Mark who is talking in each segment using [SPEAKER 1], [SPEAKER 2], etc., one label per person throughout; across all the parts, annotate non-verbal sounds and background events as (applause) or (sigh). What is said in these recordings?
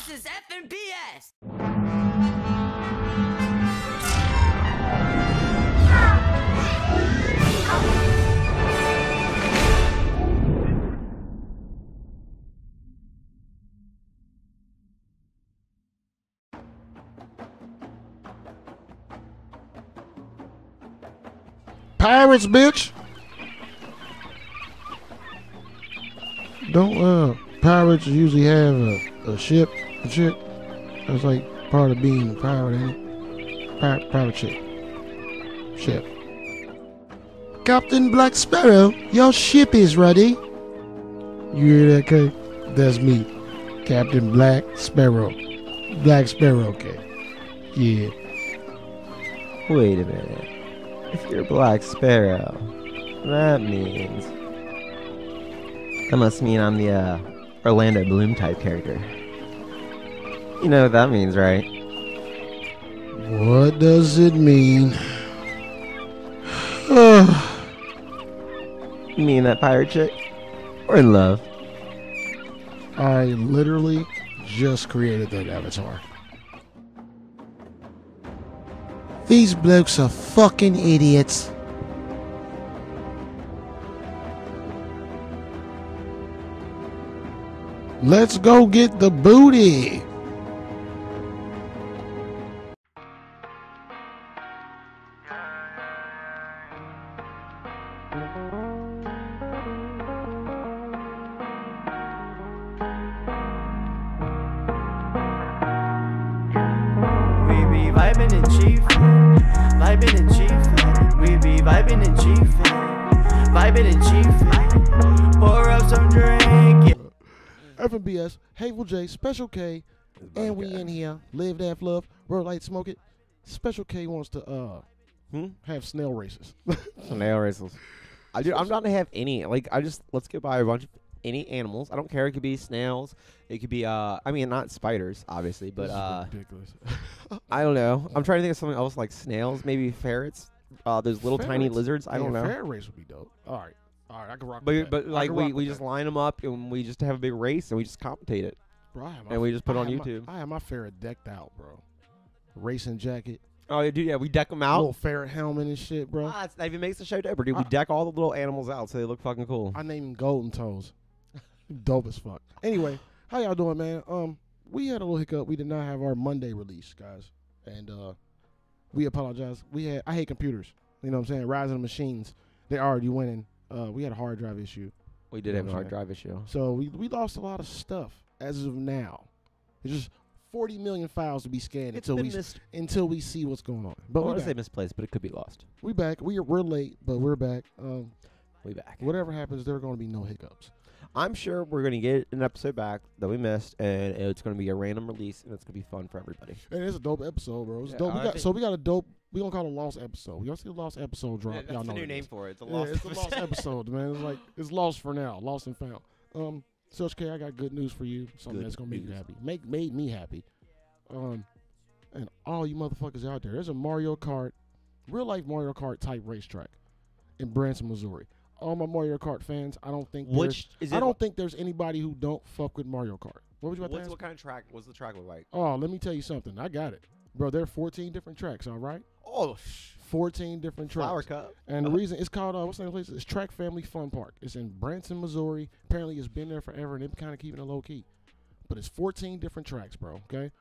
[SPEAKER 1] fucking BS.
[SPEAKER 2] Pirates, bitch. Don't uh pirates usually have a, a ship and shit? That's like part of being a pirate, ain't it? Pirate, pirate ship. Ship. Captain Black Sparrow, your ship is ready. You hear that, Kay? That's me. Captain Black Sparrow. Black Sparrow, Kay. Yeah.
[SPEAKER 3] Wait a minute. If you're Black Sparrow, that means. That must mean I'm the uh, Orlando Bloom type character. You know what that means, right?
[SPEAKER 2] What does it mean? (sighs) Ugh.
[SPEAKER 3] Me and that pirate chick? We're in love.
[SPEAKER 2] I literally just created that avatar. These blokes are fucking idiots. Let's go get the booty.
[SPEAKER 4] We be vibing and chiefin', vibing and chiefin'. We be vibing and chiefin', vibing and chiefin'. Pour up some drink. Yeah.
[SPEAKER 2] Urban BS, Hateful J, Special K, and we in here. Live, laugh, love, road light, smoke it. Special K wants to uh
[SPEAKER 3] Hmm?
[SPEAKER 2] have snail races. (laughs)
[SPEAKER 3] Nail races. I dude, I'm not gonna have any. Like, I just let's go buy a bunch of any animals. I don't care. It could be snails. It could be. Uh, I mean, not spiders, obviously, but uh,
[SPEAKER 2] ridiculous.
[SPEAKER 3] I don't know. I'm trying to think of something else like snails, maybe ferrets. Uh, those little tiny
[SPEAKER 2] Ferrets?
[SPEAKER 3] lizards. (laughs) I don't know.
[SPEAKER 2] Fair race would be dope. All right, all right, I can rock. with that. I
[SPEAKER 3] But but
[SPEAKER 2] can
[SPEAKER 3] like
[SPEAKER 2] rock
[SPEAKER 3] we,
[SPEAKER 2] with
[SPEAKER 3] we
[SPEAKER 2] that.
[SPEAKER 3] just line them up and we just have a big race and we just commentate it.
[SPEAKER 2] Bro, I had my
[SPEAKER 3] and we
[SPEAKER 2] f-
[SPEAKER 3] just put
[SPEAKER 2] I
[SPEAKER 3] it on
[SPEAKER 2] had my-
[SPEAKER 3] YouTube.
[SPEAKER 2] I had my ferret decked out, bro. Racing jacket,
[SPEAKER 3] Oh yeah, dude, yeah, we deck them
[SPEAKER 2] little
[SPEAKER 3] out.
[SPEAKER 2] ferret helmet and shit, bro.
[SPEAKER 3] Ah, it's- that even makes the show doper, dude.
[SPEAKER 2] I-
[SPEAKER 3] We deck all the little animals out so they look fucking cool.
[SPEAKER 2] Ah. I named him Golden Toes. (laughs) Dope as fuck. Anyway, how y'all doing, man? Um, we had a little hiccup. We did not have our Monday release, guys, and uh, we apologize. We had I hate computers. You know what I'm saying? Rise of the machines. They already winning. Uh, we had a hard drive issue,
[SPEAKER 3] We did have a hard
[SPEAKER 2] Okay.
[SPEAKER 3] drive issue.
[SPEAKER 2] so we we lost a lot of stuff as of now. It's just 40 million files to be scanned
[SPEAKER 3] It's
[SPEAKER 2] until
[SPEAKER 3] been
[SPEAKER 2] we
[SPEAKER 3] mis-
[SPEAKER 2] until we see what's going on.
[SPEAKER 3] I
[SPEAKER 2] But
[SPEAKER 3] want
[SPEAKER 2] we
[SPEAKER 3] to say
[SPEAKER 2] back.
[SPEAKER 3] misplaced, but it could be lost.
[SPEAKER 2] we back. We we're late, but we're back. Um,
[SPEAKER 3] We back.
[SPEAKER 2] whatever happens, there are going to be no hiccups.
[SPEAKER 3] I'm sure we're gonna get an episode back that we missed, and it's gonna be a random release, and it's gonna be fun for everybody.
[SPEAKER 2] And it's a dope episode, bro. It's
[SPEAKER 3] Yeah,
[SPEAKER 2] dope. We
[SPEAKER 3] I
[SPEAKER 2] got,
[SPEAKER 3] think-
[SPEAKER 2] so we got a dope. We gonna call it a lost episode. Y'all see the lost episode drop? Y'all know what it is.
[SPEAKER 3] for it. It's a
[SPEAKER 2] Yeah, it's the lost episode, man. It's like it's lost for now, lost and found. Um, Such K, I got good news for you. Something
[SPEAKER 3] Good
[SPEAKER 2] that's gonna make you
[SPEAKER 3] news.
[SPEAKER 2] happy. Make made me happy. Um, and all you motherfuckers out there, there's a Mario Kart, real life Mario Kart type racetrack in Branson, Missouri. All my Mario Kart fans, I don't think
[SPEAKER 3] Which is
[SPEAKER 2] there's,
[SPEAKER 3] it?
[SPEAKER 2] I don't think there's anybody who don't fuck with Mario Kart. What would you about to
[SPEAKER 3] what's,
[SPEAKER 2] ask?
[SPEAKER 3] what kind of track? What's the track look like?
[SPEAKER 2] Oh, let me tell you something. I got it. Bro, there are 14 different tracks, all right?
[SPEAKER 3] Oh, sh-
[SPEAKER 2] 14 different tracks.
[SPEAKER 3] flower uh-huh. cup.
[SPEAKER 2] And the reason it's called, uh, what's the name of the place? It's Track Family Fun Park. It's in Branson, Missouri. Apparently, it's been there forever and they're kind of keeping it low key. But it's 14 different tracks, bro, okay?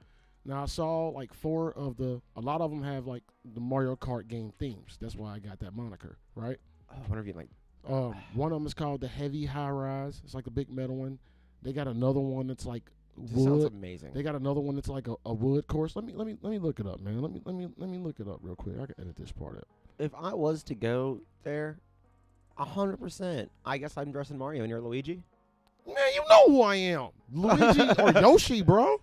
[SPEAKER 2] Now, I saw like four of the, a lot of them have like the Mario Kart game themes. That's why I got that moniker, right?
[SPEAKER 3] Oh, I wonder if you like.
[SPEAKER 2] Um, one of them is called the Heavy High Rise. It's like a big metal one. They got another one that's like
[SPEAKER 3] This sounds
[SPEAKER 2] wood.
[SPEAKER 3] amazing.
[SPEAKER 2] They got another one that's like a, a wood course. Let me let me let me look it up, man. Let me let me let me look it up real quick. I can edit this part up.
[SPEAKER 3] if I was to go there, a hundred percent. I guess I'm dressing Mario and you're Luigi. (laughs)
[SPEAKER 2] Man, you know who I am, (laughs) Luigi or Yoshi, bro.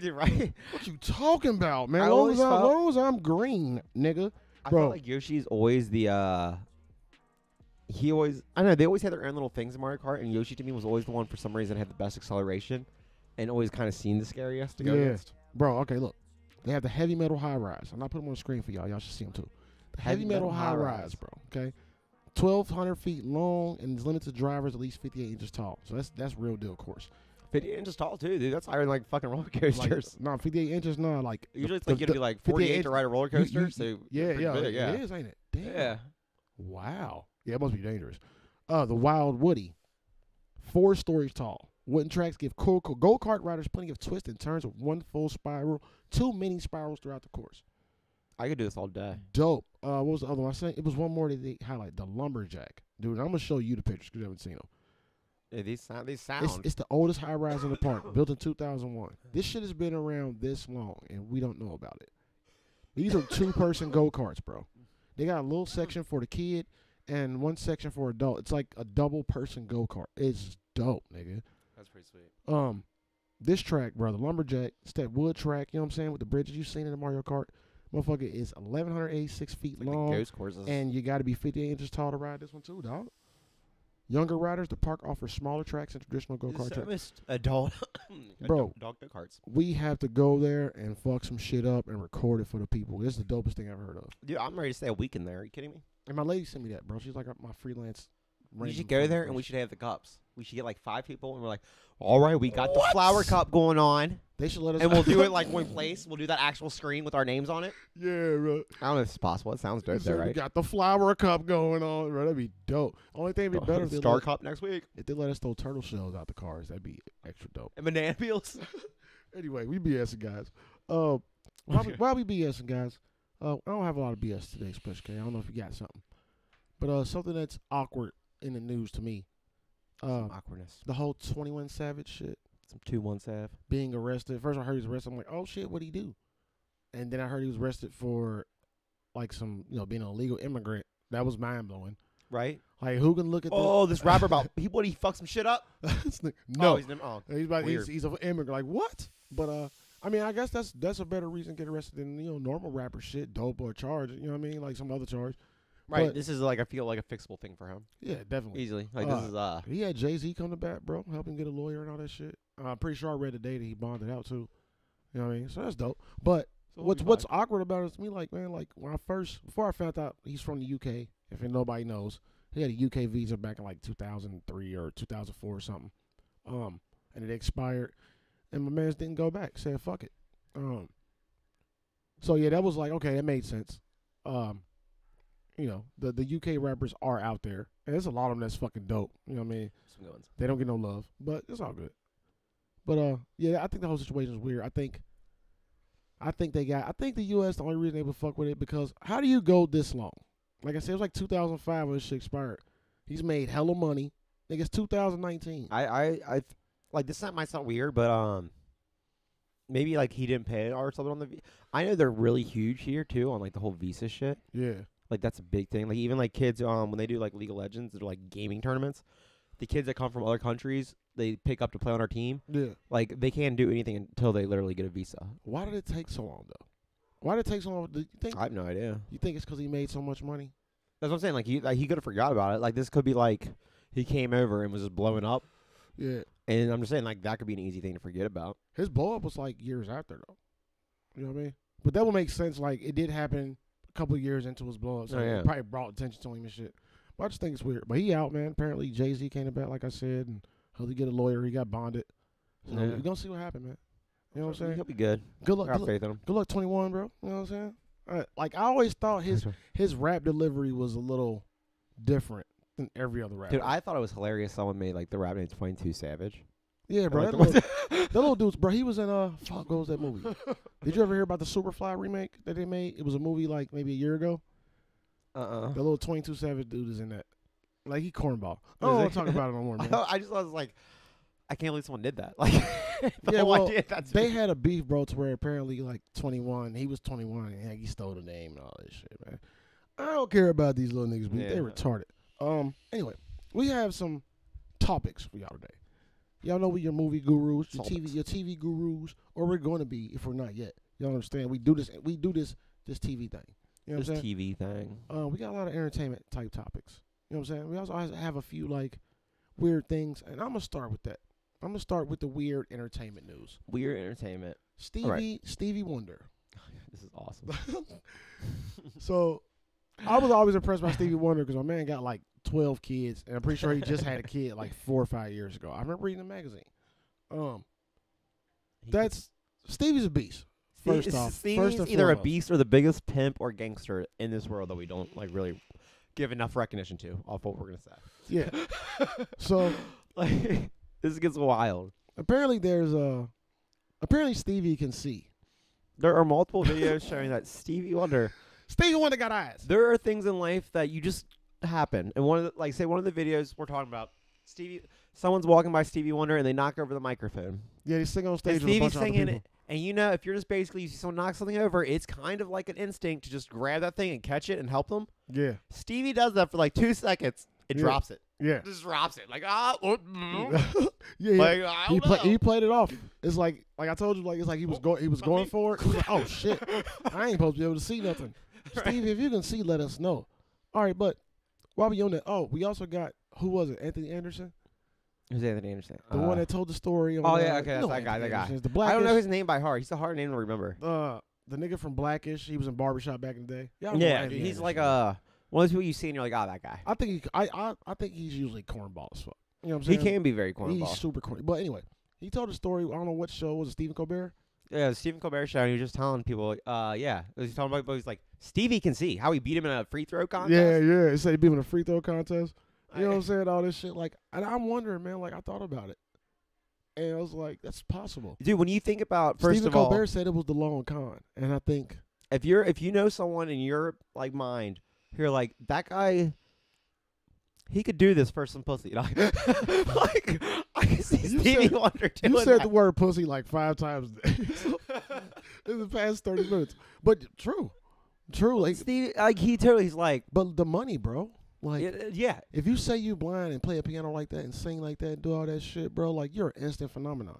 [SPEAKER 3] You're right.
[SPEAKER 2] What you talking about, man?
[SPEAKER 3] I
[SPEAKER 2] Long
[SPEAKER 3] always
[SPEAKER 2] as, I,
[SPEAKER 3] felt-
[SPEAKER 2] long as I'm green, nigga.
[SPEAKER 3] I
[SPEAKER 2] Bro.
[SPEAKER 3] feel like Yoshi's always the. uh He always. I don't know. They always had their own little things in Mario Kart, and Yoshi to me was always the one for some reason had the best acceleration, and always kind of seemed the scariest to go
[SPEAKER 2] Yeah.
[SPEAKER 3] against.
[SPEAKER 2] Bro, okay, look. They have the heavy metal high rise. I'm not putting them on the screen for y'all. Y'all should see them too. The heavy, metal, high rise, bro. Okay, 1,200 feet long and is limited to drivers at least 58 inches tall. So that's that's real deal course.
[SPEAKER 3] 58 inches tall too, dude. That's higher than like fucking roller coasters.
[SPEAKER 2] Like, no, 58 inches. No, like
[SPEAKER 3] Usually it's
[SPEAKER 2] the-
[SPEAKER 3] like you have to
[SPEAKER 2] the-
[SPEAKER 3] be like
[SPEAKER 2] 58
[SPEAKER 3] 48 to
[SPEAKER 2] inch-
[SPEAKER 3] ride a roller
[SPEAKER 2] you-
[SPEAKER 3] coaster.
[SPEAKER 2] you-
[SPEAKER 3] so
[SPEAKER 2] yeah,
[SPEAKER 3] pretty
[SPEAKER 2] yeah,
[SPEAKER 3] big, yeah,
[SPEAKER 2] it is, ain't it? Damn.
[SPEAKER 3] yeah.
[SPEAKER 2] Wow. Yeah, it must be dangerous. Uh, the Wild Woody, four stories tall. Wooden tracks give cool, cool go kart riders plenty of twists and turns with one full spiral, two mini spirals throughout the course.
[SPEAKER 3] I could do this all day.
[SPEAKER 2] Dope. Uh, what was the other one? I said it was one more that they highlight the lumberjack, dude. I'm gonna show you the pictures because you haven't seen them.
[SPEAKER 3] Yeah, these sound. These sound.
[SPEAKER 2] It's, it's the oldest high rise in the
[SPEAKER 3] (coughs)
[SPEAKER 2] park, built in 2001. This shit has been around this long, and we don't know about it. These are
[SPEAKER 3] (coughs)
[SPEAKER 2] two person go karts, bro. They got a little section for the kid and one section for adult. It's like a double person go kart. It's dope, nigga.
[SPEAKER 3] That's pretty sweet.
[SPEAKER 2] Um, this track, brother, lumberjack, it's that wood track. You know what I'm saying? With the bridges you've seen in the Mario Kart, motherfucker is 1186 feet
[SPEAKER 3] It's like
[SPEAKER 2] long.
[SPEAKER 3] the ghost courses.
[SPEAKER 2] And you got to be 58 inches tall to ride this one too, dog. Younger riders, the park offers smaller tracks and traditional go kart tracks.
[SPEAKER 3] adult. (coughs)
[SPEAKER 2] Bro.
[SPEAKER 3] dog go karts.
[SPEAKER 2] We have to go there and fuck some shit up and record it for the people. This is the dopest thing I've heard of.
[SPEAKER 3] Dude, I'm ready to stay a week in there. Are you kidding me?
[SPEAKER 2] And my lady sent me that, bro. She's like my freelance.
[SPEAKER 3] We
[SPEAKER 2] random
[SPEAKER 3] should go
[SPEAKER 2] friend.
[SPEAKER 3] there and we should have the cups. We should get like five people and we're like, all right, we got the flower cup
[SPEAKER 2] (laughs)
[SPEAKER 3] going on.
[SPEAKER 2] They should let us.
[SPEAKER 3] And we'll do it
[SPEAKER 2] (laughs)
[SPEAKER 3] like one place. We'll do that actual screen with our names on it.
[SPEAKER 2] yeah, bro.
[SPEAKER 3] I don't know if it's possible. It sounds dope,
[SPEAKER 2] So
[SPEAKER 3] though,
[SPEAKER 2] We
[SPEAKER 3] right?
[SPEAKER 2] got the flower cup going on, bro. That'd be dope. Only thing that'd be
[SPEAKER 3] (laughs)
[SPEAKER 2] better if they,
[SPEAKER 3] Star
[SPEAKER 2] let,
[SPEAKER 3] Cup next week. (laughs)
[SPEAKER 2] if they let us throw turtle shells out the cars. That'd be extra dope.
[SPEAKER 3] And banana
[SPEAKER 2] (laughs)
[SPEAKER 3] peels.
[SPEAKER 2] Anyway, we BSing guys. Uh, why, we, why we BSing guys? Uh, I don't have a lot of BS today, Special K. I don't know if you got something, but uh, something that's awkward in the news to me. Uh,
[SPEAKER 3] awkwardness.
[SPEAKER 2] the whole Twenty One Savage shit
[SPEAKER 3] Some two one sav.
[SPEAKER 2] being arrested. First, I heard he was arrested. I'm like, oh shit, what'd he do? And then I heard he was arrested for like some, you know, being an illegal immigrant. That was mind blowing.
[SPEAKER 3] Right?
[SPEAKER 2] Like, who can look at
[SPEAKER 3] Oh, this rapper about he what he fuck some shit up?
[SPEAKER 2] (laughs) this? nigga- no,
[SPEAKER 3] Oh,
[SPEAKER 2] he's,
[SPEAKER 3] he's, never- oh,
[SPEAKER 2] about, he's
[SPEAKER 3] weird.
[SPEAKER 2] he's an immigrant. Like what? But uh, I mean, I guess that's that's a better reason to get arrested than you know normal rapper shit, dope or charge. You know what I mean? Like some other charge.
[SPEAKER 3] right.
[SPEAKER 2] but-
[SPEAKER 3] this is like I feel like a fixable thing for him.
[SPEAKER 2] Yeah, definitely.
[SPEAKER 3] Easily. Like
[SPEAKER 2] Uh,
[SPEAKER 3] this is uh
[SPEAKER 2] He had Jay Z come to bat, bro, help him get a lawyer and all that shit. Uh, I'm pretty sure I read the day that he bonded out too. You know what I mean? So that's dope. But
[SPEAKER 3] So
[SPEAKER 2] what's
[SPEAKER 3] we
[SPEAKER 2] what's awkward about it to me, like man, like when I first before I found out he's from the UK, if nobody knows, he had a UK visa back in like 2003 or 2004 or something, um, and it expired, and my man's didn't go back. Said fuck it, um. So yeah, that was like okay, that made sense. Um, you know the the UK rappers are out there, and there's a lot of them that's fucking dope. You know what I mean?
[SPEAKER 3] some good ones.
[SPEAKER 2] They don't get no love, but it's all good. But uh, yeah, I think the whole situation is weird. I think, I think they got. I think the U.S. the only reason they would fuck with it because how do you go this long? Like I said, it was like 2005 when this shit expired. He's made hella money. Nigga, it's 2019.
[SPEAKER 3] I I I th- like this not might sound weird, but um maybe like he didn't pay or something on the vi- I know they're really huge here too on like the whole visa shit.
[SPEAKER 2] yeah,
[SPEAKER 3] Like that's a big thing. Like even like kids, um, when they do like League of Legends, they're like gaming tournaments. The kids that come from other countries, they pick up to play on our team.
[SPEAKER 2] yeah.
[SPEAKER 3] Like they can't do anything until they literally get a visa.
[SPEAKER 2] Why did it take so long though? Why did it take so long? Do you think
[SPEAKER 3] I have no idea.
[SPEAKER 2] you think it's because he made so much money?
[SPEAKER 3] That's what I'm saying. Like he, like, he could have forgot about it. Like this could be like he came over and was just blowing up.
[SPEAKER 2] Yeah,
[SPEAKER 3] And I'm just saying like that could be an easy thing to forget about.
[SPEAKER 2] his blow up was like years after though. You know what I mean? But that would make sense. Like it did happen a couple years into his blow up, so
[SPEAKER 3] Oh,
[SPEAKER 2] it
[SPEAKER 3] yeah.
[SPEAKER 2] probably brought attention to him and shit. But I just think it's weird. But he out, man. Apparently Jay Z came to bat, like I said, and hoped he get a lawyer. He got bonded. So
[SPEAKER 3] Yeah.
[SPEAKER 2] we're gonna see what happened, man. You know what I'm
[SPEAKER 3] He'll
[SPEAKER 2] saying?
[SPEAKER 3] be good.
[SPEAKER 2] Good
[SPEAKER 3] I
[SPEAKER 2] luck.
[SPEAKER 3] got
[SPEAKER 2] Good luck,
[SPEAKER 3] faith in him.
[SPEAKER 2] good luck 21, bro. You know what I'm saying? All right. Like I always thought
[SPEAKER 3] (laughs)
[SPEAKER 2] his his rap delivery was a little different than every other rapper.
[SPEAKER 3] Dude, I thought it was hilarious. Someone made like the rap name 22 Savage.
[SPEAKER 2] yeah, bro.
[SPEAKER 3] like,
[SPEAKER 2] that
[SPEAKER 3] what
[SPEAKER 2] little, that little dude's bro. He was in uh fuck. What was that movie? Did you ever hear about the Superfly remake that they made? It was a movie like maybe a year ago.
[SPEAKER 3] Uh-uh.
[SPEAKER 2] The
[SPEAKER 3] (laughs)
[SPEAKER 2] little twenty two savage dude is in that. Like he cornball. I don't
[SPEAKER 3] Is
[SPEAKER 2] want
[SPEAKER 3] he?
[SPEAKER 2] to talk about it no
[SPEAKER 3] (laughs)
[SPEAKER 2] more, man.
[SPEAKER 3] I just was like, I can't believe someone did that. (laughs) Like, the
[SPEAKER 2] Yeah,
[SPEAKER 3] (laughs) whole
[SPEAKER 2] well,
[SPEAKER 3] idea. That's
[SPEAKER 2] they had a beef, bro, to where apparently like twenty one, he was twenty one, and heck, he stole the name and all this shit, man. I don't care about these little niggas, beef. they
[SPEAKER 3] Yeah.
[SPEAKER 2] retarded. Um, anyway, we have some topics for y'all today. Y'all know we your movie gurus, your TV,
[SPEAKER 3] Topics.
[SPEAKER 2] your TV gurus, or we're going to be if we're not yet. Y'all understand? We do this. We do this. This TV thing. You know what I'm
[SPEAKER 3] this
[SPEAKER 2] saying?
[SPEAKER 3] TV thing.
[SPEAKER 2] Uh, we got a lot of entertainment type topics. You know what I'm saying? We also has- have a few like weird things, and I'm gonna start with that. I'm gonna start with the weird entertainment news.
[SPEAKER 3] Weird entertainment.
[SPEAKER 2] Stevie
[SPEAKER 3] right.
[SPEAKER 2] Stevie
[SPEAKER 3] (laughs)
[SPEAKER 2] Wonder.
[SPEAKER 3] This is
[SPEAKER 2] (laughs)
[SPEAKER 3] awesome.
[SPEAKER 2] So I was always impressed by Stevie Wonder because my man got like 12 kids, and I'm pretty sure he just had a kid like four or five years ago. I remember reading the magazine. Um,
[SPEAKER 3] He-
[SPEAKER 2] that's Stevie's a beast.
[SPEAKER 3] Steve-
[SPEAKER 2] first off-
[SPEAKER 3] Stevie's
[SPEAKER 2] first and
[SPEAKER 3] either a
[SPEAKER 2] foremost.
[SPEAKER 3] beast or the biggest pimp or gangster in this world that we don't like really give enough recognition to. Off what we're gonna say, (laughs)
[SPEAKER 2] Yeah. so
[SPEAKER 3] like (laughs) this gets wild.
[SPEAKER 2] apparently there's a apparently Stevie can see.
[SPEAKER 3] There are multiple videos showing that Stevie Wonder.
[SPEAKER 2] Stevie Wonder got eyes.
[SPEAKER 3] There are things in life that you just happen. And one of the, like say one of the videos we're talking about, Stevie, someone's walking by Stevie Wonder and they knock over the microphone.
[SPEAKER 2] Yeah, they sing on
[SPEAKER 3] And
[SPEAKER 2] stage with a
[SPEAKER 3] Stevie's
[SPEAKER 2] bunch of other
[SPEAKER 3] singing
[SPEAKER 2] people.
[SPEAKER 3] it. And you know, if you're just basically you see someone knock something over, it's kind of like an instinct to just grab that thing and catch it and help them.
[SPEAKER 2] Yeah,
[SPEAKER 3] Stevie does that for like two seconds. It
[SPEAKER 2] Yeah.
[SPEAKER 3] drops it.
[SPEAKER 2] yeah,
[SPEAKER 3] Just drops it. Like ah,
[SPEAKER 2] (laughs)
[SPEAKER 3] oh, mm.
[SPEAKER 2] yeah. yeah.
[SPEAKER 3] like I
[SPEAKER 2] He,
[SPEAKER 3] don't
[SPEAKER 2] play,
[SPEAKER 3] know.
[SPEAKER 2] he played it off. It's like like I told you, like it's like he was going he was going for it. He was like, oh shit, (laughs) I ain't supposed to be able to see
[SPEAKER 3] (laughs)
[SPEAKER 2] nothing. Stevie, if you can see, let us know. All right, but while we on that, oh, we also got who was it? Anthony Anderson,
[SPEAKER 3] Who's Anthony Anderson?
[SPEAKER 2] the
[SPEAKER 3] Uh,
[SPEAKER 2] one that told the story. Of,
[SPEAKER 3] Oh
[SPEAKER 2] uh,
[SPEAKER 3] yeah, okay, that's
[SPEAKER 2] you know
[SPEAKER 3] that guy. That
[SPEAKER 2] Anthony
[SPEAKER 3] guy.
[SPEAKER 2] Anderson. It's The
[SPEAKER 3] I
[SPEAKER 2] blackish,
[SPEAKER 3] don't know his name by heart. He's a hard name to remember.
[SPEAKER 2] uh, the nigga from Blackish. He was in Barbershop back in the day. Y'all know
[SPEAKER 3] Yeah,
[SPEAKER 2] Anthony
[SPEAKER 3] dude, he's
[SPEAKER 2] Anderson.
[SPEAKER 3] like a one of those people you see and you're like, ah, that guy.
[SPEAKER 2] I think he, I, I I think he's usually cornball as fuck. You know what I'm
[SPEAKER 3] He
[SPEAKER 2] saying?
[SPEAKER 3] can be very
[SPEAKER 2] He's
[SPEAKER 3] cornball.
[SPEAKER 2] super corny. But anyway, he told a story. I don't know what show was it. Stephen Colbert.
[SPEAKER 3] Yeah, Stephen Colbert show. And he was just telling people, like, uh, yeah, he was talking about, but he's like, Stevie can see how he beat him in a free throw contest.
[SPEAKER 2] Yeah, yeah. He said he beat him in a free throw contest. You know
[SPEAKER 3] I-
[SPEAKER 2] what I'm saying? All this shit. Like, and I'm wondering, man. Like, I thought about it, and I was like, that's possible.
[SPEAKER 3] (laughs) Dude, when you think about first
[SPEAKER 2] Stephen
[SPEAKER 3] of all,
[SPEAKER 2] Colbert said it was the long con, and I
[SPEAKER 3] (laughs)
[SPEAKER 2] think
[SPEAKER 3] if you're if you know someone in your like mind, you're like that guy. He could do this for some pussy. (laughs) Like, like, I can see
[SPEAKER 2] You
[SPEAKER 3] Stevie
[SPEAKER 2] said-
[SPEAKER 3] Wonder doing
[SPEAKER 2] you said the
[SPEAKER 3] that.
[SPEAKER 2] word pussy like five
[SPEAKER 3] (laughs)
[SPEAKER 2] times (laughs) in the past thirty minutes. But true, true. Like,
[SPEAKER 3] Stevie, like he totally, he's like,
[SPEAKER 2] but the money, bro. Like,
[SPEAKER 3] yeah, yeah,
[SPEAKER 2] if you say you blind and play a piano like that and sing like that and do all that shit, bro, like you're an instant phenomenon.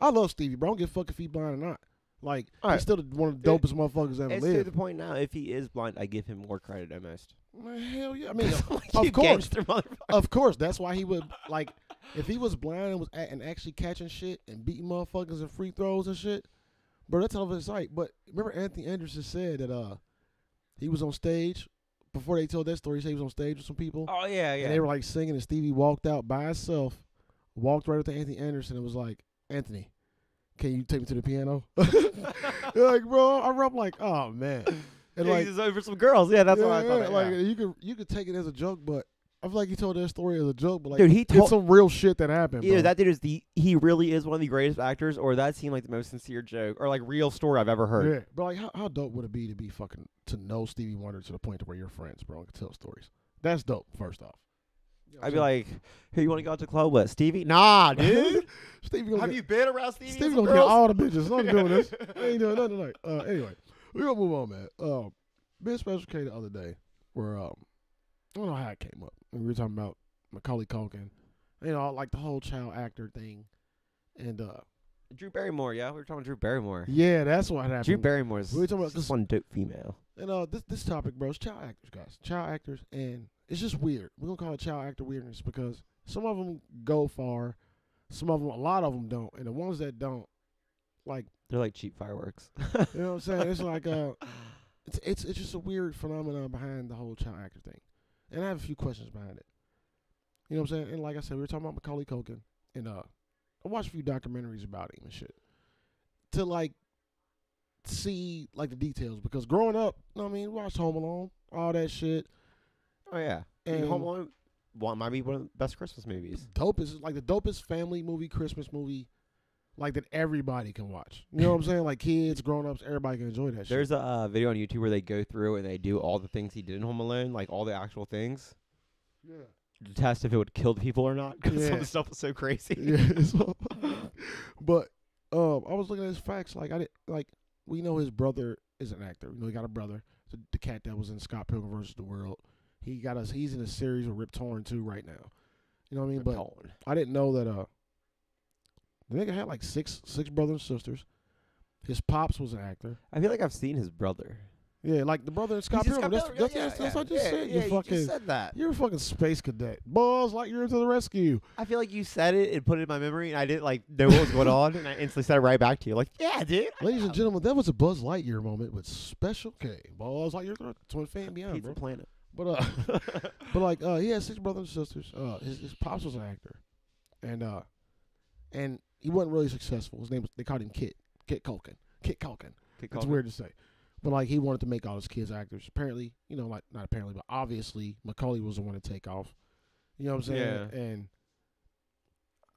[SPEAKER 2] I love Stevie, bro. I don't give a fuck if he blind or not. Like
[SPEAKER 3] Alright.
[SPEAKER 2] he's still the- one of the
[SPEAKER 3] It-
[SPEAKER 2] dopest motherfuckers ever
[SPEAKER 3] It's to
[SPEAKER 2] lived.
[SPEAKER 3] the point now. If he is blind, I give him more credit almost.
[SPEAKER 2] Man, hell yeah! I mean,
[SPEAKER 3] (laughs) Like, you
[SPEAKER 2] of course,
[SPEAKER 3] gangster motherfucker.
[SPEAKER 2] of course. That's why he would like if he was blind and was at, and actually catching shit and beating motherfuckers and free throws and shit. Bro, that's all of his sight. But remember, Anthony Anderson said that uh he was on stage before they told that story. He said he was on stage with some people.
[SPEAKER 3] Oh yeah, yeah.
[SPEAKER 2] And they were like singing, and Stevie walked out by himself, walked right up to Anthony Anderson, and was like, Anthony, can you take me to the piano? (laughs)
[SPEAKER 3] (laughs)
[SPEAKER 2] You're like, bro, I am like, oh man. And
[SPEAKER 3] Yeah,
[SPEAKER 2] like,
[SPEAKER 3] he's over some girls. Yeah, that's what I
[SPEAKER 2] yeah,
[SPEAKER 3] thought.
[SPEAKER 2] yeah,
[SPEAKER 3] about,
[SPEAKER 2] like
[SPEAKER 3] yeah.
[SPEAKER 2] you could you could take it as a joke, but I feel like he told that story as a joke, but like
[SPEAKER 3] Dude, he
[SPEAKER 2] it's
[SPEAKER 3] told-
[SPEAKER 2] some real shit that happened.
[SPEAKER 3] Either
[SPEAKER 2] bro.
[SPEAKER 3] that dude is the he really is one of the greatest actors, or that seemed like the most sincere joke or like real story I've ever heard.
[SPEAKER 2] Yeah, but like, how, how dope would it be to be fucking to know Stevie Wonder to the point to where you're friends, bro, and can tell stories? That's dope. First off, You know what
[SPEAKER 3] I'd
[SPEAKER 2] I'm
[SPEAKER 3] be like, "Who you want to go out to the club with,
[SPEAKER 2] (laughs)
[SPEAKER 3] Stevie?" Nah, dude.
[SPEAKER 2] saying? (laughs) Stevie, gonna
[SPEAKER 3] Have
[SPEAKER 2] get-
[SPEAKER 3] you been around Stevie? and
[SPEAKER 2] Steve
[SPEAKER 3] some
[SPEAKER 2] gonna kill
[SPEAKER 3] girls?
[SPEAKER 2] all the bitches.
[SPEAKER 3] (laughs)
[SPEAKER 2] I'm doing this. I ain't doing nothing tonight. Uh, anyway, we gonna move on, man. Um, me and Special K the other day were um, I don't know how it came up. We were talking about Macaulay Culkin, you know, like the whole child actor thing, and uh,
[SPEAKER 3] Drew Barrymore. Yeah, we were talking about Drew Barrymore.
[SPEAKER 2] yeah, that's what happened.
[SPEAKER 3] Drew Barrymore's
[SPEAKER 2] We were talking about
[SPEAKER 3] just
[SPEAKER 2] this-
[SPEAKER 3] one dope female.
[SPEAKER 2] And uh, this this topic, bro, is child actors, guys. Child actors, and it's just weird. We're gonna call it child actor weirdness because some of them go far, some of them, a lot of them don't, and the ones that don't, like,
[SPEAKER 3] They're like cheap fireworks. (laughs)
[SPEAKER 2] you know what I'm saying? It's like uh, it's it's it's just a weird phenomenon behind the whole child actor thing, and I have a few questions behind it. You know what I'm saying? And like I said, we were talking about Macaulay Culkin, and uh, I watched a few documentaries about him and shit to like see like the details because growing up, you know what I mean, we watched Home Alone, all that shit,
[SPEAKER 3] oh yeah, Dude,
[SPEAKER 2] and
[SPEAKER 3] Home Alone one, might be one of the best Christmas movies.
[SPEAKER 2] dope is like the dopest family movie, Christmas movie, like that everybody can watch. You know what I'm saying? Like kids, grown ups, everybody can enjoy that shit.
[SPEAKER 3] There's a uh, video on YouTube where they go through and they do all the things he did in Home Alone, like all the actual things,
[SPEAKER 2] yeah.
[SPEAKER 3] to test if it would kill the people or not. Because some
[SPEAKER 2] Yeah.
[SPEAKER 3] of the stuff was so crazy.
[SPEAKER 2] (laughs) yeah. So, but um, I was looking at his facts. Like I did. Like we know his brother is an actor. We know he got a brother. The, the cat that was in Scott Pilgrim versus the World. He got us. He's in a series with Rip Torn too right now. You know what (laughs) I mean? But
[SPEAKER 3] Colin.
[SPEAKER 2] I didn't know that. Uh, the nigga had like six six brothers and sisters. His pops was an actor.
[SPEAKER 3] I feel like I've seen his brother.
[SPEAKER 2] Yeah, like the brother in Scott Pilgrim. That's, that's, that's, that's what I just said. you fucking.
[SPEAKER 3] said that.
[SPEAKER 2] you're a fucking space cadet. Balls like you're to the rescue.
[SPEAKER 3] I feel like you said it and put it in my memory, and I didn't like know what was going on, and I instantly said it right back to you, like, "Yeah, dude."
[SPEAKER 2] Ladies and gentlemen, that was a Buzz Lightyear moment with Special K. Buzz Lightyear, throw- twin fan beyond,
[SPEAKER 3] Pizza
[SPEAKER 2] bro.
[SPEAKER 3] Planet.
[SPEAKER 2] But uh, (laughs) but like uh, he had six brothers and sisters. Uh, his, his pops was an actor, and uh, and he wasn't really successful. His name was they called him Kit Kit Culkin Kit Culkin.
[SPEAKER 3] Kick
[SPEAKER 2] It's
[SPEAKER 3] Culkin.
[SPEAKER 2] weird to say, but like he wanted to make all his kids actors. Apparently, you know, like not apparently, but obviously, Macaulay was the one to take off. You know what I'm saying?
[SPEAKER 3] Yeah.
[SPEAKER 2] And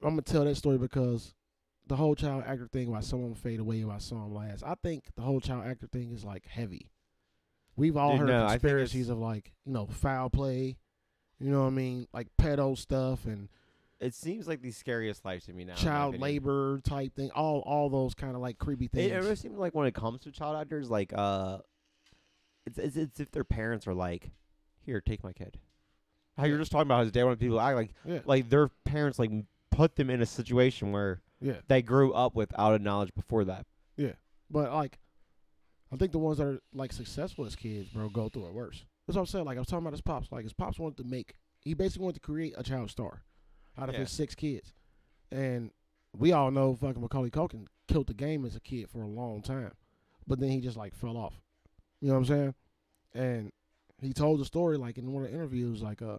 [SPEAKER 2] I'm gonna tell that story because the whole child actor thing, why someone fade away, why someone last. I think the whole child actor thing is like heavy. We've all
[SPEAKER 3] Dude,
[SPEAKER 2] heard
[SPEAKER 3] no, I think it's-
[SPEAKER 2] conspiracies of like you know foul play, you know what I mean, like pedo stuff and
[SPEAKER 3] It seems like the scariest life to me now. in my
[SPEAKER 2] child
[SPEAKER 3] opinion.
[SPEAKER 2] labor type thing. All all those kind of like creepy
[SPEAKER 3] It,
[SPEAKER 2] things.
[SPEAKER 3] it really seems like when it comes to child actors, like uh, it's it's, it's if their parents are like, "Here, take my kid." How you're just talking about his day when people act like
[SPEAKER 2] yeah,
[SPEAKER 3] like their parents like put them in a situation where
[SPEAKER 2] yeah,
[SPEAKER 3] they grew up without a knowledge before that.
[SPEAKER 2] yeah. But like, I think the ones that are like successful as kids, bro, go through it worse. That's what I'm saying. Like I was talking about his pops. Like his pops wanted to make. He basically wanted to create a child star out of
[SPEAKER 3] Yeah.
[SPEAKER 2] his six kids, and we all know fucking Macaulay Culkin killed the game as a kid for a long time, but then he just like fell off. You know what I'm saying? And he told the story like in one of the interviews, like uh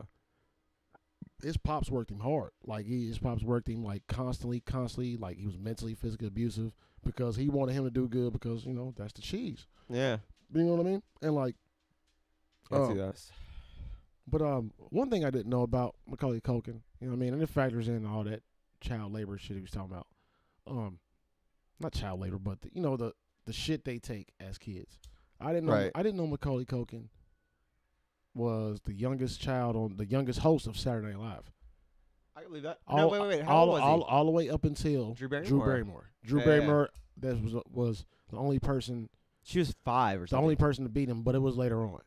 [SPEAKER 2] his pops worked him hard. Like he, his pops worked him like constantly, constantly. Like he was mentally, physically abusive because he wanted him to do good because you know that's the cheese.
[SPEAKER 3] Yeah, Oh.
[SPEAKER 2] You know what I mean? And like,
[SPEAKER 3] I
[SPEAKER 2] um,
[SPEAKER 3] see that.
[SPEAKER 2] but um, one thing I didn't know about Macaulay Culkin, you know what I mean, and it factors in all that child labor shit he was talking about. Um, not child labor, but the, you know the the shit they take as kids. I didn't know.
[SPEAKER 3] Right.
[SPEAKER 2] I didn't know Macaulay Culkin was the youngest child on the youngest host of Saturday Night Live.
[SPEAKER 3] I can believe that.
[SPEAKER 2] All,
[SPEAKER 3] no, wait, wait, wait. How
[SPEAKER 2] all,
[SPEAKER 3] old was
[SPEAKER 2] all,
[SPEAKER 3] he?
[SPEAKER 2] all the way up until
[SPEAKER 3] Drew Barrymore.
[SPEAKER 2] Drew Barrymore. Drew
[SPEAKER 3] Yeah.
[SPEAKER 2] Barrymore. That was was the only person,
[SPEAKER 3] She was five or
[SPEAKER 2] the
[SPEAKER 3] something.
[SPEAKER 2] only person to beat him, but it was later on.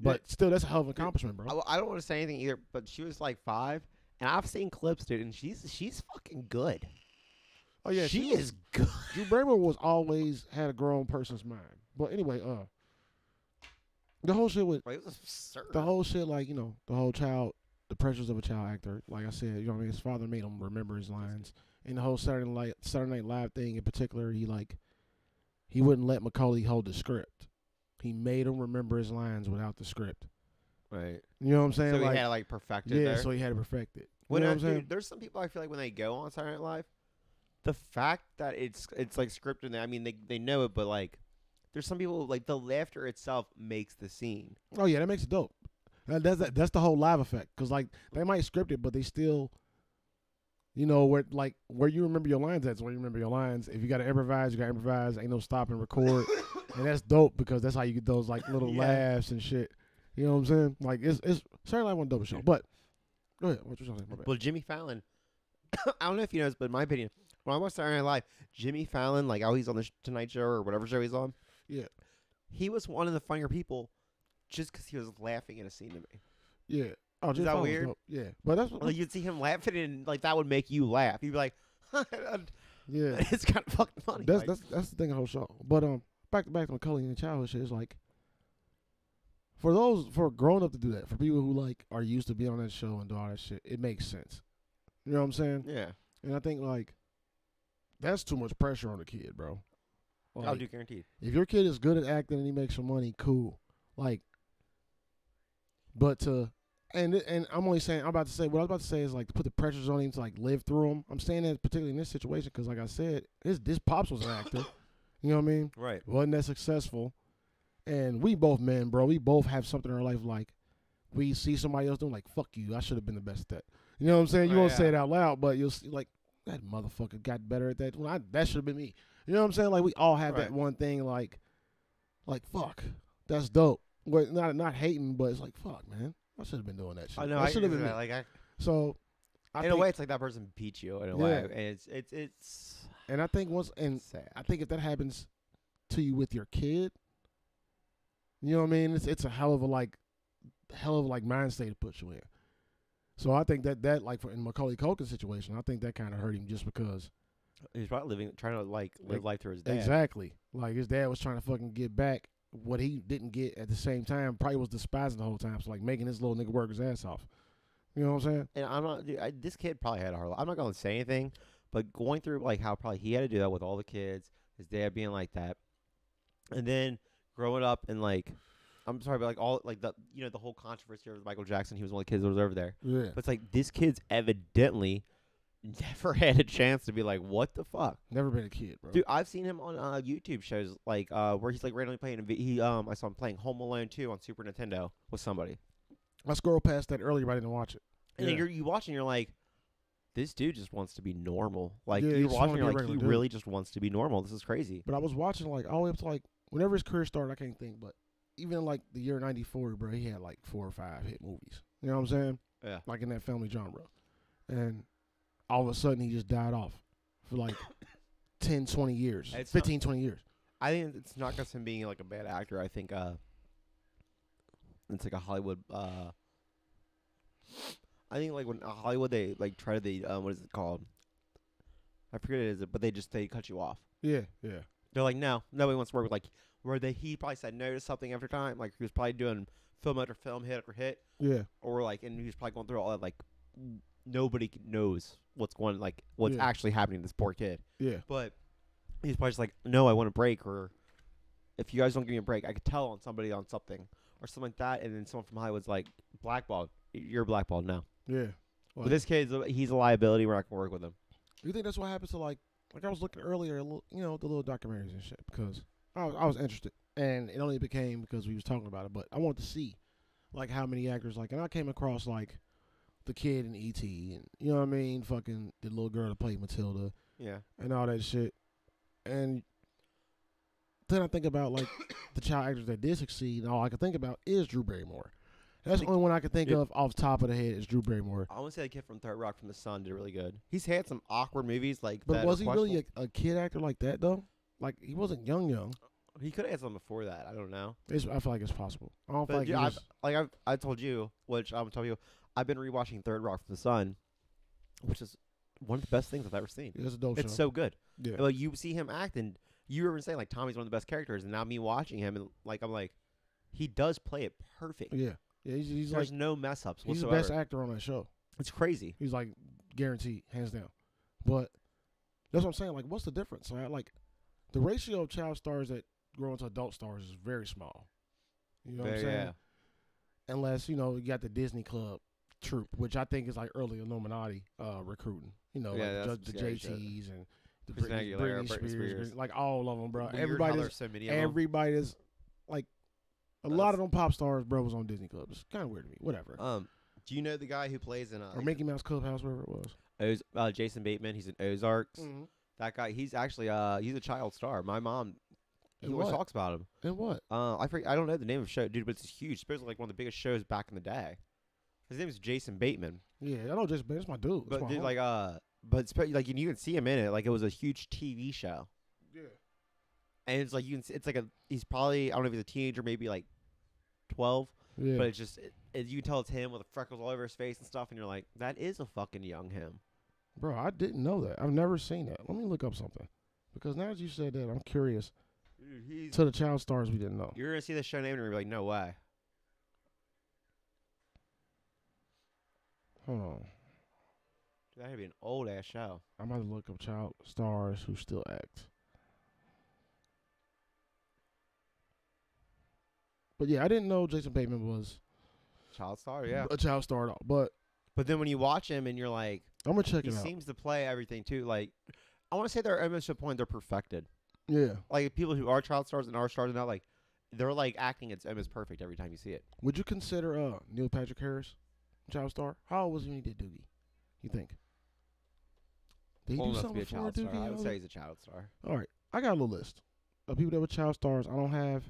[SPEAKER 2] But still, that's a hell of an accomplishment, bro.
[SPEAKER 3] I, I don't want to say anything either, but she was like five, and I've seen clips, dude, and she's she's fucking good.
[SPEAKER 2] Oh yeah,
[SPEAKER 3] she,
[SPEAKER 2] was-
[SPEAKER 3] is good. (laughs)
[SPEAKER 2] Drew Barrymore was always had a grown person's mind. But anyway, uh, the whole shit with
[SPEAKER 3] Like, it was absurd.
[SPEAKER 2] the whole shit, like you know, the whole child, the pressures of a child actor. Like I said, you know, what I mean, his father made him remember his lines, and the whole Saturday Night Saturday Night Live thing in particular, he like, he wouldn't let Macaulay hold the script. He made him remember his lines without the script.
[SPEAKER 3] right.
[SPEAKER 2] You know what I'm saying?
[SPEAKER 3] so we
[SPEAKER 2] like,
[SPEAKER 3] had like perfected
[SPEAKER 2] yeah,
[SPEAKER 3] there.
[SPEAKER 2] so he had to perfect it. You
[SPEAKER 3] When
[SPEAKER 2] know
[SPEAKER 3] I-
[SPEAKER 2] what I'm saying?
[SPEAKER 3] dude, there's some people I feel like when they go on Saturday Night Live, the fact that it's it's like scripted. and I mean, they they know it, but like, there's some people like the laughter itself makes the scene.
[SPEAKER 2] Oh yeah, that makes it dope. That- That's that, that's the whole live effect because like they might script it, but they still, you know, where like where you remember your lines at's where you remember your lines. If you got to improvise, you got to improvise. Ain't no stop and
[SPEAKER 3] (laughs)
[SPEAKER 2] record, and that's dope because that's how you get those like little
[SPEAKER 3] Yeah.
[SPEAKER 2] laughs and shit. You know what I'm saying? Like it's it's certainly like one dope show, but go ahead. What you talking about?
[SPEAKER 3] Well, Jimmy Fallon, (coughs) I don't know if you noticed, but in my opinion, when I watch Saturday Night Live, Jimmy Fallon, like, oh, he's on the Tonight Show or whatever show he's on,
[SPEAKER 2] Yeah,
[SPEAKER 3] he was one of the funnier people just because he was laughing at a scene to me.
[SPEAKER 2] yeah. Oh,
[SPEAKER 3] Is
[SPEAKER 2] Jimmy
[SPEAKER 3] that
[SPEAKER 2] Fallon was
[SPEAKER 3] weird?
[SPEAKER 2] dope. Yeah, but that's what,
[SPEAKER 3] Like, you'd see him laughing, and like that would make you laugh. You'd be like, (laughs)
[SPEAKER 2] yeah.
[SPEAKER 3] it's kind of fucking funny.
[SPEAKER 2] That's
[SPEAKER 3] like,
[SPEAKER 2] that's that's the thing of the whole show. But um, back back to McCully and childhood shit is like, for those for grown up to do that for people who like are used to being on that show and do all that shit, it makes sense. You know what I'm saying?
[SPEAKER 3] yeah.
[SPEAKER 2] And I think like, that's too much pressure on the kid, bro. Like,
[SPEAKER 3] I'll do guaranteed.
[SPEAKER 2] if your kid is good at acting and he makes some money, cool. Like, but to and and I'm only saying I'm about to say what I was about to say is like to put the pressures on him to like live through them. I'm saying that particularly in this situation because like I said, his this pops was an actor. you know what I mean?
[SPEAKER 3] Right.
[SPEAKER 2] Wasn't that successful? And we both men, bro. We both have something in our life like we see somebody else doing like fuck you. I should have been the best at that. You know what I'm saying? You
[SPEAKER 3] Oh,
[SPEAKER 2] won't say
[SPEAKER 3] yeah.
[SPEAKER 2] it out loud, but you'll see like that motherfucker got better at that. When I that should have been me. You know what I'm saying? Like we all have
[SPEAKER 3] Right.
[SPEAKER 2] that one thing like like fuck. That's dope. Well, not not hating, but it's like fuck, man. I should have been doing that shit.
[SPEAKER 3] I know.
[SPEAKER 2] That
[SPEAKER 3] I
[SPEAKER 2] should
[SPEAKER 3] should
[SPEAKER 2] have been me.
[SPEAKER 3] like, I,
[SPEAKER 2] so. I
[SPEAKER 3] in
[SPEAKER 2] think,
[SPEAKER 3] a way, it's like that person beat you in a
[SPEAKER 2] Yeah.
[SPEAKER 3] way, and it's it's it's
[SPEAKER 2] and I think once and
[SPEAKER 3] sad.
[SPEAKER 2] I think if that happens to you with your kid, you know what I mean? It's it's a hell of a like hell of a like mind state to put you in. So I think that that like for in Macaulay Culkin's situation, I think that kind of hurt him just because
[SPEAKER 3] He's probably living, trying to like live
[SPEAKER 2] Like,
[SPEAKER 3] life through his dad.
[SPEAKER 2] exactly like his dad was trying to fucking get back what he didn't get at the same time. Probably was despising the whole time, so like making this little nigga work his ass off. You know what I'm saying?
[SPEAKER 3] and I'm not. Dude, I, this kid probably had a hard. life. I'm not going to say anything, but going through like how probably he had to do that with all the kids, his dad being like that, and then growing up and like, I'm sorry, but like all like the you know the whole controversy over Michael Jackson. He was one of the kids that was over there.
[SPEAKER 2] Yeah,
[SPEAKER 3] But it's like this kid's evidently never (laughs) had a chance to be like, what the fuck?
[SPEAKER 2] Never been a kid, bro.
[SPEAKER 3] Dude, I've seen him on uh, YouTube shows like uh, where he's like randomly playing. A vi- he um, I saw him playing Home Alone 2 on Super Nintendo with somebody,
[SPEAKER 2] I scrolled past that earlier, but I didn't watch it.
[SPEAKER 3] and
[SPEAKER 2] Yeah.
[SPEAKER 3] then you're you watching, you're like, this dude just wants to be normal. Like
[SPEAKER 2] Yeah, he
[SPEAKER 3] you're
[SPEAKER 2] just wanna
[SPEAKER 3] watching,
[SPEAKER 2] be a
[SPEAKER 3] you're like,
[SPEAKER 2] regular
[SPEAKER 3] he
[SPEAKER 2] dude.
[SPEAKER 3] really just wants to be normal. This is crazy.
[SPEAKER 2] But I was watching like all the way up to like whenever his career started, I can't think, but even like the year '94, bro, he had like four or five hit movies. You know what I'm saying?
[SPEAKER 3] Yeah.
[SPEAKER 2] Like in that family genre, and all of a sudden he just died off for like (coughs) 10, 20 years,
[SPEAKER 3] It's not-
[SPEAKER 2] 15, 20 years.
[SPEAKER 3] I think it's not just him being like a bad actor. I think uh, it's like a Hollywood. Uh, I think like when uh, Hollywood they like try to the uh, what is it called? I forget what it is, but they just they cut you off.
[SPEAKER 2] Yeah, yeah.
[SPEAKER 3] They're like, no, nobody wants to work with like where they he probably said no to something every time. Like he was probably doing film after film, hit after hit,
[SPEAKER 2] Yeah,
[SPEAKER 3] or like and he was probably going through all that like n- nobody knows what's going like what's
[SPEAKER 2] Yeah.
[SPEAKER 3] actually happening to this poor kid.
[SPEAKER 2] yeah,
[SPEAKER 3] But he's probably just like, no, I want a break, or if you guys don't give me a break, I could tell on somebody on something or something like that. And then someone from Hollywood's like, blackballed. You're blackballed now.
[SPEAKER 2] yeah. Like-
[SPEAKER 3] But this kid's a- he's a liability. We're not gonna work with him.
[SPEAKER 2] You think that's what happens to like like I was looking earlier, a little- you know, the little documentaries and shit because I was, I was interested, and it only became because we was talking about it. But I wanted to see like how many actors like, and I came across like the kid in ET, and you know what I mean, fucking the little girl that played Matilda
[SPEAKER 3] Yeah.
[SPEAKER 2] and all that shit, and then I think about like (coughs) the child actors that did succeed, and all I could think about is Drew Barrymore. That's the only one I could think
[SPEAKER 3] Yeah.
[SPEAKER 2] of off the top of the head is Drew Barrymore.
[SPEAKER 3] I want to say the kid from Third Rock from the Sun did really good. He's had some awkward movies like.
[SPEAKER 2] But was he really a, a kid actor like that though? Like he wasn't young, young.
[SPEAKER 3] A- he could have had some before that. I don't know.
[SPEAKER 2] It's, I feel like it's possible. I don't feel
[SPEAKER 3] But
[SPEAKER 2] like
[SPEAKER 3] yeah,
[SPEAKER 2] he
[SPEAKER 3] I've,
[SPEAKER 2] was-
[SPEAKER 3] like I've I told you, which I'm telling you, I've been rewatching Third Rock from the Sun, which is one of the best things I've ever seen.
[SPEAKER 2] it's a dope
[SPEAKER 3] It's
[SPEAKER 2] show.
[SPEAKER 3] so good.
[SPEAKER 2] yeah.
[SPEAKER 3] Well, you see him act, and you were even saying like Tommy's one of the best characters, and now me watching him, and like I'm like, he does play it perfect.
[SPEAKER 2] yeah, yeah. He's, he's like
[SPEAKER 3] There's no mess ups
[SPEAKER 2] he's the
[SPEAKER 3] whatsoever.
[SPEAKER 2] best actor on that show.
[SPEAKER 3] it's crazy.
[SPEAKER 2] He's like guaranteed, hands down. But that's what I'm saying. Like, what's the difference? Like, like the ratio of child stars that grow into adult stars is very small. You know what I'm
[SPEAKER 3] Very,
[SPEAKER 2] saying?
[SPEAKER 3] yeah.
[SPEAKER 2] Unless you know you got the Disney Club troop, which I think is like early Illuminati uh, recruiting. You know,
[SPEAKER 3] Yeah,
[SPEAKER 2] like
[SPEAKER 3] that's
[SPEAKER 2] the, the
[SPEAKER 3] scary shit.
[SPEAKER 2] JTs and the
[SPEAKER 3] Christina
[SPEAKER 2] Britney,
[SPEAKER 3] Aguilera,
[SPEAKER 2] Britney
[SPEAKER 3] Britney
[SPEAKER 2] Spears,
[SPEAKER 3] Spears.
[SPEAKER 2] like all of them, bro.
[SPEAKER 3] Weird how
[SPEAKER 2] Everybody
[SPEAKER 3] there's
[SPEAKER 2] just-
[SPEAKER 3] so many of 'em.
[SPEAKER 2] everybody that's like a
[SPEAKER 3] That's-
[SPEAKER 2] lot of them pop stars, bro, was on Disney Club. It's kind of weird to me. Whatever.
[SPEAKER 3] Um, do you know the guy who plays in uh,
[SPEAKER 2] or Mickey Mouse Clubhouse, wherever it was.
[SPEAKER 3] Oz- uh, Jason Bateman? He's in Ozarks.
[SPEAKER 2] Mhm.
[SPEAKER 3] That guy, he's actually uh, he's a child star. My mom, he
[SPEAKER 2] And
[SPEAKER 3] always
[SPEAKER 2] what?
[SPEAKER 3] talks about him.
[SPEAKER 2] And what?
[SPEAKER 3] Uh, I forget, I don't know the name of the show, dude, but it's huge. Supposedly like one of the biggest shows back in the day. His name is Jason Bateman.
[SPEAKER 2] Yeah, I know just it's my dude. It's
[SPEAKER 3] But
[SPEAKER 2] my
[SPEAKER 3] dude,
[SPEAKER 2] homie.
[SPEAKER 3] like uh, but spe- like and you can see him in it. Like it was a huge TV show,
[SPEAKER 2] yeah.
[SPEAKER 3] and it's like you can. See, it's like a he's probably I don't know if he's a teenager, maybe like twelve,
[SPEAKER 2] Yeah.
[SPEAKER 3] but it's just it, it- you can tell it's him with the freckles all over his face and stuff, and you're like, that is a fucking young him.
[SPEAKER 2] bro, I didn't know that. I've never seen that. Let me look up something. Because now that you said that, I'm curious
[SPEAKER 3] Dude, he's
[SPEAKER 2] to the child stars we didn't know.
[SPEAKER 3] you're gonna see the show name and you're gonna be like, no way.
[SPEAKER 2] Hold on.
[SPEAKER 3] Dude, that would be an old ass show.
[SPEAKER 2] I'm about to look up child stars who still act. But yeah, I didn't know Jason Bateman was
[SPEAKER 3] Child star, Oh, yeah.
[SPEAKER 2] a child star at all. But
[SPEAKER 3] But then when you watch him and you're like,
[SPEAKER 2] I'm gonna check
[SPEAKER 3] he
[SPEAKER 2] it out.
[SPEAKER 3] seems to play everything too. Like, I want to say they're almost to a point they're perfected.
[SPEAKER 2] yeah.
[SPEAKER 3] Like people who are child stars and are stars now, like they're like acting it's almost perfect every time you see it.
[SPEAKER 2] Would you consider uh Neil Patrick Harris child star? How old was he when he did Doogie? You think? Did he
[SPEAKER 3] Old
[SPEAKER 2] do
[SPEAKER 3] enough
[SPEAKER 2] something
[SPEAKER 3] to be a
[SPEAKER 2] before uh,
[SPEAKER 3] child star. I
[SPEAKER 2] Doogie?
[SPEAKER 3] would say he's a child star.
[SPEAKER 2] All right, I got a little list of people that were child stars. I don't have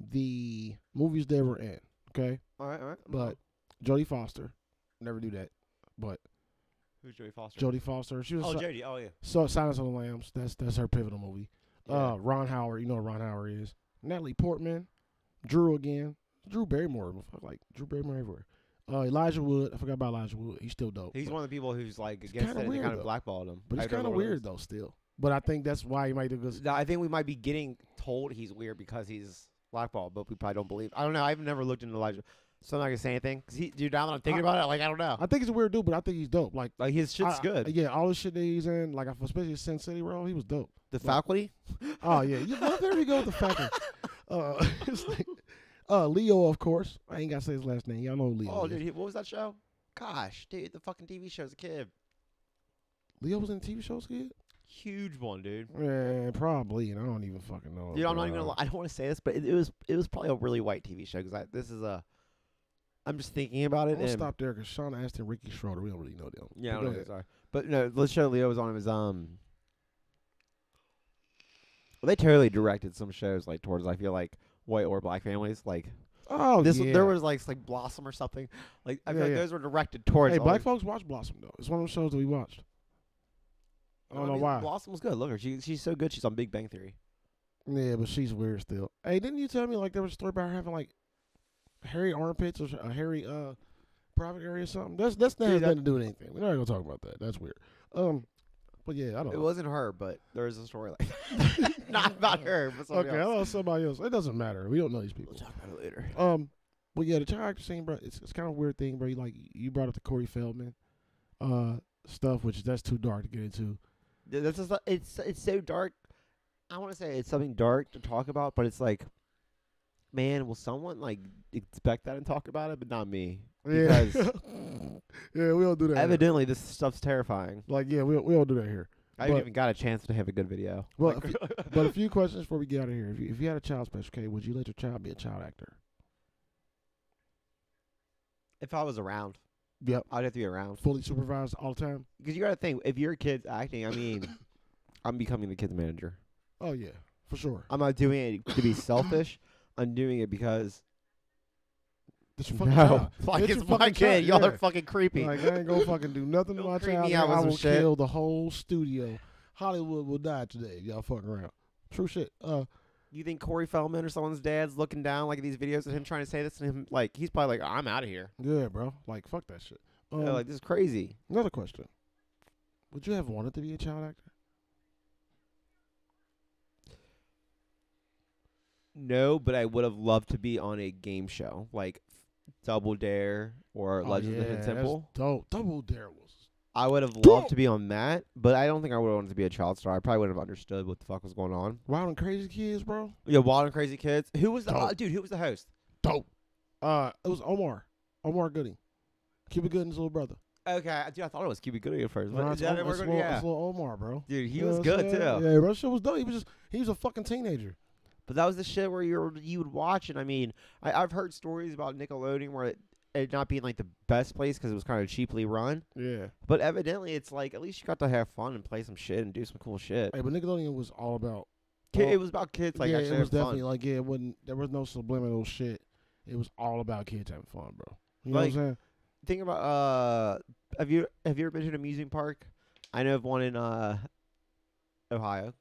[SPEAKER 2] the movies they were in. Okay,
[SPEAKER 3] All right, all right.
[SPEAKER 2] but Jodie Foster, never do that. But
[SPEAKER 3] who's Joey Foster?
[SPEAKER 2] Jodie Foster, she was
[SPEAKER 3] oh,
[SPEAKER 2] so,
[SPEAKER 3] Jodie. Oh, yeah.
[SPEAKER 2] so Silence of the Lambs. That's that's her pivotal movie. Uh,
[SPEAKER 3] Yeah.
[SPEAKER 2] Ron Howard, you know who Ron Howard is. Natalie Portman, Drew again, Drew Barrymore. Fuck, like Drew Barrymore everywhere. Uh, Elijah Wood. I forgot about Elijah Wood. He's still dope.
[SPEAKER 3] He's
[SPEAKER 2] but,
[SPEAKER 3] one of the people who's like against it.
[SPEAKER 2] kinda
[SPEAKER 3] and They
[SPEAKER 2] weird,
[SPEAKER 3] kind of
[SPEAKER 2] though.
[SPEAKER 3] blackballed him.
[SPEAKER 2] but
[SPEAKER 3] I
[SPEAKER 2] he's
[SPEAKER 3] don't
[SPEAKER 2] kind
[SPEAKER 3] know
[SPEAKER 2] of
[SPEAKER 3] what it
[SPEAKER 2] weird
[SPEAKER 3] is.
[SPEAKER 2] though still. But I think that's why he might do good.
[SPEAKER 3] No, I think we might be getting told he's weird because he's blackballed, but we probably don't believe. I don't know. I've never looked into Elijah, so I'm not gonna say anything. 'Cause he, dude, now that I'm thinking about it, like I don't know.
[SPEAKER 2] I think he's a weird dude, but I think he's dope. Like
[SPEAKER 3] like his shit's
[SPEAKER 2] I-
[SPEAKER 3] good.
[SPEAKER 2] Yeah, all the shit that he's in, like especially Sin City Roll, he was dope.
[SPEAKER 3] the faculty.
[SPEAKER 2] Oh yeah, you well, there you go with the Falcon. Uh, (laughs) it's like, uh, Leo, of course. I ain't gotta say his last name. Y'all know who Leo.
[SPEAKER 3] Oh,
[SPEAKER 2] is.
[SPEAKER 3] dude, he- what was that show? Gosh, dude, the fucking TV show's a kid.
[SPEAKER 2] Leo was in TV shows kid?
[SPEAKER 3] Huge one, dude.
[SPEAKER 2] Yeah, probably, and I don't even fucking know.
[SPEAKER 3] Dude, I'm not even
[SPEAKER 2] bro.
[SPEAKER 3] gonna. Lie. I don't want to say this, but it, it was it was probably a really white TV show because this is a. I'm just thinking about it.
[SPEAKER 2] I'm gonna
[SPEAKER 3] and,
[SPEAKER 2] stop there because Sean Astin, Ricky Schroeder, we don't really know them. But
[SPEAKER 3] Yeah, I don't
[SPEAKER 2] go
[SPEAKER 3] know,
[SPEAKER 2] ahead.
[SPEAKER 3] sorry. But no, let's show Leo was on his um. Well, they totally directed some shows like towards I feel like white or black families like
[SPEAKER 2] Oh,
[SPEAKER 3] this
[SPEAKER 2] yeah.
[SPEAKER 3] there was like like Blossom or something like I feel
[SPEAKER 2] Yeah,
[SPEAKER 3] like
[SPEAKER 2] yeah.
[SPEAKER 3] those were directed towards
[SPEAKER 2] Hey,
[SPEAKER 3] all
[SPEAKER 2] black
[SPEAKER 3] these-
[SPEAKER 2] folks watch Blossom though. It's one of those shows that we watched. I don't know
[SPEAKER 3] mean,
[SPEAKER 2] why.
[SPEAKER 3] Blossom was good. Look at her. She, she's so good. She's on Big Bang Theory.
[SPEAKER 2] Yeah, but she's weird still. Hey, didn't you tell me like there was a story about her having like hairy armpits or a hairy uh private area or something? That's that's not
[SPEAKER 3] Dude,
[SPEAKER 2] has
[SPEAKER 3] that-
[SPEAKER 2] nothing to do with anything. We're not gonna talk about that. That's weird. Um, but yeah, I don't.
[SPEAKER 3] It
[SPEAKER 2] know.
[SPEAKER 3] wasn't her, but there was a story like that. (laughs) not about her, but somebody
[SPEAKER 2] okay. I
[SPEAKER 3] else.
[SPEAKER 2] know somebody else. It doesn't matter. We don't know these people.
[SPEAKER 3] We'll talk about it later.
[SPEAKER 2] Um, but yeah, the child actor scene, bro, it's, it's kind of a weird thing, bro. You, like you brought up the Corey Feldman uh stuff, which that's too dark to get into.
[SPEAKER 3] Th- That's just, it's it's so dark. I want to say it's something dark to talk about, but it's like, man, will someone like expect that and talk about it, but not me?
[SPEAKER 2] Yeah,
[SPEAKER 3] Because
[SPEAKER 2] (laughs) yeah, we don't do that. here.
[SPEAKER 3] evidently this stuff's terrifying.
[SPEAKER 2] Like, yeah, we don't, we don't do that here.
[SPEAKER 3] I haven't
[SPEAKER 2] But-
[SPEAKER 3] even got a chance to have a good video.
[SPEAKER 2] Well, a few- but a few questions before we get out of here. If you, if you had a child special, okay, would you let your child be a child actor?
[SPEAKER 3] (laughs) If I was around,
[SPEAKER 2] Yep.
[SPEAKER 3] I'd have to be around.
[SPEAKER 2] Fully supervised all the time?
[SPEAKER 3] Because you got to think, if your kid's acting, I mean,
[SPEAKER 2] (coughs)
[SPEAKER 3] I'm becoming the kid's manager.
[SPEAKER 2] Oh, yeah, for sure.
[SPEAKER 3] I'm not doing it
[SPEAKER 2] (coughs)
[SPEAKER 3] to be selfish. I'm doing it because
[SPEAKER 2] That's your fucking
[SPEAKER 3] (laughs) no,
[SPEAKER 2] child.
[SPEAKER 3] like
[SPEAKER 2] That's
[SPEAKER 3] it's
[SPEAKER 2] your
[SPEAKER 3] my
[SPEAKER 2] fucking
[SPEAKER 3] kid.
[SPEAKER 2] child,
[SPEAKER 3] Y'all
[SPEAKER 2] yeah.
[SPEAKER 3] are fucking creepy.
[SPEAKER 2] Like, I ain't gonna fucking do nothing to
[SPEAKER 3] Don't
[SPEAKER 2] my
[SPEAKER 3] creep
[SPEAKER 2] child.
[SPEAKER 3] me out
[SPEAKER 2] and I
[SPEAKER 3] with
[SPEAKER 2] will
[SPEAKER 3] some shit.
[SPEAKER 2] kill the whole studio. Hollywood will die today if y'all fucking around. True shit. Uh,
[SPEAKER 3] you think Corey Feldman or someone's dad's looking down like at these videos of him trying to say this and him like he's probably like I'm out of here.
[SPEAKER 2] yeah, bro. Like, fuck that shit. Um,
[SPEAKER 3] Yeah, like this is crazy.
[SPEAKER 2] another question. Would you have wanted to be a child actor?
[SPEAKER 3] No, but I would have loved to be on a game show like Double Dare or
[SPEAKER 2] Oh,
[SPEAKER 3] Legends of the
[SPEAKER 2] yeah, that's
[SPEAKER 3] Hidden Temple.
[SPEAKER 2] Dope. Double Dare was.
[SPEAKER 3] I would have loved to be on that, but I don't think I would have wanted to be a child star. I probably would have understood what the fuck was going on.
[SPEAKER 2] Wild and Crazy Kids, bro.
[SPEAKER 3] Yeah, Wild and Crazy Kids. Who was the
[SPEAKER 2] Dope.
[SPEAKER 3] uh, dude? Who was the host?
[SPEAKER 2] dope. Uh, it was Omar, Omar Gooding, Cuba Gooding's little brother.
[SPEAKER 3] Okay, dude, I thought it was Cuba Gooding at first. but
[SPEAKER 2] Nah,
[SPEAKER 3] is
[SPEAKER 2] it's,
[SPEAKER 3] that
[SPEAKER 2] Om-
[SPEAKER 3] it? We're
[SPEAKER 2] it's
[SPEAKER 3] gonna-
[SPEAKER 2] little,
[SPEAKER 3] yeah.
[SPEAKER 2] it's little Omar, bro.
[SPEAKER 3] Dude, he
[SPEAKER 2] You know
[SPEAKER 3] was
[SPEAKER 2] what I'm
[SPEAKER 3] good too.
[SPEAKER 2] saying? Yeah, bro, shit was dope. He was just he was a fucking teenager.
[SPEAKER 3] But that was the shit where you were, you would watch, and I mean, I, I've heard stories about Nickelodeon where it, it not being like the best place because it was kind of cheaply run.
[SPEAKER 2] Yeah.
[SPEAKER 3] But evidently, it's like at least you got to have fun and play some shit and do some cool shit.
[SPEAKER 2] Hey, but Nickelodeon was all about.
[SPEAKER 3] Ki-
[SPEAKER 2] well,
[SPEAKER 3] it was about kids like
[SPEAKER 2] yeah,
[SPEAKER 3] actually
[SPEAKER 2] it was
[SPEAKER 3] having
[SPEAKER 2] definitely
[SPEAKER 3] fun.
[SPEAKER 2] like yeah, it wasn't. There was no subliminal shit. It was all about kids having fun, bro. You know
[SPEAKER 3] Like-
[SPEAKER 2] what I'm saying?
[SPEAKER 3] Think about uh, have you have you ever been to an amusement park? I know of one in uh, Ohio,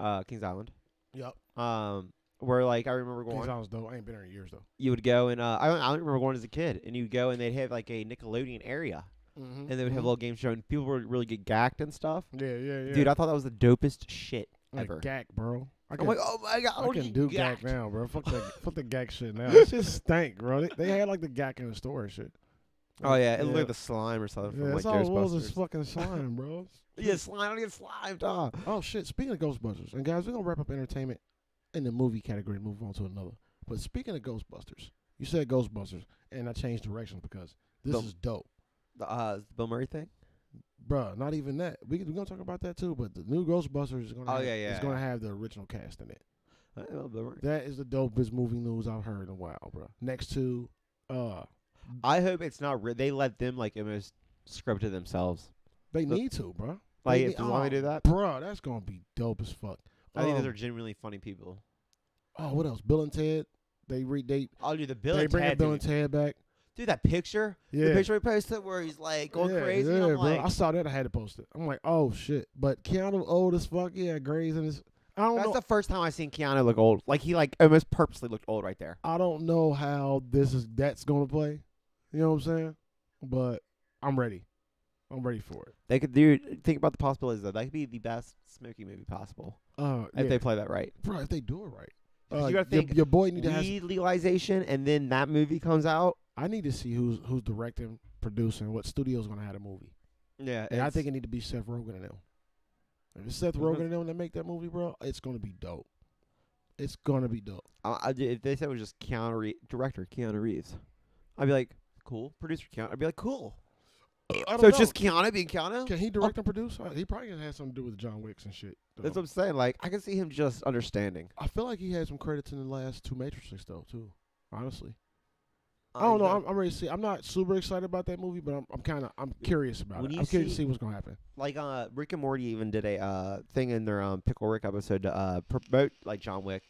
[SPEAKER 3] uh, Kings Island.
[SPEAKER 2] Yup.
[SPEAKER 3] Um, where like I remember going.
[SPEAKER 2] Kings Island's dope. I ain't been there in years though.
[SPEAKER 3] you would go and uh, I don't, I don't remember going as a kid, and you'd go and they'd have like a Nickelodeon area,
[SPEAKER 2] Mm-hmm.
[SPEAKER 3] and they would have a little game show, and people would really get gacked and stuff.
[SPEAKER 2] Yeah, yeah, yeah.
[SPEAKER 3] Dude, I thought that was the dopest shit
[SPEAKER 2] like
[SPEAKER 3] ever.
[SPEAKER 2] Gak, bro. I
[SPEAKER 3] I'm
[SPEAKER 2] can,
[SPEAKER 3] like, oh my god,
[SPEAKER 2] I
[SPEAKER 3] wanna
[SPEAKER 2] can
[SPEAKER 3] get
[SPEAKER 2] do
[SPEAKER 3] gacked.
[SPEAKER 2] Gak now, bro. Fuck
[SPEAKER 3] (laughs)
[SPEAKER 2] that, fuck the Gak shit now. That shit stank, bro. They, they had like the Gak in the store and shit.
[SPEAKER 3] Oh yeah, it looked like the slime or something
[SPEAKER 2] Yeah,
[SPEAKER 3] from like
[SPEAKER 2] that's all it was
[SPEAKER 3] Ghostbusters.
[SPEAKER 2] is fucking slime,
[SPEAKER 3] (laughs)
[SPEAKER 2] bro.
[SPEAKER 3] yeah, slime. I don't get slimed. Oh.
[SPEAKER 2] oh shit! Speaking of Ghostbusters, and guys, we're gonna wrap up entertainment in the movie category and move on to another. But speaking of Ghostbusters, you said Ghostbusters, and I changed directions because this
[SPEAKER 3] Dumb.
[SPEAKER 2] is dope,
[SPEAKER 3] The uh, Bill Murray thing.
[SPEAKER 2] Bruh, Not even that. We we're gonna talk about that too. But the new Ghostbusters is gonna
[SPEAKER 3] Oh,
[SPEAKER 2] have,
[SPEAKER 3] yeah, yeah,
[SPEAKER 2] is gonna have the original cast in it.
[SPEAKER 3] I love Bill Murray.
[SPEAKER 2] That is the dopest movie news I've heard in a while, bro. Next to uh,
[SPEAKER 3] I hope it's not. Re- they let them like almost script it themselves.
[SPEAKER 2] they
[SPEAKER 3] The-
[SPEAKER 2] need to, bro.
[SPEAKER 3] Like,
[SPEAKER 2] They
[SPEAKER 3] if
[SPEAKER 2] need-
[SPEAKER 3] as long as
[SPEAKER 2] oh,
[SPEAKER 3] they do that,
[SPEAKER 2] Bruh, That's gonna be dope as fuck.
[SPEAKER 3] I think
[SPEAKER 2] Um,
[SPEAKER 3] those are genuinely funny people.
[SPEAKER 2] oh, what else? Bill and Ted. They re they
[SPEAKER 3] I'll do the Bill
[SPEAKER 2] they
[SPEAKER 3] and
[SPEAKER 2] bring
[SPEAKER 3] Ted.
[SPEAKER 2] Bill
[SPEAKER 3] Oh, dude.
[SPEAKER 2] and Ted back.
[SPEAKER 3] Dude, that picture,
[SPEAKER 2] Yeah.
[SPEAKER 3] the picture we posted where he's like going
[SPEAKER 2] yeah,
[SPEAKER 3] crazy.
[SPEAKER 2] Yeah,
[SPEAKER 3] I'm
[SPEAKER 2] bro.
[SPEAKER 3] like,
[SPEAKER 2] I saw that. I had to post it. I'm like, oh shit. But Keanu old as fuck. Yeah, grays and his. I don't
[SPEAKER 3] that's
[SPEAKER 2] know.
[SPEAKER 3] the first time I seen Keanu look old. Like he like almost purposely looked old right there.
[SPEAKER 2] I don't know how this is. That's gonna play. You know what I'm saying? But I'm ready. I'm ready for it.
[SPEAKER 3] They could do. Think about the possibilities though. That could be the best Smokey movie possible
[SPEAKER 2] Uh,
[SPEAKER 3] if
[SPEAKER 2] yeah.
[SPEAKER 3] they play that right.
[SPEAKER 2] bro, if they do it right,
[SPEAKER 3] You
[SPEAKER 2] Uh,
[SPEAKER 3] gotta
[SPEAKER 2] your-
[SPEAKER 3] think
[SPEAKER 2] your, boy need to have.
[SPEAKER 3] Weed legalization, and then that movie comes out.
[SPEAKER 2] I need to see who's who's directing, producing, what studio's gonna have the movie.
[SPEAKER 3] Yeah,
[SPEAKER 2] And I think it need to be Seth Rogen and them. If it's Seth
[SPEAKER 3] Mhm.
[SPEAKER 2] Rogen and them that make that movie, bro, it's gonna be dope. It's gonna be dope.
[SPEAKER 3] I, I, if they said it was just Keanu Reeves, director Keanu Reeves, I'd be like, cool. Producer Keanu, I'd be like, cool.
[SPEAKER 2] I don't
[SPEAKER 3] So it's
[SPEAKER 2] know.
[SPEAKER 3] just Keanu being Keanu.
[SPEAKER 2] Can he direct and produce? Uh, He probably had something to do with John Wicks and shit. though.
[SPEAKER 3] That's what I'm saying. Like I can see him just understanding.
[SPEAKER 2] I feel like he had some credits in the last two Matrices though, too. Honestly,
[SPEAKER 3] Oh,
[SPEAKER 2] I don't know. I'm, I'm ready to see. I'm not super excited about that movie, but I'm, I'm kind of I'm curious about
[SPEAKER 3] When
[SPEAKER 2] it.
[SPEAKER 3] you
[SPEAKER 2] I'm curious to
[SPEAKER 3] see-
[SPEAKER 2] see what's gonna happen.
[SPEAKER 3] like uh, Rick and Morty even did a uh, thing in their um, Pickle Rick episode to uh, promote like John Wick.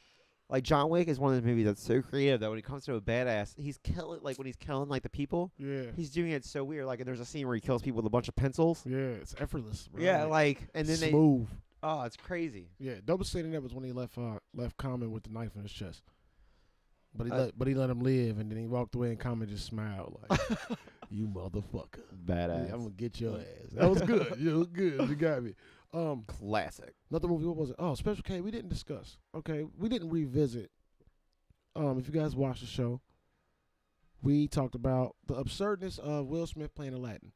[SPEAKER 3] Like John Wick is one of those movies that's so creative that when it comes to a badass, he's killing like when he's killing like the people,
[SPEAKER 2] Yeah,
[SPEAKER 3] he's doing it so weird. Like and there's a scene where he kills people with a bunch of pencils.
[SPEAKER 2] yeah, it's effortless. Bro.
[SPEAKER 3] Yeah, like and then they
[SPEAKER 2] smooth.
[SPEAKER 3] oh it's crazy.
[SPEAKER 2] Yeah, double standard. That was when he left uh, left Common with the knife in his chest. But he
[SPEAKER 3] Uh,
[SPEAKER 2] let but he let him live, and then he walked away, and Common just smiled like, "You motherfucker, Yeah,
[SPEAKER 3] Badass.
[SPEAKER 2] I'm gonna get your ass." That was good. (laughs) yeah, it was good. You got me. Um,
[SPEAKER 3] Classic.
[SPEAKER 2] Another movie. What was it? Oh, Special K. We didn't discuss. Okay, we didn't revisit. Um, if you guys watched the show, we talked about the absurdness of Will Smith playing Aladdin,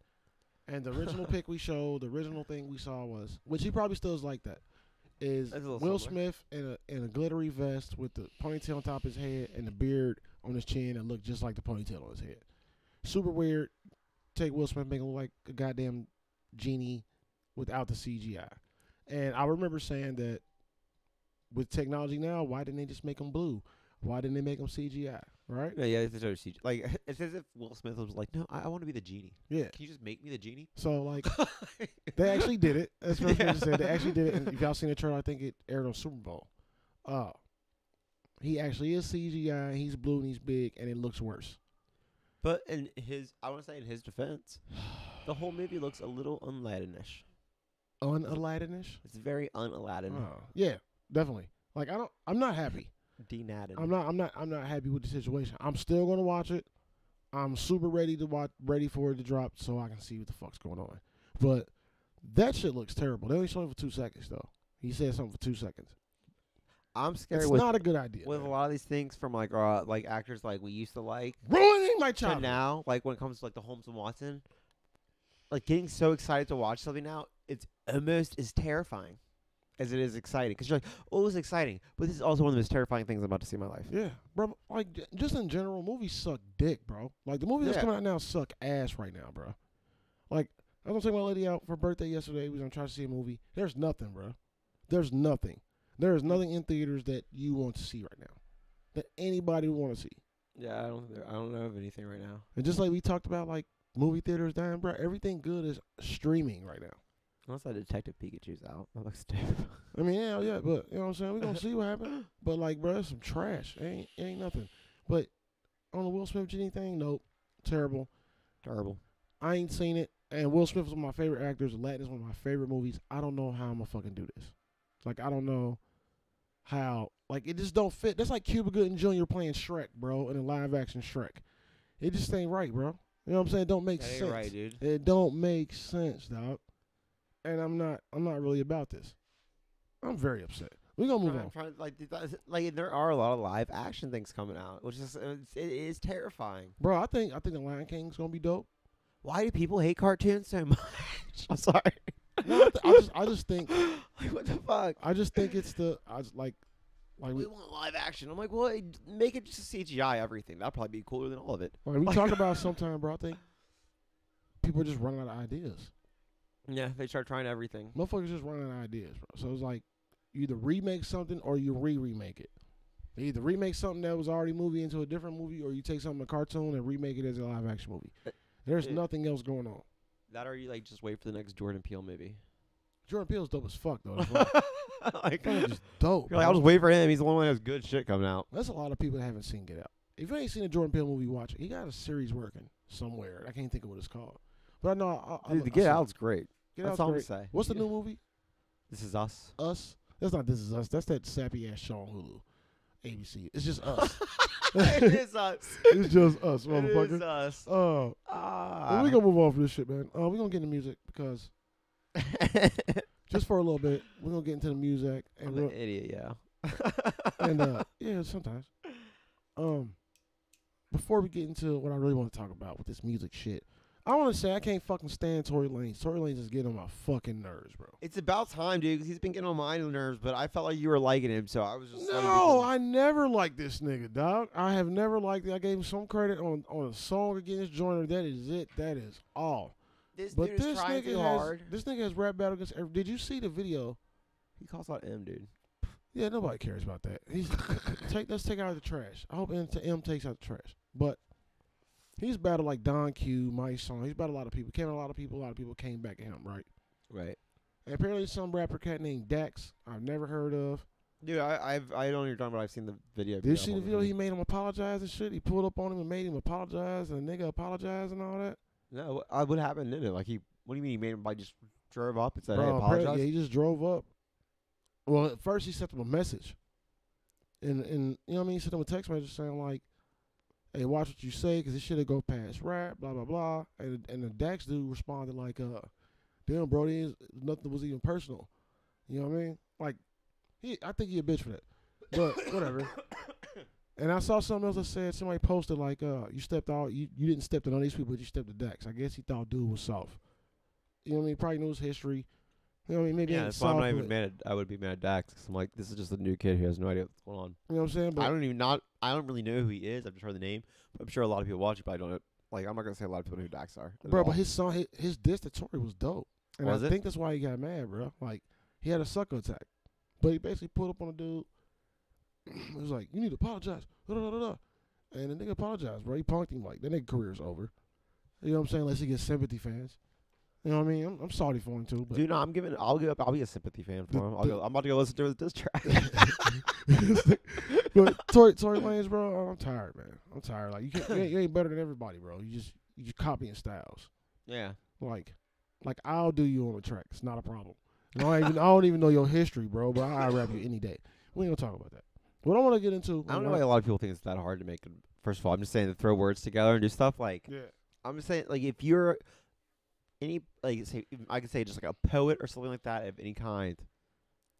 [SPEAKER 2] and the original pick we showed, the original thing we saw was, which he probably still is like that, is
[SPEAKER 3] That's a little
[SPEAKER 2] Will
[SPEAKER 3] similar.
[SPEAKER 2] Smith in a in a glittery vest with the ponytail on top of his head and the beard on his chin and looked just like the ponytail on his head. Super weird. Take Will Smith making look like a goddamn genie without the CGI. And I remember saying that with technology now, why didn't they just make them blue? Why didn't they make them CGI? Right?
[SPEAKER 3] No, yeah, it's a total CG. Like (laughs) it's as if Will Smith was like, no, I, I want to be the genie.
[SPEAKER 2] Yeah.
[SPEAKER 3] Can you just make me the genie?
[SPEAKER 2] So like they actually did it. That's what I was
[SPEAKER 3] Yeah.
[SPEAKER 2] gonna say. They actually did it. And if y'all seen the trailer, I think it aired on Super Bowl. Uh he actually is CGI. He's blue and he's big, and it looks worse.
[SPEAKER 3] But in his, I want to say in his defense, (sighs) the whole movie looks a little unladdinish.
[SPEAKER 2] Unaladdinish.
[SPEAKER 3] It's very unaladdin.
[SPEAKER 2] Oh, yeah, definitely. Like I don't. I'm not happy.
[SPEAKER 3] Denatted.
[SPEAKER 2] I'm not. I'm not. I'm not happy with the situation. I'm still gonna watch it. I'm super ready to watch, ready for it to drop, so I can see what the fuck's going on. But that shit looks terrible. They only showed it for two seconds though. He said something for two seconds.
[SPEAKER 3] I'm scared
[SPEAKER 2] It's
[SPEAKER 3] with
[SPEAKER 2] not a good idea.
[SPEAKER 3] with a
[SPEAKER 2] man.
[SPEAKER 3] lot of these things from like uh like actors like we used to like
[SPEAKER 2] Ruining my
[SPEAKER 3] to
[SPEAKER 2] childhood.
[SPEAKER 3] now like when it comes to like the Holmes and Watson, like getting so excited to watch something now it's almost as terrifying as it is exciting because you're like oh it's exciting but this is also one of the most terrifying things I'm about to see in my life.
[SPEAKER 2] Yeah, bro. Like j- just in general, movies suck dick, bro. Like the movies
[SPEAKER 3] Yeah.
[SPEAKER 2] that's coming out now suck ass right now, bro. Like I was gonna take my lady out for her birthday yesterday. We was gonna try to see a movie. There's nothing, bro. There's nothing. There is nothing in theaters that you want to see right now, that anybody would want to see.
[SPEAKER 3] Yeah, I don't I don't know of anything right now.
[SPEAKER 2] And just like we talked about, like movie theaters dying, bro. Everything good is streaming right now.
[SPEAKER 3] Unless that Detective Pikachu's out, that looks (laughs) terrifying.
[SPEAKER 2] I mean, yeah, yeah, but you know what I'm saying. We gonna see what happens. But like, bro, that's some trash. It ain't it ain't nothing. But on the Will Smith Genie thing, nope, terrible.
[SPEAKER 3] Terrible.
[SPEAKER 2] I ain't seen it. And Will Smith is one of my favorite actors. Aladdin is one of my favorite movies. I don't know how I'm gonna fucking do this. Like I don't know how. Like it just don't fit. That's like Cuba Gooding Jr. playing Shrek, bro, in a live action Shrek. It just ain't right, bro. You know what I'm saying? It don't make sense.
[SPEAKER 3] dude.
[SPEAKER 2] It don't make sense, dog. And I'm not. I'm not really about this. I'm very upset. We gonna move
[SPEAKER 3] Trying-
[SPEAKER 2] on.
[SPEAKER 3] trying- like, th- that's- like there are a lot of live action things coming out, which is uh, it's, it is terrifying.
[SPEAKER 2] Bro, I think I think the Lion King's gonna be dope.
[SPEAKER 3] Why do people hate cartoons so (laughs) much? I'm sorry.
[SPEAKER 2] No, I, th- I just I just think
[SPEAKER 3] (laughs) like what the fuck?
[SPEAKER 2] I just think it's the I just like like we
[SPEAKER 3] We want live action. I'm like, well, it- make it just CGI everything. That'd probably be cooler than all of it.
[SPEAKER 2] like we talk about sometime, bro. I think people just run out of ideas.
[SPEAKER 3] Yeah, they start trying everything.
[SPEAKER 2] Motherfuckers just run out of ideas, bro. So it's like you either remake something or you re-remake it. You either remake something that was already a movie into a different movie, or you take something a cartoon and remake it as a live action movie. There's
[SPEAKER 3] it-
[SPEAKER 2] nothing else going on.
[SPEAKER 3] That or you like just wait for the next Jordan
[SPEAKER 2] (laughs)
[SPEAKER 3] Peele movie.
[SPEAKER 2] Jordan Peele's dope as fuck though.
[SPEAKER 3] (laughs)
[SPEAKER 2] That's why.
[SPEAKER 3] like,
[SPEAKER 2] That was just dope.
[SPEAKER 3] (laughs) you're like, I'll
[SPEAKER 2] bro.
[SPEAKER 3] just wait for him. He's the one that has good shit coming out.
[SPEAKER 2] That's a lot of people that haven't seen Get Out. If you ain't seen a Jordan Peele movie, watch it. He got a series working somewhere. I can't think of what it's called, but I know. I, I,
[SPEAKER 3] Dude,
[SPEAKER 2] I,
[SPEAKER 3] the
[SPEAKER 2] I
[SPEAKER 3] Get
[SPEAKER 2] saw-
[SPEAKER 3] Out's great.
[SPEAKER 2] Get
[SPEAKER 3] That's
[SPEAKER 2] Out's
[SPEAKER 3] all I'm
[SPEAKER 2] great.
[SPEAKER 3] saying.
[SPEAKER 2] What's the
[SPEAKER 3] Yeah.
[SPEAKER 2] new movie?
[SPEAKER 3] This is us.
[SPEAKER 2] Us. That's not This Is Us. That's that sappy ass show on Hulu, ABC. It's just
[SPEAKER 3] (laughs)
[SPEAKER 2] us.
[SPEAKER 3] it is (laughs) us.
[SPEAKER 2] it's just us,
[SPEAKER 3] It is
[SPEAKER 2] motherfucker.
[SPEAKER 3] us.
[SPEAKER 2] Oh,
[SPEAKER 3] Ah.
[SPEAKER 2] we gonna move on from this shit, man. Uh, we gonna get into music because just for a little bit, we're gonna get into the music and
[SPEAKER 3] (laughs) I'm
[SPEAKER 2] we're,
[SPEAKER 3] an idiot, yeah.
[SPEAKER 2] and uh, yeah, sometimes. Um, before we get into what I really want to talk about with this music shit, I want to say I can't fucking stand Tory Lanez. Tory Lanez is getting on my fucking nerves, bro.
[SPEAKER 3] It's about time, dude, 'cause he's been getting on my nerves, but I felt like you were liking him, so I was just like,
[SPEAKER 2] No, I never liked this nigga, dog. I have never liked it. I gave him some credit on on a song against Joyner. That is it. That is all.
[SPEAKER 3] this
[SPEAKER 2] But
[SPEAKER 3] dude is
[SPEAKER 2] this
[SPEAKER 3] trying
[SPEAKER 2] nigga
[SPEAKER 3] too
[SPEAKER 2] has
[SPEAKER 3] hard.
[SPEAKER 2] this nigga has rap battle against. Every, did you see the video?
[SPEAKER 3] He calls out M, dude.
[SPEAKER 2] Yeah, nobody cares about that. He's (laughs) take let's take out the trash. I hope M, M takes out the trash. But he's battled like Don Q, My Song. He's battled a lot of people. Came out a lot of people. A lot of people came back at him, right?
[SPEAKER 3] Right.
[SPEAKER 2] And apparently, some rapper cat named Dax I've never heard of.
[SPEAKER 3] Dude, I I've, I don't even talk about. I've seen the video.
[SPEAKER 2] Did you see the video? He made him apologize and shit. He pulled up on him and made him apologize, and the nigga apologized and all that.
[SPEAKER 3] no. What, uh, what happened in it? Like he? What do you mean he made him? By just drove up and said, "Hey,
[SPEAKER 2] Bro, apparently-
[SPEAKER 3] apologize."
[SPEAKER 2] Yeah, he just drove up. Well, at first he sent them a message, and and you know what I mean. He sent them a text message saying like, "Hey, watch what you say, cause this shit'll go past rap, blah blah blah." And and the Dax dude responded like, "Uh, damn, bro, it is, nothing was even personal." You know what I mean? Like, he I think he a bitch for that, but
[SPEAKER 3] (coughs)
[SPEAKER 2] whatever. And I saw something else that said somebody posted like, "Uh, you stepped out, you, you didn't step to none of these people, but you stepped to Dax." I guess he thought dude was soft. You know what I mean? Probably knew his history. You know what I mean? Maybe
[SPEAKER 3] Yeah,
[SPEAKER 2] ain't
[SPEAKER 3] that's why I'm
[SPEAKER 2] soft,
[SPEAKER 3] not even
[SPEAKER 2] but-
[SPEAKER 3] mad. At, I would be mad at Dax 'cause I'm like, this is just a new kid who has no idea what's going on.
[SPEAKER 2] You know what I'm saying? But
[SPEAKER 3] I don't even not. I don't really know who he is. I've just heard the name. But I'm sure a lot of people watch it, but I don't. Know, like, I'm not gonna say a lot of people know who Dax are. at
[SPEAKER 2] bro,
[SPEAKER 3] all.
[SPEAKER 2] but his song, his, his diss to Tory was dope, and
[SPEAKER 3] Was
[SPEAKER 2] I
[SPEAKER 3] it?
[SPEAKER 2] think that's why he got mad, bro. Like he had a sucker attack, but he basically pulled up on a dude. (clears throat) It was like, "You need to apologize," da, da, da, da. and the nigga apologized, bro. He punked him like that. Nigga career's over. You know what I'm saying? Unless he gets sympathy fans. You know what I mean? I'm, I'm sorry for him too, but
[SPEAKER 3] dude, no, I'm giving. I'll give up. I'll be a sympathy fan for him. I'll go, I'm about to go listen to his diss (laughs) track.
[SPEAKER 2] (laughs) but Tory, Tory Lanez, bro, oh, I'm tired, man. I'm tired. Like you, can't, you, ain't, you ain't better than everybody, bro. You just you just copying styles.
[SPEAKER 3] (laughs) yeah.
[SPEAKER 2] Like, like I'll do you on the track. It's not a problem. And I, don't even, I don't even know your history, bro. But I will rap you any day. We ain't gonna talk about that. What I want to get into.
[SPEAKER 3] I don't know why a lot of people think it's that hard to make. a- First of all, I'm just saying to throw words together and do stuff. Like,
[SPEAKER 2] Yeah.
[SPEAKER 3] I'm just saying, like, if you're any, like, say, I could say just like a poet or something like that of any kind,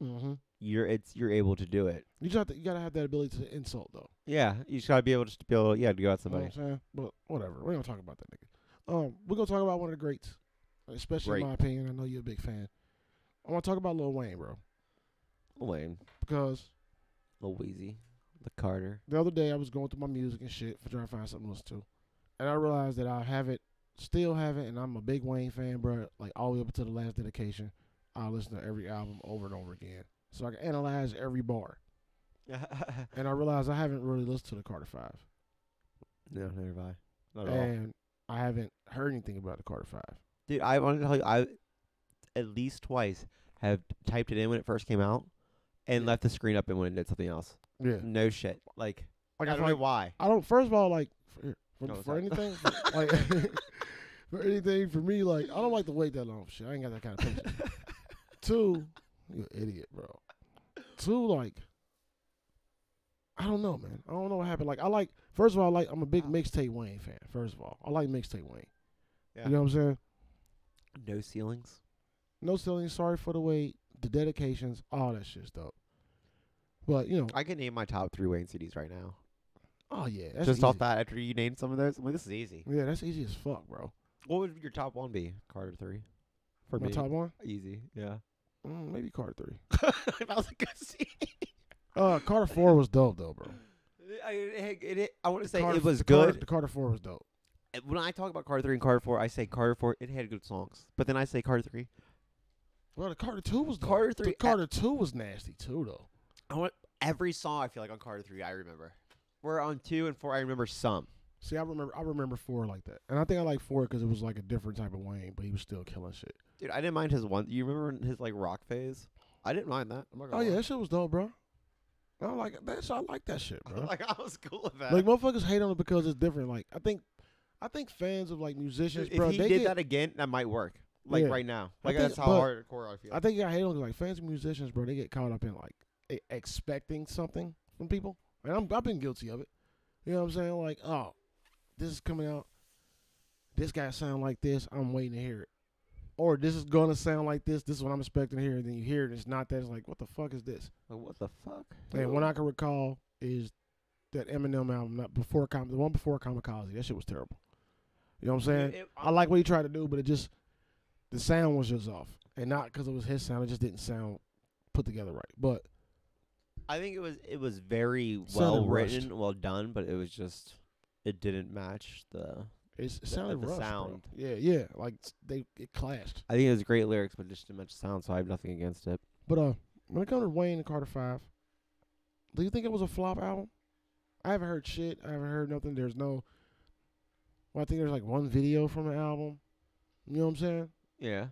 [SPEAKER 2] Mm-hmm.
[SPEAKER 3] you're it's you're able to do it.
[SPEAKER 2] You just have to, you gotta have that ability to insult though.
[SPEAKER 3] Yeah, you just gotta be able to just be able, yeah, to go at
[SPEAKER 2] You know what
[SPEAKER 3] somebody.
[SPEAKER 2] I'm saying? But whatever. We don't talk about that nigga. Um, we're gonna talk about one of the greats, especially in
[SPEAKER 3] Great.
[SPEAKER 2] my opinion. I know you're a big fan. I want to talk about Lil Wayne, bro,
[SPEAKER 3] Lame,
[SPEAKER 2] because
[SPEAKER 3] Lil Weezy, the Carter.
[SPEAKER 2] the other day I was going through my music and shit for trying to find something to listen to, and I realized that I haven't, still haven't, and I'm a big Wayne fan, bro. Like all the way up to the last dedication, I listen to every album over and over again, so I can analyze every bar. And I realized I haven't really listened to the Carter Five,
[SPEAKER 3] no, never have I. Not at all.
[SPEAKER 2] and I haven't heard anything about the Carter Five.
[SPEAKER 3] Dude, I wanted to tell you, I at least twice have typed it in when it first came out, and left the screen up and went and did something else.
[SPEAKER 2] Yeah,
[SPEAKER 3] No shit. Like,
[SPEAKER 2] like
[SPEAKER 3] I
[SPEAKER 2] I,
[SPEAKER 3] don't know
[SPEAKER 2] like,
[SPEAKER 3] why.
[SPEAKER 2] I don't. First of all, like for, for,
[SPEAKER 3] No, it's
[SPEAKER 2] for
[SPEAKER 3] not. (laughs)
[SPEAKER 2] anything, for- like (laughs) for anything for me, like I don't like to wait that long. for Shit, I ain't got that kind of patience. Two, you an idiot, bro. Two, like, I don't know, man. I don't know what happened. Like, I like, first of all, I like, I'm a big mixtape Wayne fan. First of all, I like mixtape Wayne.
[SPEAKER 3] Yeah.
[SPEAKER 2] You know what I'm saying?
[SPEAKER 3] No ceilings.
[SPEAKER 2] No selling. Sorry for the wait. The dedications, all that shit's dope. But you know,
[SPEAKER 3] I can name my top three Wayne CDs right now.
[SPEAKER 2] oh yeah, that's
[SPEAKER 3] Just
[SPEAKER 2] easy.
[SPEAKER 3] off that, after you named some of those, I'm like, this is easy.
[SPEAKER 2] Yeah, that's easy as fuck, bro.
[SPEAKER 3] What would your top one be? Carter three. For
[SPEAKER 2] My
[SPEAKER 3] me,
[SPEAKER 2] top one,
[SPEAKER 3] easy.
[SPEAKER 2] (laughs)
[SPEAKER 3] Yeah.
[SPEAKER 2] mm, maybe Carter three.
[SPEAKER 3] if I was a good CD,
[SPEAKER 2] Uh, Carter four was dope though, bro.
[SPEAKER 3] I, it, it- I want to say
[SPEAKER 2] Carter,
[SPEAKER 3] it was
[SPEAKER 2] the Carter-
[SPEAKER 3] good.
[SPEAKER 2] the Carter four was dope.
[SPEAKER 3] And When I talk about Carter three and Carter four, I say Carter four. It had good songs, but then I say Carter three.
[SPEAKER 2] Well, the Carter two was dope.
[SPEAKER 3] Carter
[SPEAKER 2] The
[SPEAKER 3] three-
[SPEAKER 2] Carter two was nasty too, though.
[SPEAKER 3] I want every song. I feel like on Carter three, I remember. We're on two and four. I remember some.
[SPEAKER 2] See, I remember, I remember four like that, and I think I like four because it was like a different type of Wayne, but he was still killing shit.
[SPEAKER 3] Dude, I didn't mind his one. You remember when his like rock phase? I didn't mind that. I'm not
[SPEAKER 2] Oh
[SPEAKER 3] gonna
[SPEAKER 2] yeah,
[SPEAKER 3] lie.
[SPEAKER 2] that shit was dope, bro. I like that. Shit, I like that shit, bro.
[SPEAKER 3] (laughs) like I was cool with that.
[SPEAKER 2] like motherfuckers hate on it because it's different. Like I think, I think fans of like musicians,
[SPEAKER 3] Dude,
[SPEAKER 2] bro.
[SPEAKER 3] if he
[SPEAKER 2] they
[SPEAKER 3] did
[SPEAKER 2] get,
[SPEAKER 3] that again, that might work. Like
[SPEAKER 2] Yeah.
[SPEAKER 3] right now,
[SPEAKER 2] I
[SPEAKER 3] like
[SPEAKER 2] think-
[SPEAKER 3] that's how
[SPEAKER 2] but-
[SPEAKER 3] hardcore I feel.
[SPEAKER 2] I think I hate on 'cause, like fans of musicians, bro. They get caught up in like e- expecting something from people, and I'm I've been guilty of it. You know what I'm saying? Like, oh, this is coming out. This guy sound like this. I'm waiting to hear it, or this is gonna sound like this. This is what I'm expecting to hear. And then you hear it, it's not that. It's like, what the fuck is this?
[SPEAKER 3] Like, what the fuck?
[SPEAKER 2] And what I can recall is that Eminem album, not before Com- the one before Kamikaze. That shit was terrible. You know what I'm saying? I like what he tried to do, but it just the sound was just off, and not because it was his sound. It just didn't sound put together right. But
[SPEAKER 3] I think it was it was very
[SPEAKER 2] Sounded
[SPEAKER 3] well
[SPEAKER 2] rushed.
[SPEAKER 3] written, well done, but it was just it didn't match the
[SPEAKER 2] It's, it sounded
[SPEAKER 3] the
[SPEAKER 2] rushed. bro.
[SPEAKER 3] sound.
[SPEAKER 2] Yeah, yeah. Like s- they it clashed.
[SPEAKER 3] I think it was great lyrics, but just too much sound, so I have nothing against it.
[SPEAKER 2] But uh, when it comes to Wayne and Carter Five, do you think it was a flop album? I haven't heard shit. I haven't heard nothing. There's no. Well, I think there's like one video from the album. You know what I'm saying?
[SPEAKER 3] Yeah.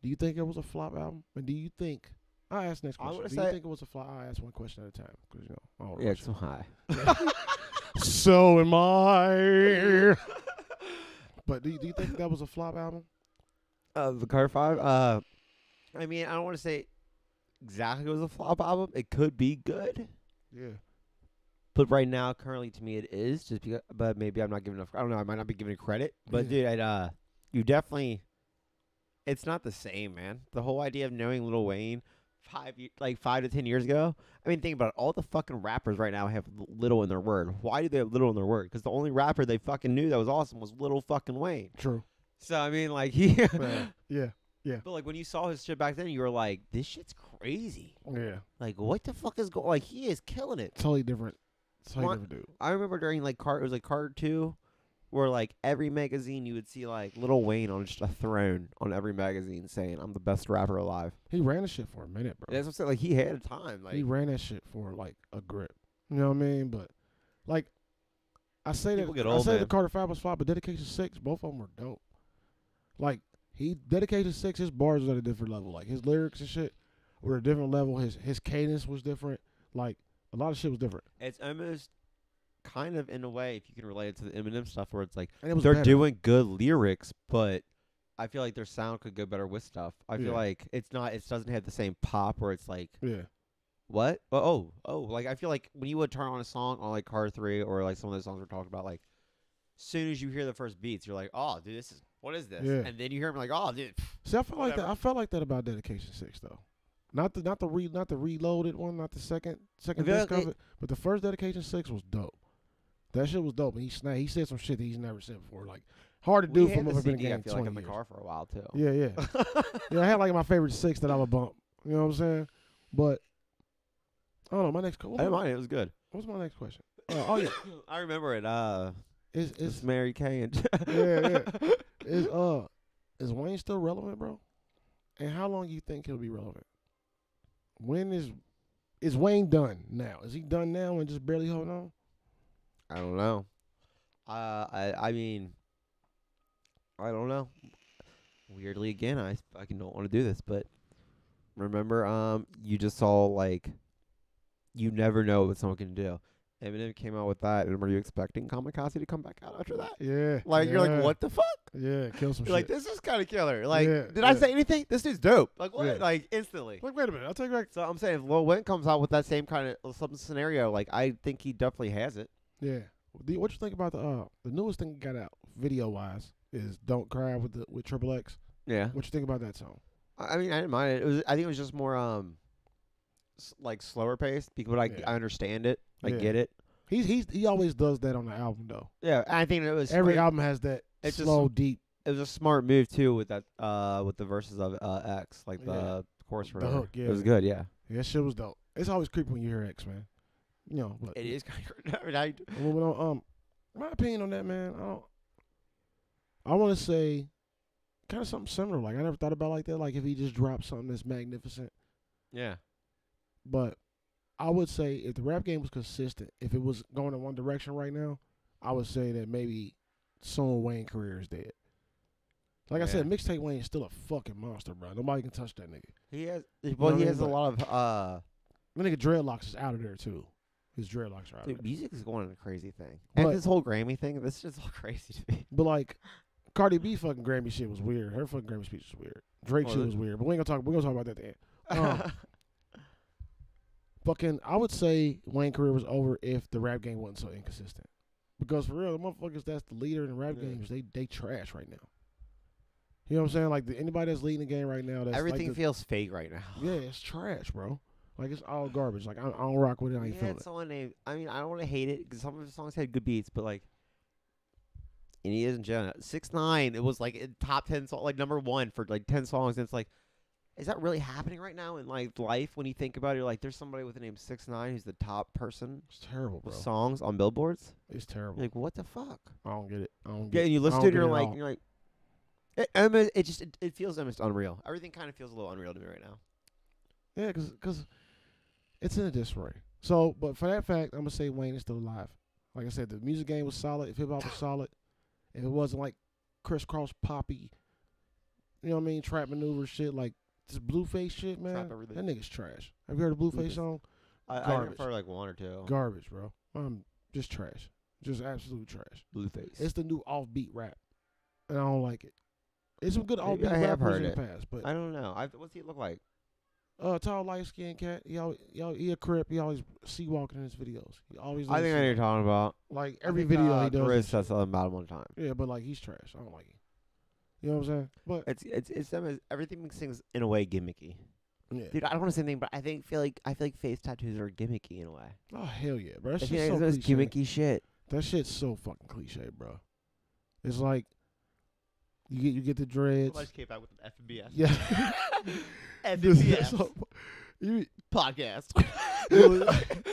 [SPEAKER 2] Do you think it was a flop album? And do you think? I ask next
[SPEAKER 3] I
[SPEAKER 2] question.
[SPEAKER 3] wanna
[SPEAKER 2] Do
[SPEAKER 3] say-
[SPEAKER 2] you think it was a flop? I ask one question at a time because you know. I don't know
[SPEAKER 3] Yeah,
[SPEAKER 2] shit.
[SPEAKER 3] 'cause I'm high.
[SPEAKER 2] So am I. (laughs) but do you, do you think that was a flop album?
[SPEAKER 3] Uh, the Car Five. Uh, I mean, I don't want to say exactly it was a flop album. It could be good,
[SPEAKER 2] Yeah.
[SPEAKER 3] but right now, currently, to me, it is just because. But maybe I'm not giving enough. I don't know. I might not be giving it credit. But
[SPEAKER 2] Yeah.
[SPEAKER 3] dude, it, uh, you definitely. It's not the same, man. The whole idea of knowing Lil Wayne five ye- like five to ten years ago. I mean, think about it. All the fucking rappers right now have l- little in their word. Why do they have little in their word? Because the only rapper they fucking knew that was awesome was Little fucking Wayne.
[SPEAKER 2] True.
[SPEAKER 3] So I mean, like (laughs) he.
[SPEAKER 2] (laughs) yeah.
[SPEAKER 3] But like when you saw his shit back then, you were like, "This shit's crazy!
[SPEAKER 2] Yeah.
[SPEAKER 3] Like, what the fuck is going? Like, he is killing it."
[SPEAKER 2] Oh, Totally different. Totally
[SPEAKER 3] What?
[SPEAKER 2] different dude.
[SPEAKER 3] I remember during like card, it was like card two, where like every magazine you would see like Little Wayne on just a throne on every magazine saying, "I'm the best rapper alive."
[SPEAKER 2] He ran the shit for a minute, bro.
[SPEAKER 3] That's what I'm saying. Like he had a time.
[SPEAKER 2] he
[SPEAKER 3] Like
[SPEAKER 2] ran that shit for like a grip. You know what I mean? But like, I say
[SPEAKER 3] People
[SPEAKER 2] that
[SPEAKER 3] get
[SPEAKER 2] I
[SPEAKER 3] old,
[SPEAKER 2] say the
[SPEAKER 3] man.
[SPEAKER 2] Carter Five was flop, but Dedication Six, both of them were dope. Like he Dedication Six, his bars was at a different level. Like his lyrics and shit were a different level. His his cadence was different. Like a lot of shit was different,
[SPEAKER 3] it's almost kind of in a way, if you can relate it to the Eminem stuff, where it's like
[SPEAKER 2] and it was
[SPEAKER 3] they're
[SPEAKER 2] better.
[SPEAKER 3] doing good lyrics, but. I feel like their sound could go better with stuff. I feel
[SPEAKER 2] Yeah.
[SPEAKER 3] like it's not. It doesn't have the same pop where it's like
[SPEAKER 2] Yeah,
[SPEAKER 3] What? Oh, oh, oh, like I feel like when you would turn on a song on like Car Three or like some of those songs we're talking about, like soon as you hear the first beats, you're like, oh, dude, this is what is this?
[SPEAKER 2] Yeah.
[SPEAKER 3] And then you hear them like, oh, dude, pff,
[SPEAKER 2] see, I felt like that.
[SPEAKER 3] Whatever.
[SPEAKER 2] I felt like that about Dedication Six though. Not the not the re not the reloaded one, not the second second
[SPEAKER 3] feel
[SPEAKER 2] disc
[SPEAKER 3] like
[SPEAKER 2] of it, but the first Dedication Six was dope. That shit was dope, and he sna- he said some shit that he's never said before, like hard to
[SPEAKER 3] we
[SPEAKER 2] do
[SPEAKER 3] had
[SPEAKER 2] from
[SPEAKER 3] the
[SPEAKER 2] up in the
[SPEAKER 3] CD, I
[SPEAKER 2] game
[SPEAKER 3] feel like
[SPEAKER 2] twenty
[SPEAKER 3] in the
[SPEAKER 2] years.
[SPEAKER 3] car for a while too.
[SPEAKER 2] Yeah, yeah,
[SPEAKER 3] (laughs)
[SPEAKER 2] yeah. I had like my favorite six that I would bump. You know what I'm saying? But I don't know. My next
[SPEAKER 3] I
[SPEAKER 2] what
[SPEAKER 3] didn't
[SPEAKER 2] was,
[SPEAKER 3] mind it. It was good.
[SPEAKER 2] what's my next question? Uh, oh yeah,
[SPEAKER 3] (laughs) I remember it. Uh,
[SPEAKER 2] is
[SPEAKER 3] it's,
[SPEAKER 2] is
[SPEAKER 3] Mary Kay and
[SPEAKER 2] Yeah,
[SPEAKER 3] (laughs)
[SPEAKER 2] is uh is Wayne still relevant, bro? And how long you think he'll be relevant? When is is Wayne done now? Is he done now and just barely holding on?
[SPEAKER 3] I don't know. Uh, I I mean, I don't know. Weirdly, again, I s- I can don't want to do this, but remember, um, you just saw like, you never know what someone can do. Eminem came out with that, and were you expecting Kamikaze to come back out after that?
[SPEAKER 2] Yeah,
[SPEAKER 3] Like you're
[SPEAKER 2] yeah,
[SPEAKER 3] like, what the fuck?
[SPEAKER 2] Yeah, kill some
[SPEAKER 3] You're (laughs) like
[SPEAKER 2] shit.
[SPEAKER 3] this is kind of killer. Like,
[SPEAKER 2] Yeah,
[SPEAKER 3] did I
[SPEAKER 2] yeah.
[SPEAKER 3] say anything? This dude's dope. Like what?
[SPEAKER 2] Yeah.
[SPEAKER 3] Like instantly.
[SPEAKER 2] Like wait a minute, I'll take it back.
[SPEAKER 3] So I'm saying, if Lil Wayne comes out with that same kind of some scenario, like I think he definitely has it.
[SPEAKER 2] Yeah. Do you- What you think about the uh the newest thing that got out video wise is "Don't Cry" with the with Triple X.
[SPEAKER 3] Yeah.
[SPEAKER 2] What you think about that song?
[SPEAKER 3] I I mean, I didn't mind it. it was, I think it was just more um, s- like slower paced because I,
[SPEAKER 2] Yeah.
[SPEAKER 3] I understand it. I
[SPEAKER 2] Yeah.
[SPEAKER 3] get it.
[SPEAKER 2] He's he's he always does that on the album though.
[SPEAKER 3] Yeah, I think it was
[SPEAKER 2] Every
[SPEAKER 3] smart-
[SPEAKER 2] album has that
[SPEAKER 3] It's just-
[SPEAKER 2] slow, deep
[SPEAKER 3] it was a smart move too with that uh with the verses of uh X like
[SPEAKER 2] Yeah.
[SPEAKER 3] the chorus
[SPEAKER 2] The
[SPEAKER 3] whatever.
[SPEAKER 2] hook, yeah.
[SPEAKER 3] It was good. Yeah.
[SPEAKER 2] Yeah, that shit was dope. It's always creepy when you hear X, man. You know, but
[SPEAKER 3] It is (laughs) kind of. I,
[SPEAKER 2] Moving on, um, my opinion on that, man. I don't. I want to say, kind of something similar. Like I never thought about it like that. Like if he just dropped something that's magnificent,
[SPEAKER 3] yeah.
[SPEAKER 2] but I would say if the rap game was consistent, if it was going in one direction right now, I would say that maybe soon Wayne career is dead. Like I said,
[SPEAKER 3] Yeah.
[SPEAKER 2] mixtape Wayne is still a fucking monster, bro. Nobody can touch that nigga.
[SPEAKER 3] He has. Well,
[SPEAKER 2] know what I
[SPEAKER 3] he
[SPEAKER 2] mean?
[SPEAKER 3] has a
[SPEAKER 2] But-
[SPEAKER 3] lot of uh.
[SPEAKER 2] That nigga dreadlocks is out of there too. His dreadlocks are out. of there.
[SPEAKER 3] Dude, music is going on a crazy thing. And
[SPEAKER 2] But-
[SPEAKER 3] this whole Grammy thing, this is all (laughs) crazy to me.
[SPEAKER 2] But like, Cardi B fucking Grammy shit was weird. Her fucking Grammy speech was weird. Drake
[SPEAKER 3] Oh,
[SPEAKER 2] shit
[SPEAKER 3] that-
[SPEAKER 2] was weird. But we ain't gonna talk. We are gonna talk about that at the end. Oh.
[SPEAKER 3] (laughs)
[SPEAKER 2] Fucking, I would say Wayne career was over if the rap game wasn't so inconsistent. Because for real, the motherfuckers that's the leader in the rap
[SPEAKER 3] Yeah.
[SPEAKER 2] games, they they trash right now. You know what I'm saying? Like the, anybody that's leading the game right now, that's
[SPEAKER 3] Everything
[SPEAKER 2] Like
[SPEAKER 3] feels fake right now.
[SPEAKER 2] the, (sighs) yeah, it's trash, bro. Like it's all garbage. Like I, I don't rock with it. I ain't
[SPEAKER 3] Yeah,
[SPEAKER 2] feeling
[SPEAKER 3] it's someone named. I mean, I don't want to hate it because some of his songs had good beats, but like, and he isn't Jenna. Six nine, it was like in top ten song, like number one for like ten songs, and it's like, is that really happening right now in like life? When you think about it, you're like, there's somebody with the name Six Nine who's the top person
[SPEAKER 2] It's terrible, bro.
[SPEAKER 3] with songs on billboards.
[SPEAKER 2] It's terrible.
[SPEAKER 3] You're like, what the fuck?
[SPEAKER 2] I don't get it. I don't get
[SPEAKER 3] Yeah,
[SPEAKER 2] it.
[SPEAKER 3] and you
[SPEAKER 2] I
[SPEAKER 3] listen
[SPEAKER 2] don't
[SPEAKER 3] to it,
[SPEAKER 2] get
[SPEAKER 3] you're
[SPEAKER 2] at
[SPEAKER 3] like,
[SPEAKER 2] all.
[SPEAKER 3] you're like, it, almost- it just it, it feels almost unreal. Everything kind of feels a little unreal to me right now.
[SPEAKER 2] Yeah, because it's in a disarray. So, but for that fact, I'm gonna say Wayne is still alive. Like I said, the music game was solid. If hip hop was solid, if it wasn't like crisscross poppy, you know what I mean, trap maneuver shit, like this blueface shit, man.
[SPEAKER 3] everything.
[SPEAKER 2] That nigga's trash. Have you heard a blueface
[SPEAKER 3] Blueface.
[SPEAKER 2] song?
[SPEAKER 3] I, I
[SPEAKER 2] Garbage.
[SPEAKER 3] prefer like one or two.
[SPEAKER 2] Garbage, bro. I'm just trash. Just absolute trash.
[SPEAKER 3] Blueface.
[SPEAKER 2] It's the new offbeat rap, and I don't like it. It's some good
[SPEAKER 3] Maybe
[SPEAKER 2] offbeat
[SPEAKER 3] I have
[SPEAKER 2] rappers
[SPEAKER 3] heard
[SPEAKER 2] in the
[SPEAKER 3] it.
[SPEAKER 2] past, but
[SPEAKER 3] I don't know. I, what's he look like?
[SPEAKER 2] Uh, tall, light skinned cat. He always, he al- he a crip. He always sea walking in his videos. He always.
[SPEAKER 3] I think I know what you're talking about.
[SPEAKER 2] like
[SPEAKER 3] I
[SPEAKER 2] every
[SPEAKER 3] think,
[SPEAKER 2] video
[SPEAKER 3] uh,
[SPEAKER 2] he does.
[SPEAKER 3] Chris
[SPEAKER 2] is-
[SPEAKER 3] said something about him one time.
[SPEAKER 2] Yeah, but like he's trash. I don't like him. You know what I'm saying? But
[SPEAKER 3] It's it's it's them as- everything makes things in a way gimmicky.
[SPEAKER 2] yeah.
[SPEAKER 3] Dude, I don't want to say anything, but I think feel like I feel like face tattoos are gimmicky in a way.
[SPEAKER 2] Oh hell yeah, bro. That
[SPEAKER 3] I feel
[SPEAKER 2] shit's so
[SPEAKER 3] like those
[SPEAKER 2] cliche.
[SPEAKER 3] gimmicky shit.
[SPEAKER 2] That shit's so fucking cliche, bro. It's like you get you get the dreads.
[SPEAKER 3] came back with an FBS.
[SPEAKER 2] (laughs)
[SPEAKER 3] (laughs)
[SPEAKER 2] yeah. This is so- you (laughs)
[SPEAKER 3] podcast.
[SPEAKER 2] you look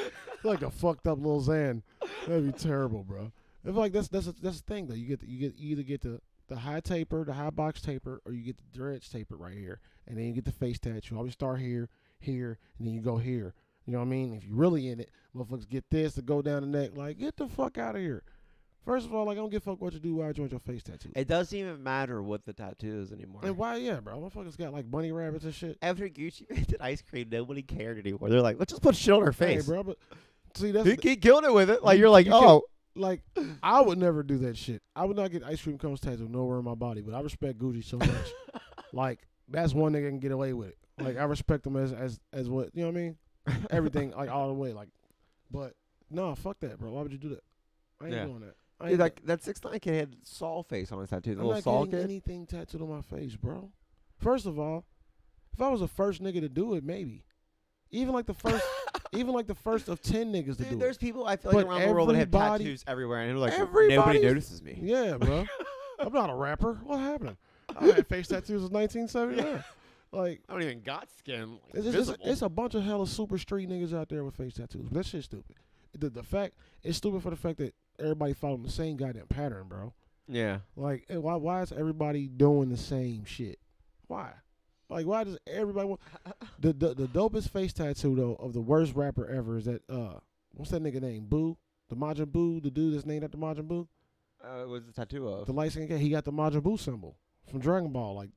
[SPEAKER 2] like a fucked up little Xan. That'd be terrible, bro. It's like that's that's a, that's the thing though. You get the, you get you either get the the high taper, the high box taper, or you get the dreads taper right here, and then you get the face tattoo. Always start here, here, and then you go here. You know what I mean? If you really in it, motherfuckers get this to go down the neck. Like get the fuck out of here. First of all, like I don't give a fuck what you do. Why I joined your face tattoo?
[SPEAKER 3] (laughs) it doesn't even matter what the tattoo is anymore.
[SPEAKER 2] And why? Yeah, bro. Motherfuckers got like bunny rabbits and shit.
[SPEAKER 3] After Gucci (laughs) made that ice cream, nobody cared anymore. They're like, let's just put shit on her
[SPEAKER 2] Hey,
[SPEAKER 3] face.
[SPEAKER 2] bro. But see, that's
[SPEAKER 3] He, he killed it with it. Like
[SPEAKER 2] You-
[SPEAKER 3] you're like,
[SPEAKER 2] you can-
[SPEAKER 3] oh,
[SPEAKER 2] Like, I would never do that shit. I would not get ice cream cones tattooed nowhere on my body, but I respect Gucci so
[SPEAKER 3] (laughs)
[SPEAKER 2] much. like, that's one nigga can get away with it. Like, I respect him as as as what you know what
[SPEAKER 3] (laughs)
[SPEAKER 2] I (laughs) mean. Everything like all the way. Like, but no, fuck that, bro. Why would you do that? I ain't
[SPEAKER 3] Yeah.
[SPEAKER 2] doing that. I
[SPEAKER 3] Dude,
[SPEAKER 2] ain't
[SPEAKER 3] like that six nine kid had Saul face on his tattoo. The
[SPEAKER 2] I'm
[SPEAKER 3] little
[SPEAKER 2] not
[SPEAKER 3] Saul
[SPEAKER 2] getting
[SPEAKER 3] (laughs) kid.
[SPEAKER 2] anything tattooed on my face, bro. First of all, if I was the first nigga to do it, maybe. Even like the (laughs) first, even like the first of ten niggas to do
[SPEAKER 3] Dude,
[SPEAKER 2] it.
[SPEAKER 3] there's people I feel
[SPEAKER 2] But
[SPEAKER 3] like around the world that have
[SPEAKER 2] everybody-
[SPEAKER 3] tattoos everywhere, and they're like, nobody
[SPEAKER 2] everybody's-
[SPEAKER 3] notices me.
[SPEAKER 2] Yeah, bro. I'm not a rapper. What happened? I had face tattoos in 1979. Like,
[SPEAKER 3] I don't even got skin. Like,
[SPEAKER 2] it's, just, it's, it's a bunch of hella super street niggas out there with face tattoos. But that shit's stupid. The, the fact it's stupid for the fact that everybody following the same goddamn pattern, bro.
[SPEAKER 3] (laughs) yeah.
[SPEAKER 2] Like, eh, why why is everybody doing the same shit? Why? Like, why does everybody want the the, the dopest face tattoo though of the worst rapper ever is that uh what's that nigga name? Boo, the Majin Boo, the dude that's named after Majin Boo.
[SPEAKER 3] Uh, what's the tattoo of?
[SPEAKER 2] The light skinned cat, he got the Majin Buu symbol from Dragon Ball. Like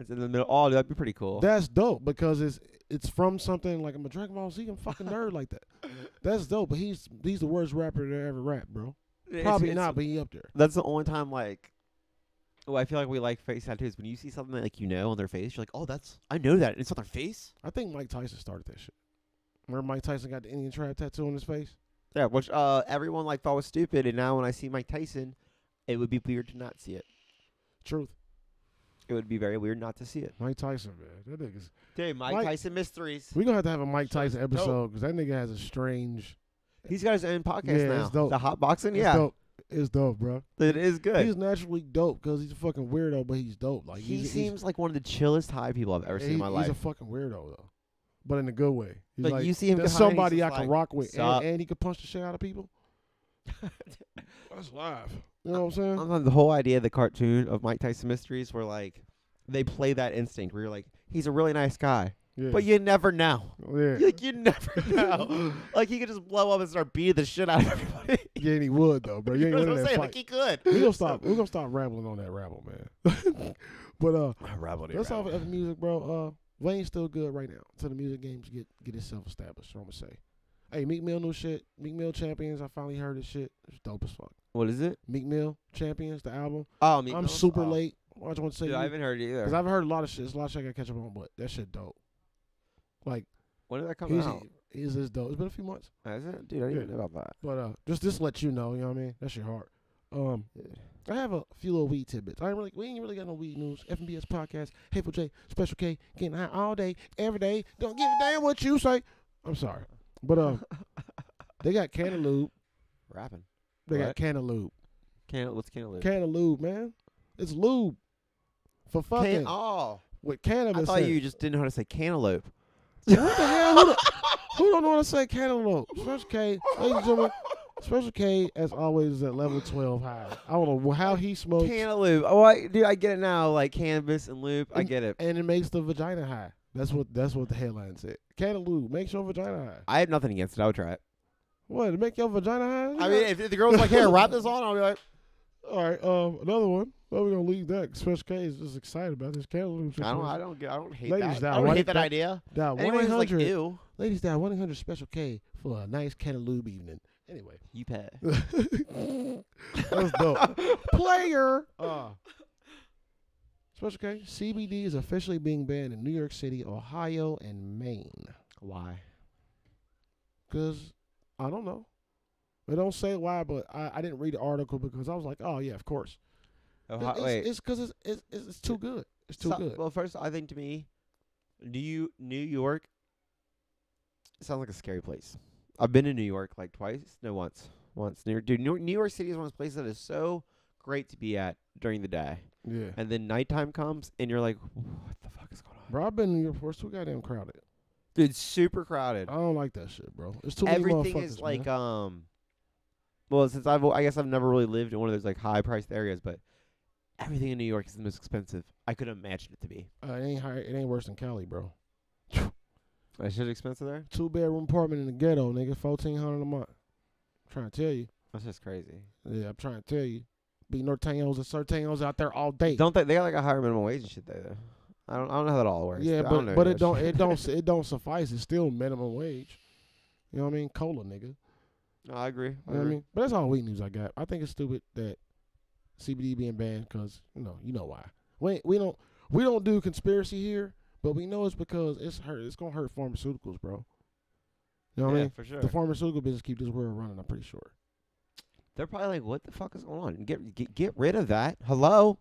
[SPEAKER 3] it's in the middle. Oh, that'd be pretty cool.
[SPEAKER 2] that's dope because it's it's from something like I'm a Dragon Ball Z. I'm fucking nerd like
[SPEAKER 3] (laughs)
[SPEAKER 2] that. That's dope. But he's he's the worst rapper to ever rap, bro.
[SPEAKER 3] It's-
[SPEAKER 2] Probably
[SPEAKER 3] it's-
[SPEAKER 2] not, but he up there.
[SPEAKER 3] That's the only time like. Oh, I feel like we like face tattoos. When you see something that, like you know on their face, you're like, "Oh, that's I know that. It's on their face."
[SPEAKER 2] I think Mike Tyson started that shit. Remember Mike Tyson got the Indian trap tattoo on his face?
[SPEAKER 3] Yeah, which uh, everyone like thought was stupid, and now when I see Mike Tyson, it would be weird to not see it.
[SPEAKER 2] Truth.
[SPEAKER 3] It would be very weird not to see it.
[SPEAKER 2] Mike Tyson, man. That nigga's.
[SPEAKER 3] Dude, Mike,
[SPEAKER 2] Mike-
[SPEAKER 3] Tyson missed threes.
[SPEAKER 2] We're gonna have to have a Mike
[SPEAKER 3] Shit's
[SPEAKER 2] Tyson episode because that nigga has a strange.
[SPEAKER 3] He's got his own podcast
[SPEAKER 2] Yeah,
[SPEAKER 3] now.
[SPEAKER 2] it's dope.
[SPEAKER 3] The hot boxing,
[SPEAKER 2] It's
[SPEAKER 3] yeah,
[SPEAKER 2] dope. It's dope, bro.
[SPEAKER 3] it is good.
[SPEAKER 2] He's naturally dope because he's a fucking weirdo, but he's dope. Like
[SPEAKER 3] he
[SPEAKER 2] he's, he's-
[SPEAKER 3] seems like one of the chillest high people I've ever seen
[SPEAKER 2] He-
[SPEAKER 3] in my life.
[SPEAKER 2] He's a fucking weirdo though, but in a good way. He's
[SPEAKER 3] Like,
[SPEAKER 2] like
[SPEAKER 3] you see him
[SPEAKER 2] that's
[SPEAKER 3] get high, he's
[SPEAKER 2] somebody I
[SPEAKER 3] just
[SPEAKER 2] can
[SPEAKER 3] like,
[SPEAKER 2] rock with,
[SPEAKER 3] "Sup?"
[SPEAKER 2] and, and he can punch the shit out of
[SPEAKER 3] (laughs)
[SPEAKER 2] people. That's live. You know what I'm saying?
[SPEAKER 3] I'm on the whole idea of the cartoon of Mike Tyson Mysteries, where like they play that instinct where you're like, he's a really nice guy,
[SPEAKER 2] Yeah. Oh,
[SPEAKER 3] but you never know.
[SPEAKER 2] yeah.
[SPEAKER 3] (laughs) You- Like
[SPEAKER 2] (laughs)
[SPEAKER 3] you never know. like he could just blow up and start beating the shit out of everybody. (laughs)
[SPEAKER 2] yeah, and he would though, bro. You ain't
[SPEAKER 3] That's
[SPEAKER 2] winning
[SPEAKER 3] what I'm
[SPEAKER 2] that
[SPEAKER 3] saying.
[SPEAKER 2] fight.
[SPEAKER 3] Like he could. (laughs)
[SPEAKER 2] we gonna stop. We gonna stop rambling on that rabble, man. (laughs) but uh, that's all for the music, bro. Uh, Wayne's still good right now until the music games get get itself established. So I'm gonna say, hey, Meek Mill new shit. Meek Mill champions. I finally heard this shit. It's dope as fuck.
[SPEAKER 3] What is it?
[SPEAKER 2] Meek Mill champions the album.
[SPEAKER 3] Oh, Meek
[SPEAKER 2] I'm
[SPEAKER 3] Mill's-
[SPEAKER 2] super
[SPEAKER 3] oh.
[SPEAKER 2] late. I just want to say
[SPEAKER 3] Dude,
[SPEAKER 2] you-
[SPEAKER 3] I haven't heard it either.
[SPEAKER 2] Cause I've heard a lot of shit. There's a lot of shit I gotta catch up on, but that shit dope. Like
[SPEAKER 3] when did that come
[SPEAKER 2] he's,
[SPEAKER 3] out?
[SPEAKER 2] he's this dope. It's been a few months,
[SPEAKER 3] Is it? Dude, I didn't
[SPEAKER 2] Yeah.
[SPEAKER 3] even know about that.
[SPEAKER 2] but uh, just just to let you know, you know what I mean. That shit hard. Um, I have a few little weed tidbits. I ain't really we ain't really got no weed news. FBS podcast, Hateful J, Special K, getting high all day, every day. Don't give a damn what you say. I'm sorry, but
[SPEAKER 3] (laughs)
[SPEAKER 2] um, they got Cantaloupe.
[SPEAKER 3] Rapping.
[SPEAKER 2] They got
[SPEAKER 3] What?
[SPEAKER 2] Cantaloupe.
[SPEAKER 3] Can what's cantaloupe?
[SPEAKER 2] Cantaloupe, man. It's lube for fucking.
[SPEAKER 3] oh.
[SPEAKER 2] what cannabis
[SPEAKER 3] I thought
[SPEAKER 2] is.
[SPEAKER 3] you just didn't know how to say (laughs) cantaloupe.
[SPEAKER 2] What the hell? Who, the, who don't know how to say cantaloupe? Special K, ladies and gentlemen, Special K, as always, is at level 12 high. I don't know how he smokes,
[SPEAKER 3] (laughs) Cantaloupe. Oh, I, dude, I get it now. Like cannabis and loop. I get it.
[SPEAKER 2] and it makes the vagina high. That's what that's what the headline said. Cantaloupe makes your vagina high.
[SPEAKER 3] I have nothing against it. I would try it.
[SPEAKER 2] What? It make your vagina high?
[SPEAKER 3] I mean, if, if the girl's like, "Hey, wrap this on," I'll be like,
[SPEAKER 2] all right. Um, another one. Well, we're gonna leave that. Special K is just excited about this cantaloupe.
[SPEAKER 3] "I don't, I don't, get, I don't hate
[SPEAKER 2] Ladies,
[SPEAKER 3] that.
[SPEAKER 2] now,
[SPEAKER 3] I
[SPEAKER 2] why
[SPEAKER 3] don't
[SPEAKER 2] did
[SPEAKER 3] hate that,
[SPEAKER 2] that- (laughs)
[SPEAKER 3] idea."
[SPEAKER 2] Dial one
[SPEAKER 3] Anyone
[SPEAKER 2] eight
[SPEAKER 3] who's like,
[SPEAKER 2] hundred.
[SPEAKER 3] "Ew,
[SPEAKER 2] Ladies, dial one eight hundred Special K for a nice cantaloupe evening.
[SPEAKER 3] (laughs)
[SPEAKER 2] Anyway,
[SPEAKER 1] You pay.
[SPEAKER 2] that was dope.
[SPEAKER 3] (laughs)
[SPEAKER 2] Player. Uh, Special K. CBD is officially being banned in New York City, Ohio, and Maine.
[SPEAKER 3] why?"
[SPEAKER 2] Cause I don't know. They don't say why, but I, I didn't read the article because I was like, oh yeah, of course.
[SPEAKER 3] Ohio,
[SPEAKER 2] it's,
[SPEAKER 3] Uh, wait,
[SPEAKER 2] it's because it's, it's it's it's too good. It's too
[SPEAKER 3] So-
[SPEAKER 2] good.
[SPEAKER 3] Well, first, I think to me, New Yo- New York sounds like a scary place. I've been to New York like twice. No, once. Once. New York, dude, New York, New York City is one of those places that is so great to be at during the day,
[SPEAKER 2] yeah,
[SPEAKER 3] and then nighttime comes, and you're like, "What the fuck is going on?"
[SPEAKER 2] bro. I've been in New York before. It's too goddamn crowded.
[SPEAKER 3] Dude, it's super crowded.
[SPEAKER 2] I don't like that shit, bro. It's too many
[SPEAKER 3] Everything
[SPEAKER 2] motherfuckers.
[SPEAKER 3] is like,
[SPEAKER 2] man.
[SPEAKER 3] um, well, since I've, I guess I've never really lived in one of those like high-priced areas, but everything in New York is the most expensive I could imagine it to be.
[SPEAKER 2] Uh, it ain't high, it ain't worse than Cali, bro.
[SPEAKER 3] Is shit expensive there?
[SPEAKER 2] Two bedroom apartment in the ghetto, nigga, fourteen hundred a month. I'm trying to tell you.
[SPEAKER 3] That's just crazy.
[SPEAKER 2] Yeah, I'm trying to tell you. Be norteños and serteños out there all day.
[SPEAKER 3] Don't they? They got like a higher minimum wage and shit there. though. I don't. I don't know how that all works.
[SPEAKER 2] yeah,
[SPEAKER 3] I
[SPEAKER 2] but
[SPEAKER 3] don't know
[SPEAKER 2] but
[SPEAKER 3] that
[SPEAKER 2] it don't
[SPEAKER 3] (laughs) shit.
[SPEAKER 2] it don't s- it don't suffice. It's still minimum wage. You know what I mean? Cola, nigga.
[SPEAKER 3] No, I agree. I
[SPEAKER 2] You know what I
[SPEAKER 3] agree.
[SPEAKER 2] mean? But that's all weak news I got. I think it's stupid that CBD being banned because you know you know why. We we don't we don't do conspiracy here, but we know it's because it's hurt. It's gonna hurt pharmaceuticals, bro. You know what
[SPEAKER 3] yeah,
[SPEAKER 2] I mean?
[SPEAKER 3] for sure.
[SPEAKER 2] The pharmaceutical business keep this world running. I'm pretty sure. (laughs)
[SPEAKER 3] They're probably like, "What the fuck is going on? Get get get rid of that." Hello,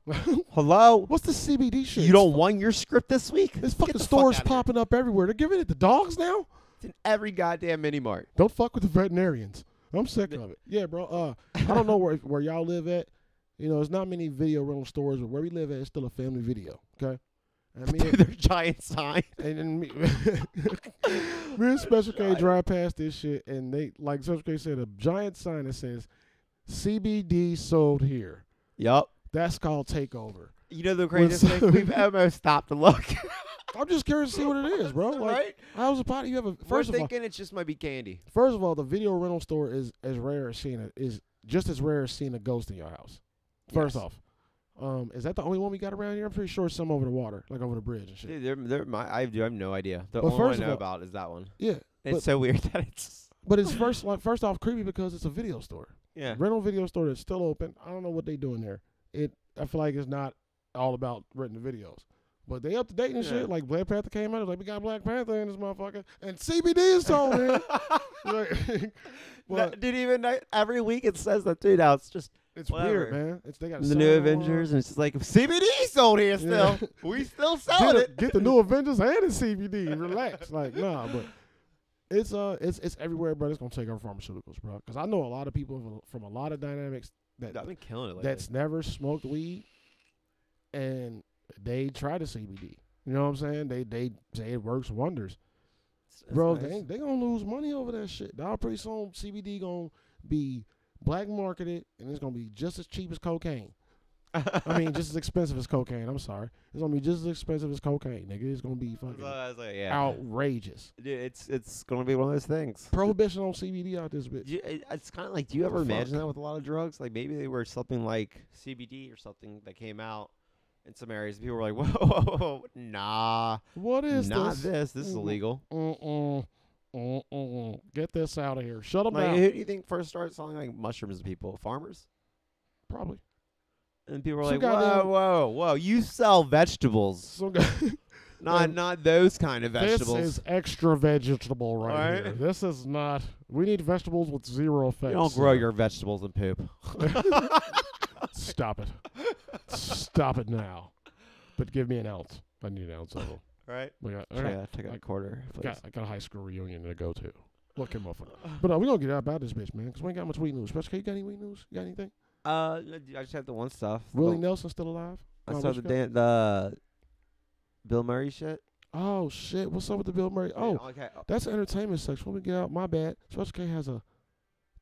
[SPEAKER 3] hello.
[SPEAKER 2] What's the CBD shit?
[SPEAKER 3] You don't want your script this week?
[SPEAKER 2] This
[SPEAKER 3] Get
[SPEAKER 2] fucking
[SPEAKER 3] the fuck
[SPEAKER 2] stores
[SPEAKER 3] outta here.
[SPEAKER 2] popping up everywhere. They're giving it to dogs now.
[SPEAKER 3] It's in every goddamn mini mart.
[SPEAKER 2] Don't fuck with the veterinarians. I'm sick of it. Yeah, bro. Uh, (laughs)
[SPEAKER 3] (laughs)
[SPEAKER 2] I don't know where where y'all live at. You know, there's not many video rental stores, but where we live at, it's still a family video. Okay. And me
[SPEAKER 3] (laughs) Dude,
[SPEAKER 2] and,
[SPEAKER 3] they're giant signs.
[SPEAKER 2] and, and me, (laughs) me and Special K drive past this shit, and they like Special K said a giant sign that says CBD sold here.
[SPEAKER 3] Yup.
[SPEAKER 2] That's called takeover.
[SPEAKER 3] You know the craziest
[SPEAKER 2] so-
[SPEAKER 3] thing?
[SPEAKER 2] (laughs)
[SPEAKER 3] We've almost stopped to look.
[SPEAKER 2] I'm just curious to see what it is,
[SPEAKER 3] (laughs)
[SPEAKER 2] bro. Like,
[SPEAKER 3] right?
[SPEAKER 2] how's a pot? You have a
[SPEAKER 3] We're
[SPEAKER 2] first of all,
[SPEAKER 3] thinking it just might be candy.
[SPEAKER 2] First of all, the video rental store is as rare as seeing a, is just as rare as seeing a ghost in your house. First
[SPEAKER 3] Yes.
[SPEAKER 2] off, um, is that the only one we got around here? I'm pretty sure it's some over the water, like over the bridge and shit.
[SPEAKER 3] Dude, they're, they're my, I, do, I have no idea. The
[SPEAKER 2] But
[SPEAKER 3] only one I
[SPEAKER 2] first of
[SPEAKER 3] know
[SPEAKER 2] all-
[SPEAKER 3] about is that one.
[SPEAKER 2] Yeah,
[SPEAKER 3] It's
[SPEAKER 2] but-
[SPEAKER 3] so weird (laughs) that it's.
[SPEAKER 2] but
[SPEAKER 3] (laughs)
[SPEAKER 2] it's first like first off creepy because it's a video store,
[SPEAKER 3] Yeah.
[SPEAKER 2] rental video store that's still open. I don't know what they doing there. It I feel like it's not all about renting videos, but they up to date and
[SPEAKER 3] Yeah.
[SPEAKER 2] shit. Like Black Panther came out, it was like we got Black Panther in this motherfucker, and CBD is sold (laughs)
[SPEAKER 3] (laughs)
[SPEAKER 2] here. Like,
[SPEAKER 3] No,
[SPEAKER 2] but
[SPEAKER 3] dude, even like, every week it says that, dude. Now it's just
[SPEAKER 2] it's
[SPEAKER 3] whatever.
[SPEAKER 2] weird, man. It's they got a
[SPEAKER 3] the new
[SPEAKER 2] sign on
[SPEAKER 3] Avengers, and it's just like CBD sold here
[SPEAKER 2] Yeah.
[SPEAKER 3] still.
[SPEAKER 2] (laughs)
[SPEAKER 3] we still
[SPEAKER 2] get,
[SPEAKER 3] sold
[SPEAKER 2] a-
[SPEAKER 3] it.
[SPEAKER 2] get the
[SPEAKER 3] (laughs)
[SPEAKER 2] new Avengers and the CBD. Relax, (laughs) like nah, but it's uh, it's it's everywhere, bro. It's gonna take over pharmaceuticals, bro. Because I know a lot of people from a- from a lot of dynamics that
[SPEAKER 3] I've been killing it. Lately.
[SPEAKER 2] that's never smoked weed, and they try the CBD. You know what I'm saying? They they say it works wonders, bro. They
[SPEAKER 3] (laughs)
[SPEAKER 2] they gonna lose money over that shit. Now pretty soon CBD gonna be black marketed, and it's gonna be just as cheap as cocaine. I mean, just as expensive as cocaine. I'm sorry. It's gonna be just as expensive as cocaine, nigga. It's gonna be fucking
[SPEAKER 3] I was like, yeah.
[SPEAKER 2] outrageous.
[SPEAKER 3] Dude, it's it's gonna be one of those things.
[SPEAKER 2] Prohibition on CBD out this
[SPEAKER 3] Do
[SPEAKER 2] bitch.
[SPEAKER 3] You, it- it's kind of like, do you ever
[SPEAKER 2] Fuck.
[SPEAKER 3] imagine that with a lot of drugs? Like maybe they were something like CBD or something that came out in some areas. and People were like, (laughs) whoa, whoa, whoa, whoa, nah,
[SPEAKER 2] What is
[SPEAKER 3] not
[SPEAKER 2] this?
[SPEAKER 3] this. This is
[SPEAKER 2] Mm.
[SPEAKER 3] illegal.
[SPEAKER 2] Mm-mm. Mm-mm. Get this out of here. Shut them
[SPEAKER 3] Like,
[SPEAKER 2] down.
[SPEAKER 3] who do you think first started selling like mushrooms to people? Farmers.
[SPEAKER 2] Probably.
[SPEAKER 3] And people were
[SPEAKER 2] Some
[SPEAKER 3] like,
[SPEAKER 2] goddamn-
[SPEAKER 3] "Whoa, whoa, whoa! You sell vegetables,
[SPEAKER 2] So guy-
[SPEAKER 3] (laughs) not
[SPEAKER 2] Um,
[SPEAKER 3] not those kind of
[SPEAKER 2] this
[SPEAKER 3] vegetables.
[SPEAKER 2] is extra vegetable right,
[SPEAKER 3] Right?
[SPEAKER 2] here. This is not. We need vegetables with zero effects.
[SPEAKER 3] you don't grow your vegetables and poop."
[SPEAKER 2] (laughs) Stop it. Stop it now. But give me an ounce. I need an ounce of them.
[SPEAKER 3] Right?
[SPEAKER 2] We got- I
[SPEAKER 3] Yeah,
[SPEAKER 2] got-
[SPEAKER 3] take out a
[SPEAKER 2] like-
[SPEAKER 3] quarter, please.
[SPEAKER 2] got, I got a high school reunion to go to. Look at motherfucker. But uh, we gonna get out about this bitch, man, because we ain't got much weed news. Special K, you got any weed news? You got anything?
[SPEAKER 3] Uh, I just have the one stuff.
[SPEAKER 2] Willie
[SPEAKER 3] The-
[SPEAKER 2] Nelson still alive?
[SPEAKER 3] I
[SPEAKER 2] Uh,
[SPEAKER 3] saw
[SPEAKER 2] what
[SPEAKER 3] the
[SPEAKER 2] you got?
[SPEAKER 3] dan- the Bill Murray shit?
[SPEAKER 2] Oh shit! What's up with the Bill Murray?
[SPEAKER 3] Yeah,
[SPEAKER 2] Oh,
[SPEAKER 3] okay. uh,
[SPEAKER 2] that's entertainment section. Let me get out. My bad. Special K has a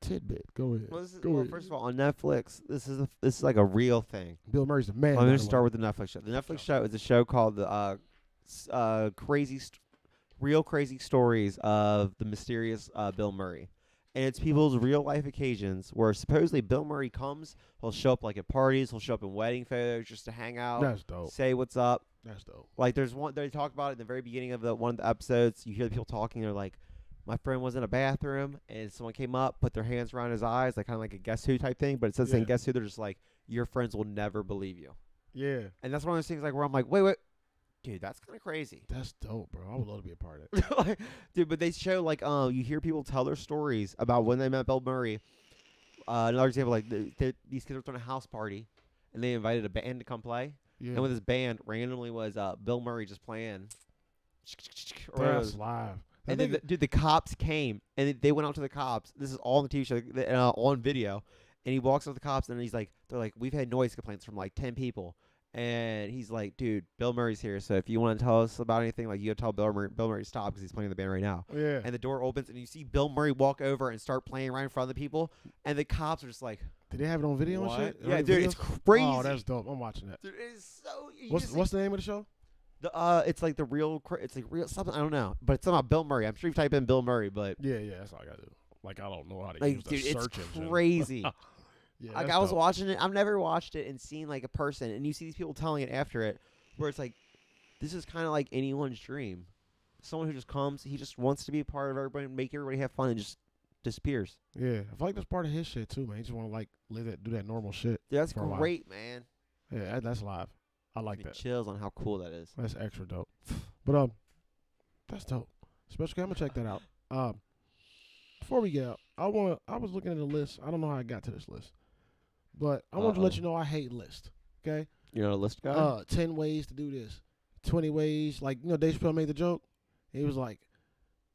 [SPEAKER 2] tidbit. Go ahead.
[SPEAKER 3] Well, this is,
[SPEAKER 2] Go
[SPEAKER 3] well,
[SPEAKER 2] ahead.
[SPEAKER 3] first of all, on Netflix, this is a, this is like a real thing.
[SPEAKER 2] Bill Murray's the man.
[SPEAKER 3] I'm
[SPEAKER 2] by
[SPEAKER 3] gonna
[SPEAKER 2] the
[SPEAKER 3] start
[SPEAKER 2] way.
[SPEAKER 3] with the Netflix show. The Netflix show is a show called the uh, s- uh, Crazy, St- Real Crazy Stories of the Mysterious uh, Bill Murray, and it's people's real life occasions where supposedly Bill Murray comes. He'll show up like at parties. He'll show up in wedding photos just to hang out,
[SPEAKER 2] That's dope.
[SPEAKER 3] say what's up.
[SPEAKER 2] That's dope.
[SPEAKER 3] Like there's one they talk about it in the very beginning of the one of the episodes. You hear the people talking. They're like, "My friend was in a bathroom, and someone came up, put their hands around his eyes, like kind of like a guess who type thing." But instead of saying
[SPEAKER 2] Yeah.
[SPEAKER 3] guess who, they're just like, "Your friends will never believe you."
[SPEAKER 2] Yeah,
[SPEAKER 3] And that's one of those things like where I'm like, "Wait, wait, dude, that's kind of crazy." (laughs)
[SPEAKER 2] that's dope, bro. I would love to be a part of that.
[SPEAKER 3] Like, dude, but they show like um, you hear people tell their stories about when they met Bill Murray. Uh, another example, like th th these kids were throwing a house party, and they invited a band to come play.
[SPEAKER 2] Yeah,
[SPEAKER 3] And with this band, randomly was uh, Bill Murray just playing. around.
[SPEAKER 2] that's live. That
[SPEAKER 3] And then,
[SPEAKER 2] nigga-
[SPEAKER 3] the, dude, the cops came and they- they went out to the cops. This is all on the TV show, like, the- uh, on video. And he walks up to the cops and he's like, they're like, we've had noise complaints from like 10 people. And he's like, dude, Bill Murray's here. So if you want to tell us about anything, like you gotta tell Bill Murray, Bill Murray to stop because he's playing in the band right now.
[SPEAKER 2] yeah,
[SPEAKER 3] And the door opens and you see Bill Murray walk over and start playing right in front of the people. And the cops are just like,
[SPEAKER 2] did they have it on video
[SPEAKER 3] what?
[SPEAKER 2] and shit? Are
[SPEAKER 3] Yeah,
[SPEAKER 2] they
[SPEAKER 3] dude, it's
[SPEAKER 2] videos?
[SPEAKER 3] crazy.
[SPEAKER 2] Oh, that's dope. I'm watching that.
[SPEAKER 3] dude, it is so. you
[SPEAKER 2] What's
[SPEAKER 3] just see-
[SPEAKER 2] what's the name of the show?
[SPEAKER 3] the, uh, it's like the real, cra- it's like real something. I don't know, but it's about Bill Murray. I'm sure you type in Bill Murray, but
[SPEAKER 2] Yeah, yeah, that's all I gotta do. Like I don't know how to use
[SPEAKER 3] like,
[SPEAKER 2] the
[SPEAKER 3] dude, it's
[SPEAKER 2] search engine. (laughs)
[SPEAKER 3] crazy.
[SPEAKER 2] Yeah,
[SPEAKER 3] like
[SPEAKER 2] that's
[SPEAKER 3] I was
[SPEAKER 2] dope.
[SPEAKER 3] watching it. I've never watched it and seen like a person, and you see these people telling it after it, where it's like, this is kind of like anyone's dream. Someone who just comes, he just wants to be a part of everybody, make everybody have fun, and just disappears.
[SPEAKER 2] Yeah, I feel like that's part of his shit too, man. He just want to like live that, do that normal shit.
[SPEAKER 3] Dude, that's
[SPEAKER 2] For a while.
[SPEAKER 3] great, man.
[SPEAKER 2] Yeah, that- that's live. I like
[SPEAKER 3] Give me
[SPEAKER 2] that.
[SPEAKER 3] Chills on how cool that is.
[SPEAKER 2] That's extra dope. (sighs) But um, that's dope. Special K, I'm gonna check that out. Um, before we get out, I want I was looking at the list. I don't know how I got to this list, but I wanted to let
[SPEAKER 3] Uh-oh.
[SPEAKER 2] you know I hate list. Okay.
[SPEAKER 3] You know, a list guy.
[SPEAKER 2] Uh, ten ways to do this. Twenty ways, like you know, Dave Chappelle made the joke. He was like,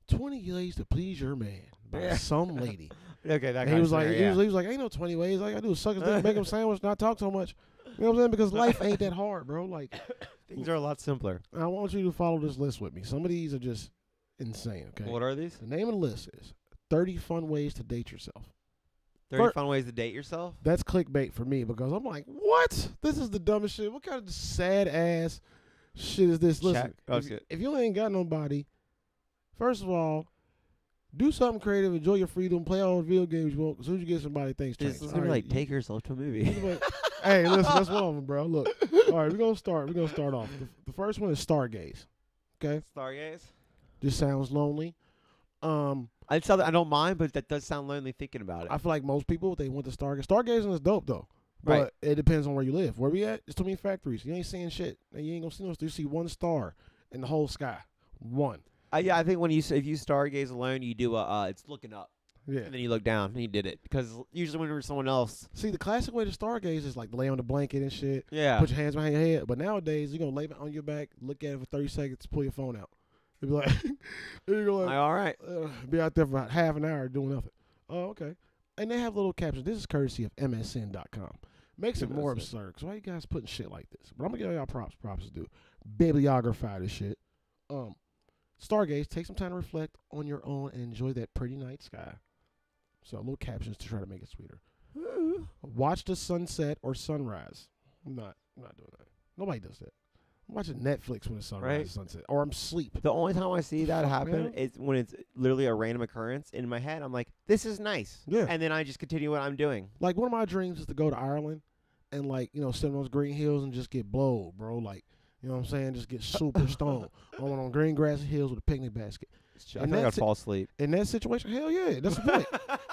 [SPEAKER 2] twenty ways to please your man by
[SPEAKER 3] Yeah.
[SPEAKER 2] some
[SPEAKER 3] (laughs)
[SPEAKER 2] lady.
[SPEAKER 3] okay, that
[SPEAKER 2] And he was like, he, was, he was like, ain't no twenty ways. All I gotta do is suck his dick, (laughs)
[SPEAKER 3] (laughs)
[SPEAKER 2] make him sandwich, not talk so much. You know what I'm saying? Because life ain't (laughs) that hard, bro. Like,
[SPEAKER 3] things are a lot simpler.
[SPEAKER 2] I want you to follow this list with me. Some of these are just insane. Okay.
[SPEAKER 3] What are these?
[SPEAKER 2] The name of the list is 30 fun ways to date yourself.
[SPEAKER 3] Thirty
[SPEAKER 2] Fir-
[SPEAKER 3] fun ways to date yourself.
[SPEAKER 2] That's clickbait for me because I'm like, what? This is the dumbest shit. What kind of sad ass shit is this? Listen,
[SPEAKER 3] Check. Oh,
[SPEAKER 2] if,
[SPEAKER 3] shit.
[SPEAKER 2] if you ain't got nobody, first of all, do something creative, enjoy your freedom, play all the video games you want. As soon as you get somebody, things change.
[SPEAKER 3] This is gonna be
[SPEAKER 2] All right, (laughs)
[SPEAKER 3] like take yourself to a movie.
[SPEAKER 2] But- hey, listen, that's one of them, bro. Look, all right, we're gonna start. We're gonna start off. The, the first one is Stargaze. Okay,
[SPEAKER 3] Stargaze.
[SPEAKER 2] just sounds lonely. Um,
[SPEAKER 3] I tell that I don't mind, but that does sound lonely thinking about it.
[SPEAKER 2] I feel like most people they went to Stargaze. Stargazing is dope though, but
[SPEAKER 3] Right.
[SPEAKER 2] it depends on where you live. Where we at? It's too many factories. You ain't seeing shit. And you ain't gonna see no. You see one star in the whole sky. One.
[SPEAKER 3] I, yeah, I think when you s- if you stargaze alone, you do a uh, it's looking up,
[SPEAKER 2] Yeah.
[SPEAKER 3] and then you look down, and you did it because usually when you're with someone else,
[SPEAKER 2] See, the classic way to stargaze is like lay on the blanket and shit.
[SPEAKER 3] yeah,
[SPEAKER 2] Put your hands behind your head. But nowadays, you're gonna lay it on your back, look at it for 30 seconds, pull your phone out. You'll be like, (laughs) you're gonna
[SPEAKER 3] Like, all
[SPEAKER 2] (laughs)
[SPEAKER 3] right,
[SPEAKER 2] uh, be out there for about half an hour doing nothing. Oh, okay. And they have little captions. This is courtesy of MSN.com. Makes it more
[SPEAKER 3] MSN.
[SPEAKER 2] absurd. Cause why you guys putting shit like this? But I'm gonna give y'all props. Props to do. Bibliographify this shit. Um, Stargaze. Take some time to reflect on your own and enjoy that pretty night sky. So little captions to try to make it sweeter. Watch the sunset or sunrise. I'm not. I'm not doing that. Nobody does that. I'm watching Netflix when it's sunrise,
[SPEAKER 3] Right.
[SPEAKER 2] sunset, or I'm asleep.
[SPEAKER 3] the only time I see that
[SPEAKER 2] Fuck,
[SPEAKER 3] happen
[SPEAKER 2] man.
[SPEAKER 3] is when it's literally a random occurrence in my head. I'm like, this is nice,
[SPEAKER 2] Yeah.
[SPEAKER 3] and then I just continue what I'm doing.
[SPEAKER 2] like one of my dreams is to go to Ireland and like you know sit on those green hills and just get blowed, bro. Like you know what I'm saying, just get super stoned on on green grass and hills with a picnic basket.
[SPEAKER 3] I
[SPEAKER 2] And
[SPEAKER 3] think I'd
[SPEAKER 2] that's it.
[SPEAKER 3] fall asleep.
[SPEAKER 2] In that situation, hell yeah, that's the point.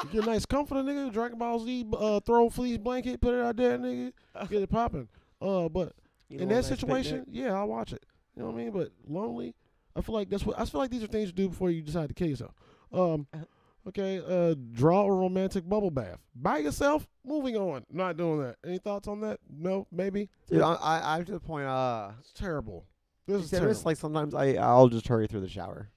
[SPEAKER 2] You get a nice comforter, nigga. Dragon Ball Z, uh, throw a fleece blanket, put it out there, nigga. Get it popping. Uh, but
[SPEAKER 3] You
[SPEAKER 2] in
[SPEAKER 3] know,
[SPEAKER 2] that
[SPEAKER 3] nice
[SPEAKER 2] situation,
[SPEAKER 3] picnic.
[SPEAKER 2] yeah, I'll watch it. You know what I mean? But lonely, I feel like that's what I feel like these are things you do before you decide to kill yourself. Um, okay, uh, draw a romantic bubble bath by yourself. Moving on, not doing that. Any thoughts on that? No, maybe.
[SPEAKER 3] dude, I, I I'm to the point. Uh,
[SPEAKER 2] It's terrible. This is
[SPEAKER 3] it's
[SPEAKER 2] terrible.
[SPEAKER 3] like sometimes I I'll just hurry through the shower.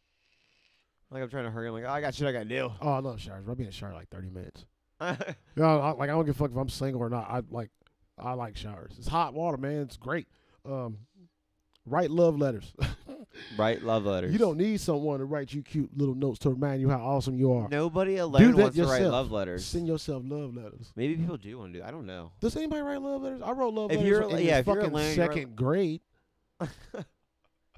[SPEAKER 3] Like I'm trying to hurry. I'm like, oh, I got shit I got to do.
[SPEAKER 2] oh, I love showers. bro. I've been in the shower like thirty minutes.
[SPEAKER 3] (laughs)
[SPEAKER 2] You know, I, like I don't give a fuck if I'm single or not. I like I like showers. It's hot water, man. It's great. Um, Write love letters. (laughs)
[SPEAKER 1] Write love letters.
[SPEAKER 2] you don't need someone to write you cute little notes to remind you how awesome you are.
[SPEAKER 1] Nobody alone
[SPEAKER 2] that
[SPEAKER 1] wants to write
[SPEAKER 2] yourself.
[SPEAKER 1] love letters.
[SPEAKER 2] Send yourself love letters.
[SPEAKER 1] Maybe people do want to do. I don't know.
[SPEAKER 2] Does anybody write love letters? I wrote love
[SPEAKER 1] If
[SPEAKER 2] letters
[SPEAKER 1] you're-
[SPEAKER 2] in
[SPEAKER 1] yeah, if you're
[SPEAKER 2] fucking
[SPEAKER 1] alone, you're- (laughs)
[SPEAKER 2] 2nd grade.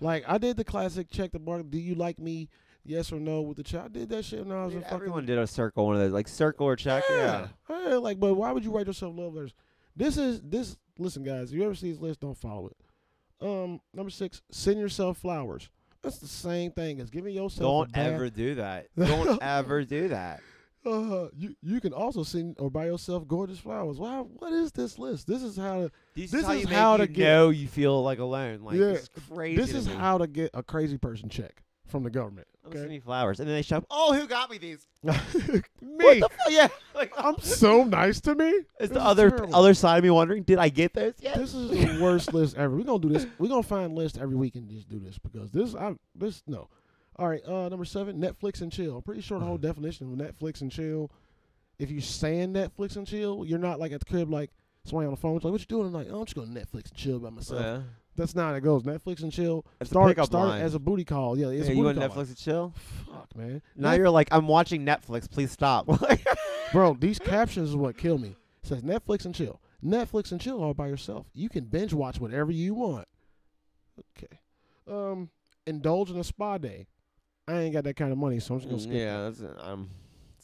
[SPEAKER 2] like I did the classic check the mark. Do you like me? Yes or no with the child. I did that shit when I was
[SPEAKER 3] Dude,
[SPEAKER 2] a fucking
[SPEAKER 3] everyone did a circle one of those, like circle or check. Yeah.
[SPEAKER 2] Yeah, like, but why would you write yourself love letters? This is this. Listen, guys, if you ever see this list, don't follow it. Um, number six, send yourself flowers. That's the same thing as giving yourself.
[SPEAKER 3] Don't
[SPEAKER 2] a bath.
[SPEAKER 3] ever do that.
[SPEAKER 2] (laughs)
[SPEAKER 3] Don't ever do that.
[SPEAKER 2] Uh, you you can also send or buy yourself gorgeous flowers. Wow, what is this list? This is how. To,
[SPEAKER 3] This,
[SPEAKER 2] This
[SPEAKER 3] is how
[SPEAKER 2] is
[SPEAKER 3] you make
[SPEAKER 2] how
[SPEAKER 3] you
[SPEAKER 2] to get-
[SPEAKER 3] know you feel like alone. Like
[SPEAKER 2] Yeah,
[SPEAKER 3] it's crazy.
[SPEAKER 2] this
[SPEAKER 3] to
[SPEAKER 2] is
[SPEAKER 3] me.
[SPEAKER 2] how to get a crazy person check from the government.
[SPEAKER 3] I'm
[SPEAKER 2] Okay?
[SPEAKER 3] sending you flowers, and then they show up. Oh, who got me these?
[SPEAKER 2] (laughs) me,
[SPEAKER 3] What
[SPEAKER 2] (laughs)
[SPEAKER 3] the fuck? Yeah. Like,
[SPEAKER 2] I'm so nice to me.
[SPEAKER 3] it's
[SPEAKER 2] This
[SPEAKER 3] the
[SPEAKER 2] is
[SPEAKER 3] other
[SPEAKER 2] terrible.
[SPEAKER 3] other side of me wondering, did I get those? Yeah.
[SPEAKER 2] This is the worst list ever. We're gonna do this. We're gonna find lists every week and just do this because this I this no. All right, uh number seven, Netflix and chill. I'm pretty sure the
[SPEAKER 3] (sighs)
[SPEAKER 2] whole definition of Netflix and chill. If you saying Netflix and chill, you're not like at the crib like somebody on the phone, like, what you doing tonight? Oh, I'm just gonna Netflix and chill by myself.
[SPEAKER 3] Yeah.
[SPEAKER 2] That's not how it goes. Netflix and chill.
[SPEAKER 3] It's a
[SPEAKER 2] start
[SPEAKER 3] pickup
[SPEAKER 2] start
[SPEAKER 3] line.
[SPEAKER 2] as a booty call. Yeah, it's
[SPEAKER 3] Yeah,
[SPEAKER 2] a
[SPEAKER 3] you
[SPEAKER 2] booty
[SPEAKER 3] on
[SPEAKER 2] call.
[SPEAKER 3] Netflix to chill?
[SPEAKER 2] Fuck man.
[SPEAKER 3] Now you're like, I'm watching Netflix. Please stop. (laughs) Like,
[SPEAKER 2] Bro, these captions is what kill me. It says Netflix and chill. Netflix and chill all by yourself. You can binge watch whatever you want. Okay. Um, indulge in a spa day. I ain't got that kind of money, so I'm just gonna skip. that.
[SPEAKER 3] Mm, yeah, that's um,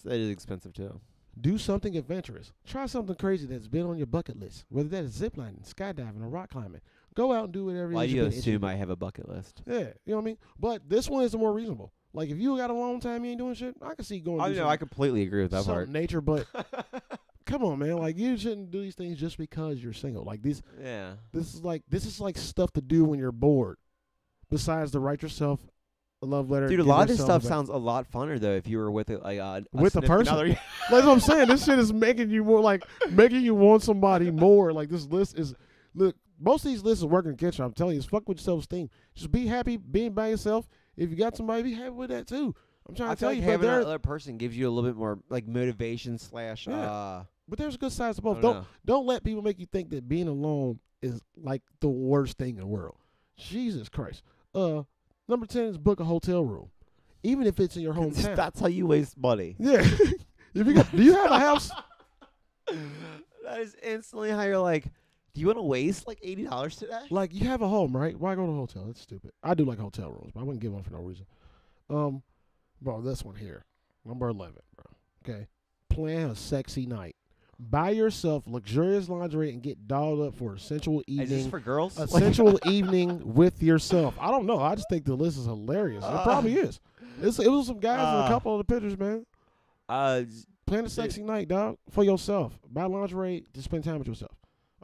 [SPEAKER 3] that is expensive too.
[SPEAKER 2] Do something adventurous. Try something crazy that's been on your bucket list. Whether that is ziplining, skydiving, or rock climbing. Go out and do whatever. it
[SPEAKER 3] Why
[SPEAKER 2] is
[SPEAKER 3] do you
[SPEAKER 2] you've been itching
[SPEAKER 3] assume
[SPEAKER 2] to
[SPEAKER 3] I have a bucket list?
[SPEAKER 2] do. Yeah, you know what I mean. But this one is the more reasonable. Like if you got a long time you ain't doing shit, I can see going.
[SPEAKER 3] I
[SPEAKER 2] do
[SPEAKER 3] Oh, know.
[SPEAKER 2] something-
[SPEAKER 3] I completely agree with that
[SPEAKER 2] something
[SPEAKER 3] part.
[SPEAKER 2] nature, but come on, man. Like you shouldn't do these things just because you're single. Like these
[SPEAKER 3] (laughs) Yeah.
[SPEAKER 2] This is like this is like stuff to do when you're bored. Besides to write yourself a love letter.
[SPEAKER 3] Dude, a
[SPEAKER 2] give
[SPEAKER 3] lot of this
[SPEAKER 2] yourself
[SPEAKER 3] stuff
[SPEAKER 2] ba-
[SPEAKER 3] sounds a lot funner though if you were with a, like, uh,
[SPEAKER 2] With a
[SPEAKER 3] significant
[SPEAKER 2] person.
[SPEAKER 3] other. (laughs)
[SPEAKER 2] Like, that's what I'm saying. This shit is making you more like making you want somebody more. Like this list is look. Most of these lists are working against you. I'm telling you, it's fuck with self esteem. Just be happy being by yourself. If you got somebody, be happy with that too. I'm trying
[SPEAKER 3] I
[SPEAKER 2] to tell
[SPEAKER 3] feel like
[SPEAKER 2] you, but
[SPEAKER 3] having
[SPEAKER 2] there,
[SPEAKER 3] another person gives you a little bit more like motivation slash.
[SPEAKER 2] Yeah.
[SPEAKER 3] Uh,
[SPEAKER 2] but there's a good sides to
[SPEAKER 3] I
[SPEAKER 2] both.
[SPEAKER 3] don't
[SPEAKER 2] Don't
[SPEAKER 3] know.
[SPEAKER 2] don't let people make you think that being alone is like the worst thing in the world. Jesus Christ. Uh, number ten is book a hotel room, even if it's in your hometown.
[SPEAKER 3] That's how you waste money.
[SPEAKER 2] Yeah. (laughs) if you got, do you have a house?
[SPEAKER 3] (laughs) that is instantly how you're like, do you want to waste like eighty dollars today?
[SPEAKER 2] Like you have a home, right? Why go to a hotel? That's stupid. I do like hotel rooms, but I wouldn't give one for no reason. Um, bro, this one here, number eleven, bro. Okay, plan a sexy night. Buy yourself luxurious lingerie and get dolled up for a sensual
[SPEAKER 3] Is this
[SPEAKER 2] evening.
[SPEAKER 3] for girls?
[SPEAKER 2] A
[SPEAKER 3] (laughs) Like-
[SPEAKER 2] sensual evening with yourself. I don't know. I just think the list is hilarious.
[SPEAKER 3] Ah.
[SPEAKER 2] It probably is. It's, it was some guys in a
[SPEAKER 3] Uh.
[SPEAKER 2] couple of the pictures, man.
[SPEAKER 3] uh,
[SPEAKER 2] Plan a sexy night, dog, for yourself. Buy lingerie to spend time with yourself.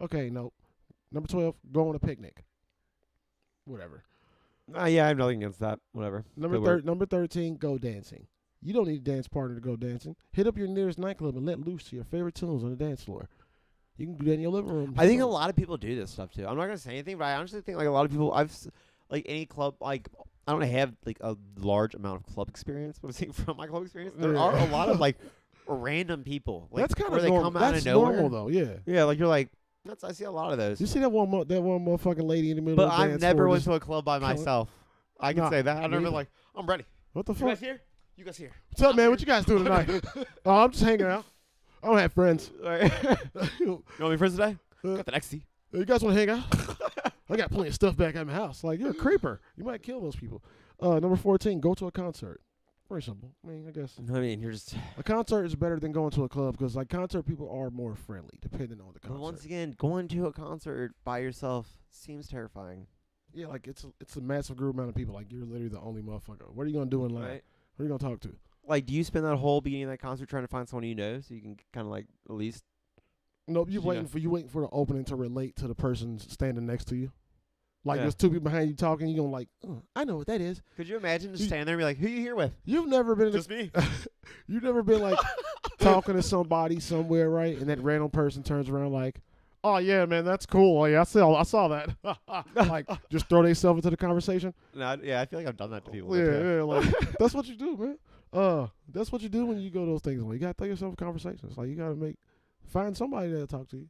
[SPEAKER 2] Okay, nope. Number 12, go on a picnic. Whatever.
[SPEAKER 3] uh, yeah, I have nothing against that. Whatever.
[SPEAKER 2] Number,
[SPEAKER 3] Good
[SPEAKER 2] thir-
[SPEAKER 3] work.
[SPEAKER 2] number 13, go dancing. You don't need a dance partner to go dancing. Hit up your nearest nightclub and let loose to your favorite tunes on the dance floor. You can do that in your living room.
[SPEAKER 3] I think a lot of people do this stuff too. I'm not gonna say anything, but I honestly think like a lot of people. I've s- like any club like. I don't have like a large amount of club experience, but I'm saying (laughs) from my club experience, there
[SPEAKER 2] Yeah.
[SPEAKER 3] are a lot of like random people. Like,
[SPEAKER 2] That's kind
[SPEAKER 3] where
[SPEAKER 2] of
[SPEAKER 3] they
[SPEAKER 2] normal.
[SPEAKER 3] come out
[SPEAKER 2] That's
[SPEAKER 3] of nowhere.
[SPEAKER 2] normal, though, yeah.
[SPEAKER 3] Yeah, like you're like that's. I see a lot of those.
[SPEAKER 2] You see that one mo- that one motherfucking lady in the middle
[SPEAKER 3] But
[SPEAKER 2] of the
[SPEAKER 3] I
[SPEAKER 2] dance
[SPEAKER 3] never
[SPEAKER 2] floor
[SPEAKER 3] went
[SPEAKER 2] just-
[SPEAKER 3] to a club by
[SPEAKER 2] killing-
[SPEAKER 3] myself. I can
[SPEAKER 2] Nah,
[SPEAKER 3] say that. I've
[SPEAKER 2] me
[SPEAKER 3] never
[SPEAKER 2] either.
[SPEAKER 3] been like, I'm ready.
[SPEAKER 2] What the
[SPEAKER 3] You
[SPEAKER 2] fuck?
[SPEAKER 3] guys here? You guys here?
[SPEAKER 2] What's up, man? What you guys doing tonight? oh, I'm just hanging out. I don't have friends. (laughs)
[SPEAKER 3] Alright.
[SPEAKER 2] you
[SPEAKER 3] (laughs) you want me friends today?
[SPEAKER 2] Uh,
[SPEAKER 3] Got the next seat.
[SPEAKER 2] guys want to hang out? (laughs) I got plenty of stuff back at my house. Like you're a creeper. You might kill those people. Uh, number fourteen, go to a concert. Very simple. I mean, I guess
[SPEAKER 3] I mean, you're just.
[SPEAKER 2] a concert is better than going to a club because like concert people are more friendly, depending on the
[SPEAKER 3] But
[SPEAKER 2] concert.
[SPEAKER 3] once again, going to a concert by yourself seems terrifying.
[SPEAKER 2] yeah, like it's a, it's a massive group amount of people. Like you're literally the only motherfucker. What are you gonna do in line?
[SPEAKER 3] Right?
[SPEAKER 2] Who are you gonna talk to?
[SPEAKER 3] Like, do you spend that whole beginning of that concert trying to find someone you know so you can kind of like at least.
[SPEAKER 2] Nope, you
[SPEAKER 3] Yeah.
[SPEAKER 2] waiting for you waiting for the opening to relate to the person standing next to you. Like
[SPEAKER 3] Yeah.
[SPEAKER 2] there's two people behind you talking, you gonna like, "Uh, I know what that is.
[SPEAKER 3] Could you imagine just
[SPEAKER 2] You-
[SPEAKER 3] standing there and be like, who you here with?
[SPEAKER 2] You've never been in a,
[SPEAKER 3] (laughs) Just me.
[SPEAKER 2] you've never been
[SPEAKER 3] (laughs)
[SPEAKER 2] like talking to somebody somewhere, right? And that random person turns around like, Oh yeah, man, that's cool. Oh yeah, I saw I saw that. (laughs)
[SPEAKER 3] (laughs)
[SPEAKER 2] like just throw themselves into the conversation.
[SPEAKER 3] no, I- yeah, I feel like I've done that to people.
[SPEAKER 2] Yeah,
[SPEAKER 3] too.
[SPEAKER 2] yeah,
[SPEAKER 3] (laughs)
[SPEAKER 2] like that's what you do, man. Uh that's what you do when you go to those things. When you gotta throw yourself in conversations. Like you gotta make find somebody that'll talk to you.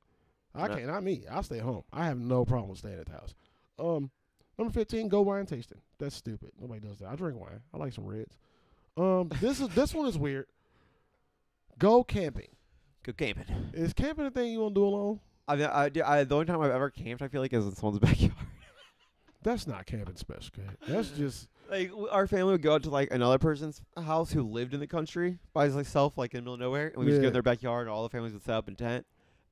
[SPEAKER 2] I
[SPEAKER 3] Nah.
[SPEAKER 2] can't, not me. I stay home. I have no problem with staying at the house. Um Number 15, go wine tasting. That's stupid. Nobody does that. I drink wine. I like some reds. Um, this is this one is weird. Go camping.
[SPEAKER 3] Good gaming.
[SPEAKER 2] Is camping a thing you want to do alone?
[SPEAKER 3] I mean, I, dude, I, the only time I've ever camped, I feel like, is in someone's (laughs) backyard.
[SPEAKER 2] That's not camping special. kid. That's just
[SPEAKER 3] Like w- our family would go out to like another person's house who lived in the country by himself, like in the middle of nowhere, and we would just go
[SPEAKER 2] Yeah.
[SPEAKER 3] in their backyard. And all the families would set up in tent,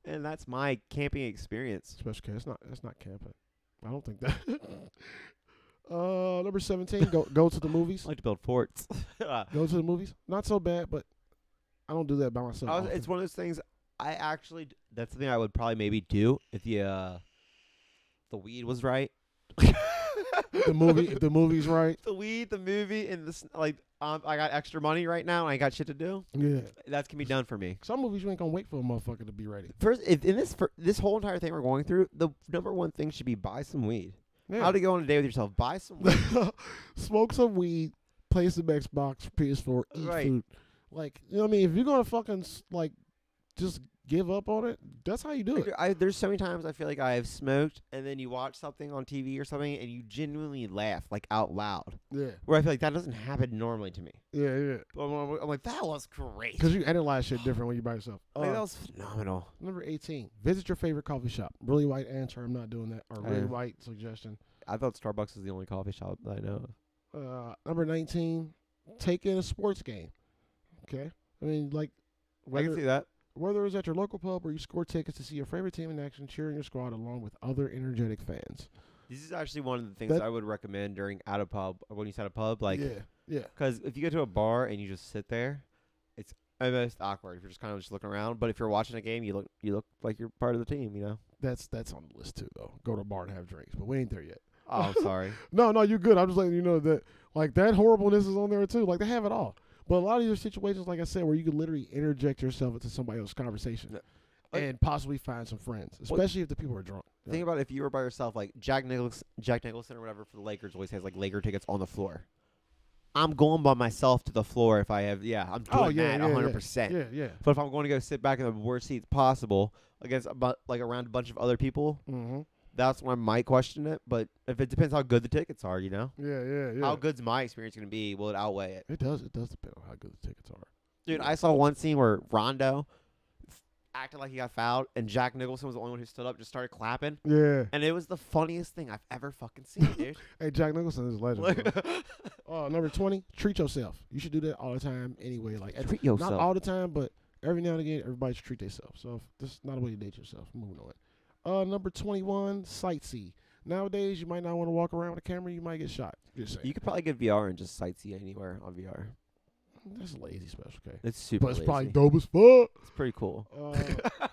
[SPEAKER 3] and that's my camping experience.
[SPEAKER 2] special. kid. It's not. That's not camping. I don't think that. (laughs) uh, number 17, go go to the movies.
[SPEAKER 3] I like to build forts. (laughs) Uh,
[SPEAKER 2] Go to the movies. Not so bad, but I don't do that by myself.
[SPEAKER 3] I was,
[SPEAKER 2] often.
[SPEAKER 3] Oh, it's one of those things. I actually d- that's something I would probably maybe do if the uh, the weed was right.
[SPEAKER 2] the movie.
[SPEAKER 3] (laughs)
[SPEAKER 2] If the movie's right,
[SPEAKER 3] the weed, the movie, and this like um, I got extra money right now, and I got shit to do.
[SPEAKER 2] yeah.
[SPEAKER 3] That can be done for me.
[SPEAKER 2] Some movies you ain't gonna wait for a motherfucker to be ready.
[SPEAKER 3] First, if, in this fir- this whole entire thing we're going through, the number one thing should be buy some weed.
[SPEAKER 2] Yeah.
[SPEAKER 3] How to go on a date with yourself? Buy some
[SPEAKER 2] (laughs)
[SPEAKER 3] weed.
[SPEAKER 2] smoke some weed, play some Xbox, PS4, eat
[SPEAKER 3] Right.
[SPEAKER 2] food. Like, you know what I mean? If you're gonna fucking s- like just give up on it, that's how you do it.
[SPEAKER 3] I, there's so many times I feel like I have smoked, and then you watch something on TV or something, and you genuinely laugh like out loud.
[SPEAKER 2] Yeah,
[SPEAKER 3] Where I feel like that doesn't happen normally to me.
[SPEAKER 2] yeah, yeah.
[SPEAKER 3] But I'm, I'm like, that was great.
[SPEAKER 2] Because you analyze shit different when you're by yourself.
[SPEAKER 3] Like,
[SPEAKER 2] Uh,
[SPEAKER 3] that was phenomenal.
[SPEAKER 2] number 18, visit your favorite coffee shop. Really white answer. I'm not doing that. Or really
[SPEAKER 3] Yeah.
[SPEAKER 2] white suggestion.
[SPEAKER 3] I thought Starbucks was the only coffee shop that I know. of.
[SPEAKER 2] Uh, number 19, take in a sports game. Okay. I mean, like,
[SPEAKER 3] I
[SPEAKER 2] whether-
[SPEAKER 3] can see that.
[SPEAKER 2] Whether it's at your local pub or you score tickets to see your favorite team in action, cheering your squad along with other energetic fans.
[SPEAKER 3] This is actually one of the things
[SPEAKER 2] That-
[SPEAKER 3] I would recommend during at a pub or when you at a pub, like
[SPEAKER 2] yeah, yeah,
[SPEAKER 3] because if you go to a bar and you just sit there, it's almost awkward if you're just kind of just looking around. But if you're watching a game, you look you look like you're part of the team, you (laughs) know.
[SPEAKER 2] that's that's on the list too. Though, go to a bar and have drinks, but we ain't there yet.
[SPEAKER 3] Oh, I'm (laughs) sorry.
[SPEAKER 2] No, no, you're good. I'm just letting you know that like that horribleness is on there too. Like they have it all, but a lot of these situations, like I said, where you can literally interject yourself into somebody else's conversation.
[SPEAKER 3] Yeah. Like-
[SPEAKER 2] And possibly find some friends, especially if the people are drunk. Yeah.
[SPEAKER 3] Think about if you were by yourself, like Jack Nicholson, Jack Nicholson or whatever for the Lakers always has like Laker tickets on the floor. I'm going by myself to the floor if I have Oh, yeah, I'm doing that 100%.
[SPEAKER 2] Yeah, yeah.
[SPEAKER 3] But if I'm going to go sit back in the worst seats possible against a bu- like around a bunch of other people,
[SPEAKER 2] hmm
[SPEAKER 3] that's when I might question it. But if it depends how good the tickets are, you know,
[SPEAKER 2] Yeah, yeah, yeah.
[SPEAKER 3] how good's my experience going to be? Will it outweigh it?
[SPEAKER 2] It does. It does depend on how good the tickets are.
[SPEAKER 3] Dude, I saw one scene where Rondo f- acted like he got fouled, and Jack Nicholson was the only one who stood up, and just started clapping,
[SPEAKER 2] Yeah.
[SPEAKER 3] and it was the funniest thing I've ever fucking seen,
[SPEAKER 2] (laughs)
[SPEAKER 3] dude. (laughs)
[SPEAKER 2] Hey, Jack Nicholson is a legend. bro.
[SPEAKER 3] Like- (laughs)
[SPEAKER 2] Uh, number 20, treat yourself. You should do that all the time anyway. Like at-
[SPEAKER 3] Treat
[SPEAKER 2] Not
[SPEAKER 3] yourself.
[SPEAKER 2] all the time, but every now and again, everybody should treat themselves. So if this is not a way to date yourself. Moving on. Uh, number 21, sightsee. Nowadays, you might not want to walk around with a camera. You might get shot. Just saying.
[SPEAKER 3] You could probably get VR and just sightsee anywhere on VR.
[SPEAKER 2] That's a lazy special, okay?
[SPEAKER 3] It's super.
[SPEAKER 2] But it's probably
[SPEAKER 3] lazy.
[SPEAKER 2] dope as
[SPEAKER 3] (laughs)
[SPEAKER 2] fuck.
[SPEAKER 3] It's pretty cool.
[SPEAKER 2] Uh,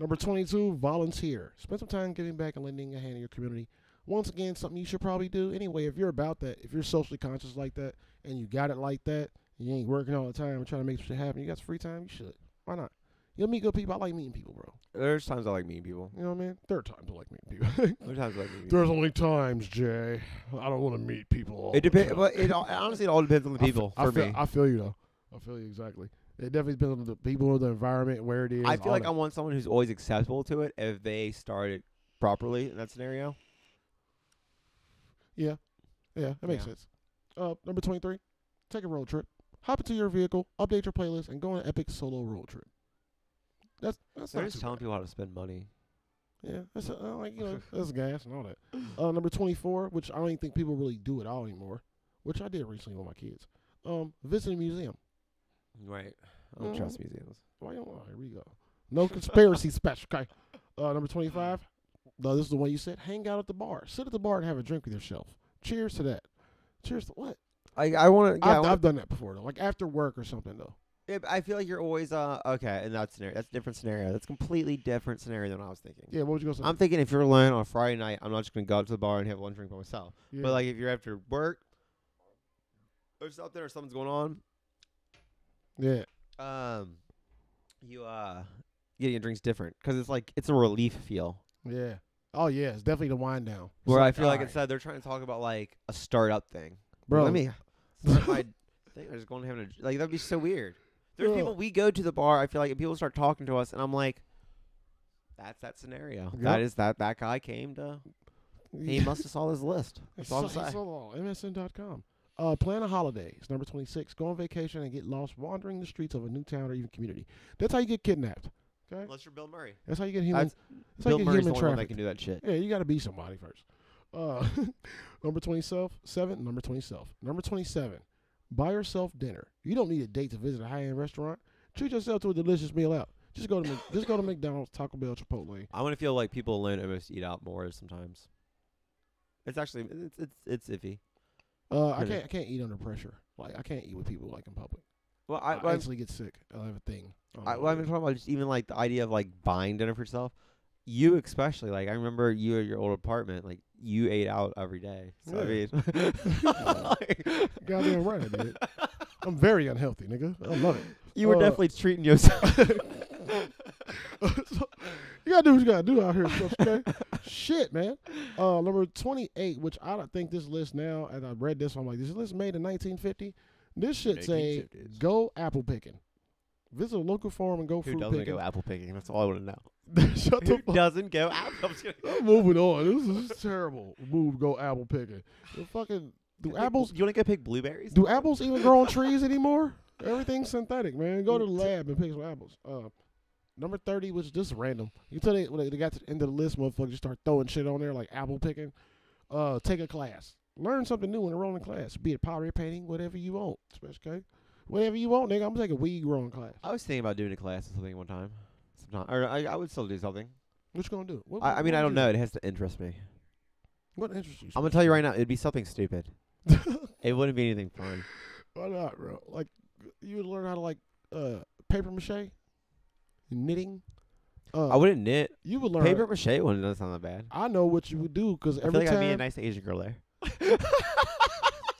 [SPEAKER 2] number 22, volunteer. Spend some time giving back and lending a hand in your community. Once again, something you should probably do anyway. If you're about that, if you're socially conscious like that, and you got it like that, and you ain't working all the time and trying to make shit happen, you got some free time, you should. Why not? You'll meet good people. I like meeting people, bro.
[SPEAKER 3] There's times I like meeting people.
[SPEAKER 2] You know what I mean? There are times I like meeting people. (laughs)
[SPEAKER 3] There's times I like meeting people.
[SPEAKER 2] There's only times, Jay. I don't want to meet people. All
[SPEAKER 3] It
[SPEAKER 2] the
[SPEAKER 3] depends,
[SPEAKER 2] time.
[SPEAKER 3] but it all, honestly it all depends on the
[SPEAKER 2] I fe-
[SPEAKER 3] people.
[SPEAKER 2] I
[SPEAKER 3] for
[SPEAKER 2] feel,
[SPEAKER 3] me,
[SPEAKER 2] I feel you though. I feel you exactly. It definitely depends on the people, the environment, where it is.
[SPEAKER 3] I feel
[SPEAKER 2] all
[SPEAKER 3] like
[SPEAKER 2] that.
[SPEAKER 3] I want someone who's always acceptable to it if they started properly in that scenario.
[SPEAKER 2] Yeah, that makes
[SPEAKER 3] Yeah.
[SPEAKER 2] sense. Uh, number 23, take a road trip. Hop into your vehicle, update your playlist, and go on an epic solo road trip. That's that's
[SPEAKER 3] They're
[SPEAKER 2] not
[SPEAKER 3] just
[SPEAKER 2] too
[SPEAKER 3] telling
[SPEAKER 2] bad.
[SPEAKER 3] people how to spend money.
[SPEAKER 2] Yeah, that's uh, like you
[SPEAKER 3] (laughs)
[SPEAKER 2] know that's gas and all that. Uh, number 24, which I don't even think people really do at all anymore, which I did recently with my kids. Um, visit a museum.
[SPEAKER 3] Right. I don't
[SPEAKER 2] Mhm.
[SPEAKER 3] trust museums.
[SPEAKER 2] Why don't Here we go. No conspiracy special. Okay. Uh, number 25. No, this is the one you said. Hang out at the bar. Sit at the bar and have a drink with yourself. Cheers to that. Cheers to what?
[SPEAKER 3] I I want to. Yeah,
[SPEAKER 2] I've,
[SPEAKER 3] I, wanna,
[SPEAKER 2] I've done that before though. Like after work or something though.
[SPEAKER 3] yeah, but I feel like you're always uh okay in that scenario. That's a different scenario. That's a completely different scenario than I was thinking.
[SPEAKER 2] Yeah, what would you go say?
[SPEAKER 3] I'm thinking if you're alone on a Friday night, I'm not just gonna go out to the bar and have one drink by myself.
[SPEAKER 2] yeah.
[SPEAKER 3] But like if you're after work or something or something's going on,
[SPEAKER 2] yeah,
[SPEAKER 3] um, you uh getting a drink's different because it's like it's a relief feel.
[SPEAKER 2] yeah. Oh yeah, it's definitely the wind down. It's
[SPEAKER 3] Where I feel like
[SPEAKER 2] alright,
[SPEAKER 3] instead they're trying to talk about like a startup thing.
[SPEAKER 2] bro. (laughs)
[SPEAKER 3] let me. Start my thing. They're just going to have a like that'd be so weird. There's
[SPEAKER 2] Bro.
[SPEAKER 3] people we go to the bar. I feel like and people start talking to us, and I'm like, that's that scenario. That
[SPEAKER 2] Yep.
[SPEAKER 3] is that that guy came to
[SPEAKER 2] (laughs)
[SPEAKER 3] He must have saw his list. That's
[SPEAKER 2] It's
[SPEAKER 3] all
[SPEAKER 2] all
[SPEAKER 3] I'm saying.
[SPEAKER 2] so long. MSN.com. Uh, plan a holiday. It's number 26. Go on vacation and get lost wandering the streets of a new town or even community. That's how you get kidnapped. Okay?
[SPEAKER 3] Unless you're
[SPEAKER 2] (laughs)
[SPEAKER 3] Bill Murray.
[SPEAKER 2] That's how you get human.
[SPEAKER 3] That's-
[SPEAKER 2] That's how you
[SPEAKER 3] Bill
[SPEAKER 2] get
[SPEAKER 3] Murray's the
[SPEAKER 2] human
[SPEAKER 3] only one that
[SPEAKER 2] traffic.
[SPEAKER 3] can do that shit.
[SPEAKER 2] Yeah, you got to be somebody first. Uh, (laughs) number 27, number 27. Number 27, buy yourself dinner. You don't need a date to visit a high-end restaurant. Treat yourself to a delicious meal out. Just go to Mc- just go to McDonald's, Taco Bell, Chipotle.
[SPEAKER 3] I want to feel like people alone almost eat out more sometimes. It's actually it's it's, it's iffy.
[SPEAKER 2] Uh, I
[SPEAKER 3] Really?
[SPEAKER 2] can't I can't eat under pressure. Like I can't eat with people like in public.
[SPEAKER 3] Well,
[SPEAKER 2] I,
[SPEAKER 3] I, I,
[SPEAKER 2] actually get sick. I have a thing. I don't
[SPEAKER 3] I,
[SPEAKER 2] know
[SPEAKER 3] well,
[SPEAKER 2] what
[SPEAKER 3] I'm
[SPEAKER 2] it
[SPEAKER 3] just
[SPEAKER 2] is.
[SPEAKER 3] talking about just even like the idea of like buying dinner for yourself. You especially, like I remember you at your old apartment, like you ate out every day. So I
[SPEAKER 2] Yeah.
[SPEAKER 3] mean,
[SPEAKER 2] (laughs)
[SPEAKER 3] like,
[SPEAKER 2] Goddamn right I did. I'm very unhealthy, nigga. I love it.
[SPEAKER 3] (laughs) you were
[SPEAKER 2] Uh,
[SPEAKER 3] definitely
[SPEAKER 2] (laughs)
[SPEAKER 3] treating yourself. (laughs)
[SPEAKER 2] So, you gotta do what you gotta do out here, folks,
[SPEAKER 3] (laughs)
[SPEAKER 2] okay? Shit, man. Uh, number twenty-eight, which I don't think this list now. And I read this, I'm like, this list made in 1950. This shit say,
[SPEAKER 3] 1950s.
[SPEAKER 2] "Go apple picking." Visit a local farm and go
[SPEAKER 3] Who
[SPEAKER 2] fruit
[SPEAKER 3] doesn't
[SPEAKER 2] picking.
[SPEAKER 3] go apple picking? That's all I want to
[SPEAKER 2] (laughs)
[SPEAKER 3] know. (laughs)
[SPEAKER 2] Shut the
[SPEAKER 3] Who
[SPEAKER 2] fuck.
[SPEAKER 3] doesn't go apple? I'm (laughs) just kidding.
[SPEAKER 2] I'm moving on. This is terrible. Move, go apple picking. The fucking do apples
[SPEAKER 3] Do you want to go pick
[SPEAKER 2] (laughs)
[SPEAKER 3] blueberries?
[SPEAKER 2] do apples even grow on trees anymore? Everything's synthetic, man. Go to the lab and pick some apples. Uh, number thirty was just random. You tell they when they got to the end of the list, motherfuckers just start throwing shit on there like apple picking. Uh, take a class, learn something new when enroll in class. Be it pottery painting, whatever you want. Special okay? whatever you want, nigga. I'm gonna take a weed growing class.
[SPEAKER 3] I was thinking about doing a class or something one time. Sometime, or I, I would still do something.
[SPEAKER 2] What you gonna do? What,
[SPEAKER 3] I, I
[SPEAKER 2] what
[SPEAKER 3] mean, I don't
[SPEAKER 2] you-
[SPEAKER 3] know. It has to interest me.
[SPEAKER 2] What interests you? (laughs)
[SPEAKER 3] I'm gonna tell you right now, it'd be something stupid. It wouldn't be anything fun.
[SPEAKER 2] Why not, bro? Like, you would learn how to like uh paper mache, knitting. Uh,
[SPEAKER 3] I wouldn't knit.
[SPEAKER 2] You would learn
[SPEAKER 3] Paper mache one doesn't sound that bad.
[SPEAKER 2] I know what you would do because
[SPEAKER 3] I feel
[SPEAKER 2] every
[SPEAKER 3] like I'd be a
[SPEAKER 2] time
[SPEAKER 3] nice Asian girl there.
[SPEAKER 2] (laughs)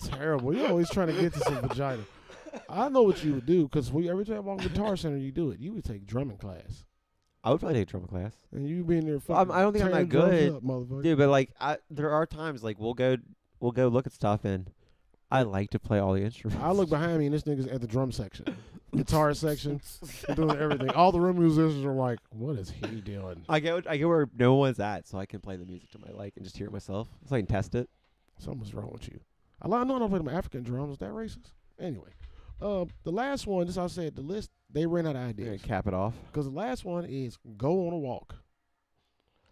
[SPEAKER 2] terrible. You're always trying to get to some vagina. I know what you would do because we every time on Guitar Center you do it. You would take drumming class
[SPEAKER 3] I would probably take drum class,
[SPEAKER 2] and you be in there.
[SPEAKER 3] Well, I'm-
[SPEAKER 2] Fucking
[SPEAKER 3] I don't think I'm
[SPEAKER 2] tearing
[SPEAKER 3] that
[SPEAKER 2] drums
[SPEAKER 3] good.
[SPEAKER 2] up, motherfucker.
[SPEAKER 3] dude. But like, I, there are times like we'll go, we'll go look at stuff, and I like to play all the (laughs) instruments.
[SPEAKER 2] I look behind me and this nigga's at the drum section, guitar
[SPEAKER 3] (laughs)
[SPEAKER 2] section, doing everything. All the room musicians are like, "What is he doing?"
[SPEAKER 3] I get, I get where no one's at, so I can play the music to my like and just hear it myself, so I can test it.
[SPEAKER 2] Something's wrong with you. I li- I know I don't play them African drums. Is that racist? Anyway, uh, the last one, this I said, the list, they ran out of
[SPEAKER 3] Yeah,
[SPEAKER 2] ideas.
[SPEAKER 3] cap it off.
[SPEAKER 2] Because the last one is go on a walk.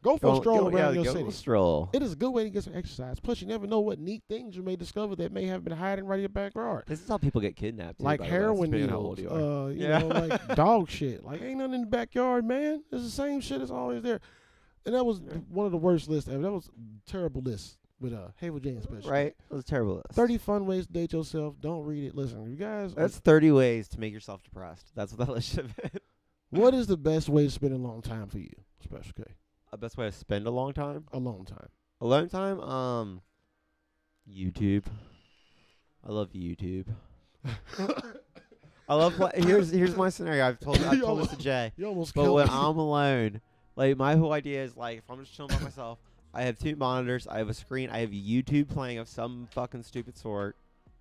[SPEAKER 2] Go for
[SPEAKER 3] Go-
[SPEAKER 2] a stroll
[SPEAKER 3] go-
[SPEAKER 2] around
[SPEAKER 3] yeah,
[SPEAKER 2] your
[SPEAKER 3] go
[SPEAKER 2] city.
[SPEAKER 3] Stroll.
[SPEAKER 2] It is a good way to get some exercise. Plus, you never know what neat things you may discover that may have been hiding right in your backyard.
[SPEAKER 3] This is how people get kidnapped. too,
[SPEAKER 2] Like
[SPEAKER 3] by the way, it's
[SPEAKER 2] heroin
[SPEAKER 3] depending on how
[SPEAKER 2] needles,
[SPEAKER 3] old you are.
[SPEAKER 2] uh, you
[SPEAKER 3] Yeah.
[SPEAKER 2] know,
[SPEAKER 3] (laughs)
[SPEAKER 2] like dog shit. Like ain't nothing in the backyard, man. It's the same shit that's always there. And that was
[SPEAKER 3] Yeah.
[SPEAKER 2] one of the worst lists ever. That was a terrible list with uh Havel James special.
[SPEAKER 3] right? That was terrible. That's-
[SPEAKER 2] 30 fun ways to date yourself. Don't read it. Listen, you guys,
[SPEAKER 3] That's thirty ways to make yourself depressed. That's what that (laughs) list should have been.
[SPEAKER 2] what is the best way to spend a long time for you? Special K.
[SPEAKER 3] A best way to spend a long time.
[SPEAKER 2] Alone time.
[SPEAKER 3] Alone time, um, YouTube. I love YouTube. I love pla here's here's my scenario. I've told I've told this
[SPEAKER 2] (laughs)
[SPEAKER 3] to Jay.
[SPEAKER 2] You almost
[SPEAKER 3] But
[SPEAKER 2] killed
[SPEAKER 3] when
[SPEAKER 2] me.
[SPEAKER 3] I'm alone, like my whole idea is like if I'm just chilling by myself, I have two monitors, I have a screen, I have YouTube playing of some fucking stupid sort,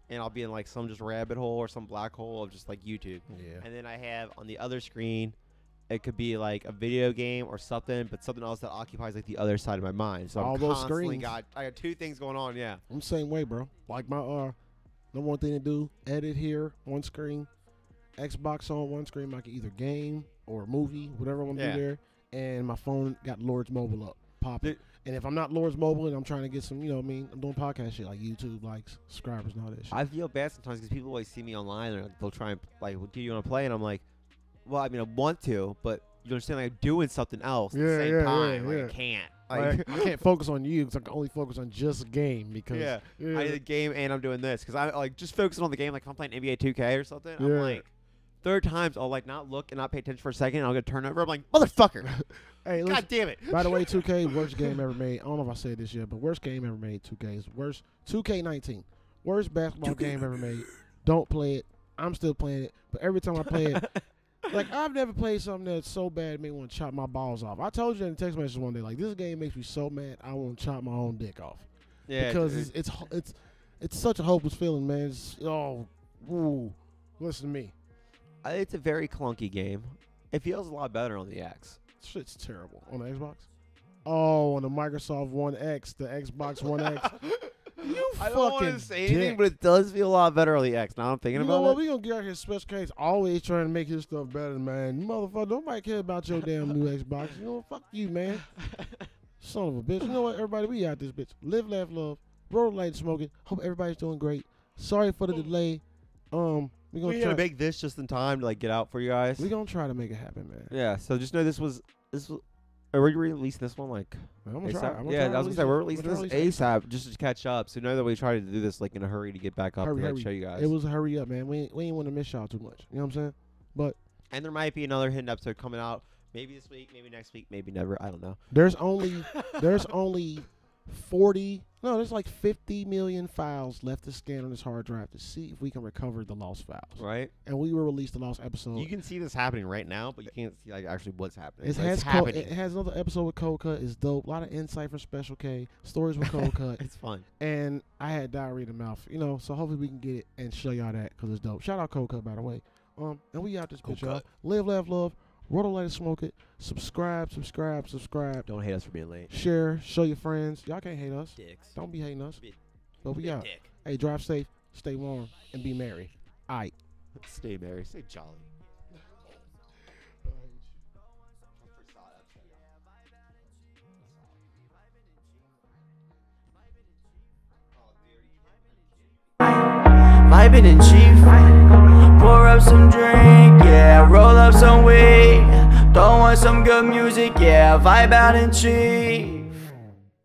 [SPEAKER 3] and I'll be in like some just rabbit hole or some black hole of just like YouTube.
[SPEAKER 2] yeah.
[SPEAKER 3] And then I have on the other screen, it could be like a video game or something, but something else that occupies like the other side of my mind. So
[SPEAKER 2] All
[SPEAKER 3] I'm
[SPEAKER 2] those
[SPEAKER 3] constantly
[SPEAKER 2] screens.
[SPEAKER 3] got I got two things going on. Yeah.
[SPEAKER 2] I'm the same way, bro. Like my uh, number one thing to do, edit here, one screen. Xbox on one screen. I can either game or movie, whatever I want to
[SPEAKER 3] Yeah.
[SPEAKER 2] do there. And my phone got Lords Mobile up, popping.
[SPEAKER 3] Dude.
[SPEAKER 2] And if I'm not Lords Mobile and I'm trying to get some, you know what I mean? I'm doing podcast shit like YouTube likes, subscribers, and all that shit.
[SPEAKER 3] I feel bad sometimes because people always see me online and like, they'll try and like, well, do you want to play? And I'm like, well, I mean, I want to, but you understand, like, I'm doing something else at
[SPEAKER 2] Yeah,
[SPEAKER 3] the same
[SPEAKER 2] yeah, yeah,
[SPEAKER 3] time. like,
[SPEAKER 2] yeah.
[SPEAKER 3] (laughs) I can't.
[SPEAKER 2] Like, (laughs)
[SPEAKER 3] Like,
[SPEAKER 2] I can't focus on you because I can only focus on just game because
[SPEAKER 3] Yeah. I did the game and I'm doing this because I like just focusing on the game. Like if I'm playing NBA 2K or something,
[SPEAKER 2] Yeah.
[SPEAKER 3] I'm like third times I'll like not look and not pay attention for a second. And I'll get a turnover. I'm like motherfucker,
[SPEAKER 2] (laughs) Hey, listen,
[SPEAKER 3] god damn it.
[SPEAKER 2] by the way, 2K worst game ever made. I don't know if I said this yet, but worst game ever made. 2K is worst. 2K19, worst basketball game ever made. Don't play it. I'm still playing it, but every time I play it, like I've never played something that's so bad it made me want to chop my balls off. I told you in a text message one day, like this game makes me so mad I want to chop my own dick off
[SPEAKER 3] Yeah,
[SPEAKER 2] because
[SPEAKER 3] dude.
[SPEAKER 2] it's, it's ho- it's it's such a hopeless feeling, man. It's, oh, ooh, listen to me.
[SPEAKER 3] I- uh, it's a very clunky game. It feels a lot better on the X.
[SPEAKER 2] Shit's terrible on the Xbox. Oh, on the Microsoft One X, the Xbox One
[SPEAKER 3] (laughs)
[SPEAKER 2] X. You
[SPEAKER 3] I don't wanna
[SPEAKER 2] fucking
[SPEAKER 3] say
[SPEAKER 2] dick.
[SPEAKER 3] anything, but it does feel a lot better on the X. Now I'm thinking
[SPEAKER 2] You know
[SPEAKER 3] about
[SPEAKER 2] what?
[SPEAKER 3] it.
[SPEAKER 2] We gonna get out here, special case. Always trying to make his stuff better, man. Motherfucker, nobody care about your damn new
[SPEAKER 3] (laughs)
[SPEAKER 2] Xbox. You know what? Fuck you, man. Son of a bitch. You know what? Everybody, we out this bitch. Live, laugh, love. Bro, light smoking. Hope everybody's doing great. Sorry for the delay. Um, we gonna
[SPEAKER 3] We
[SPEAKER 2] try.
[SPEAKER 3] gotta make this just in time to like get out for you guys.
[SPEAKER 2] we gonna try to make it happen, man.
[SPEAKER 3] yeah. So just know this was this. Was, are we releasing this one like
[SPEAKER 2] I'm gonna try.
[SPEAKER 3] ASAP?
[SPEAKER 2] I'm gonna
[SPEAKER 3] yeah,
[SPEAKER 2] try
[SPEAKER 3] I was gonna say we're releasing this
[SPEAKER 2] ASAP.
[SPEAKER 3] ASAP just to catch up. So know that we try to do this like in a hurry to get back up
[SPEAKER 2] Hurry,
[SPEAKER 3] and like,
[SPEAKER 2] hurry.
[SPEAKER 3] show you guys.
[SPEAKER 2] It was a hurry up, man. We ain't, we ain't want to miss y'all too much. You know what I'm saying? But
[SPEAKER 3] and there might be another hidden episode coming out. Maybe this week, maybe next week, maybe never. I don't know.
[SPEAKER 2] there's only there's
[SPEAKER 3] (laughs)
[SPEAKER 2] only 40 no there's like 50 million files left to scan on this hard drive to see if we can recover the lost files
[SPEAKER 3] Right?
[SPEAKER 2] and we will release the lost episode
[SPEAKER 3] You can see this happening right now, but you can't see like actually what's happening.
[SPEAKER 2] it
[SPEAKER 3] but
[SPEAKER 2] has
[SPEAKER 3] it's
[SPEAKER 2] co-
[SPEAKER 3] happening.
[SPEAKER 2] it has another episode with Cold Cut. It's dope. A lot of insight from Special K. Stories with
[SPEAKER 3] (laughs)
[SPEAKER 2] Cold Cut.
[SPEAKER 3] it's fun.
[SPEAKER 2] And I had diarrhea in the mouth. You know, so hopefully we can get it and show y'all that because it's dope. Shout out Cold Cut, by the way. Um, and we out this
[SPEAKER 3] Cold
[SPEAKER 2] bitch, y'all.
[SPEAKER 3] Cut.
[SPEAKER 2] Live, laugh, love. Roto Light and Smoke It. Subscribe, subscribe, subscribe.
[SPEAKER 3] Don't hate us for being late.
[SPEAKER 2] Share, show your friends. Y'all can't hate us.
[SPEAKER 3] Dicks.
[SPEAKER 2] Don't be hating us.
[SPEAKER 3] Be a-
[SPEAKER 2] But we out.
[SPEAKER 3] Dick.
[SPEAKER 2] Hey, drive safe, stay warm, and be merry. All right.
[SPEAKER 3] Stay merry. Stay jolly. (laughs)
[SPEAKER 5] vibing in chief. Pour up some drink, yeah, roll up some weed. Throw on some good music, yeah, vibe out in chief.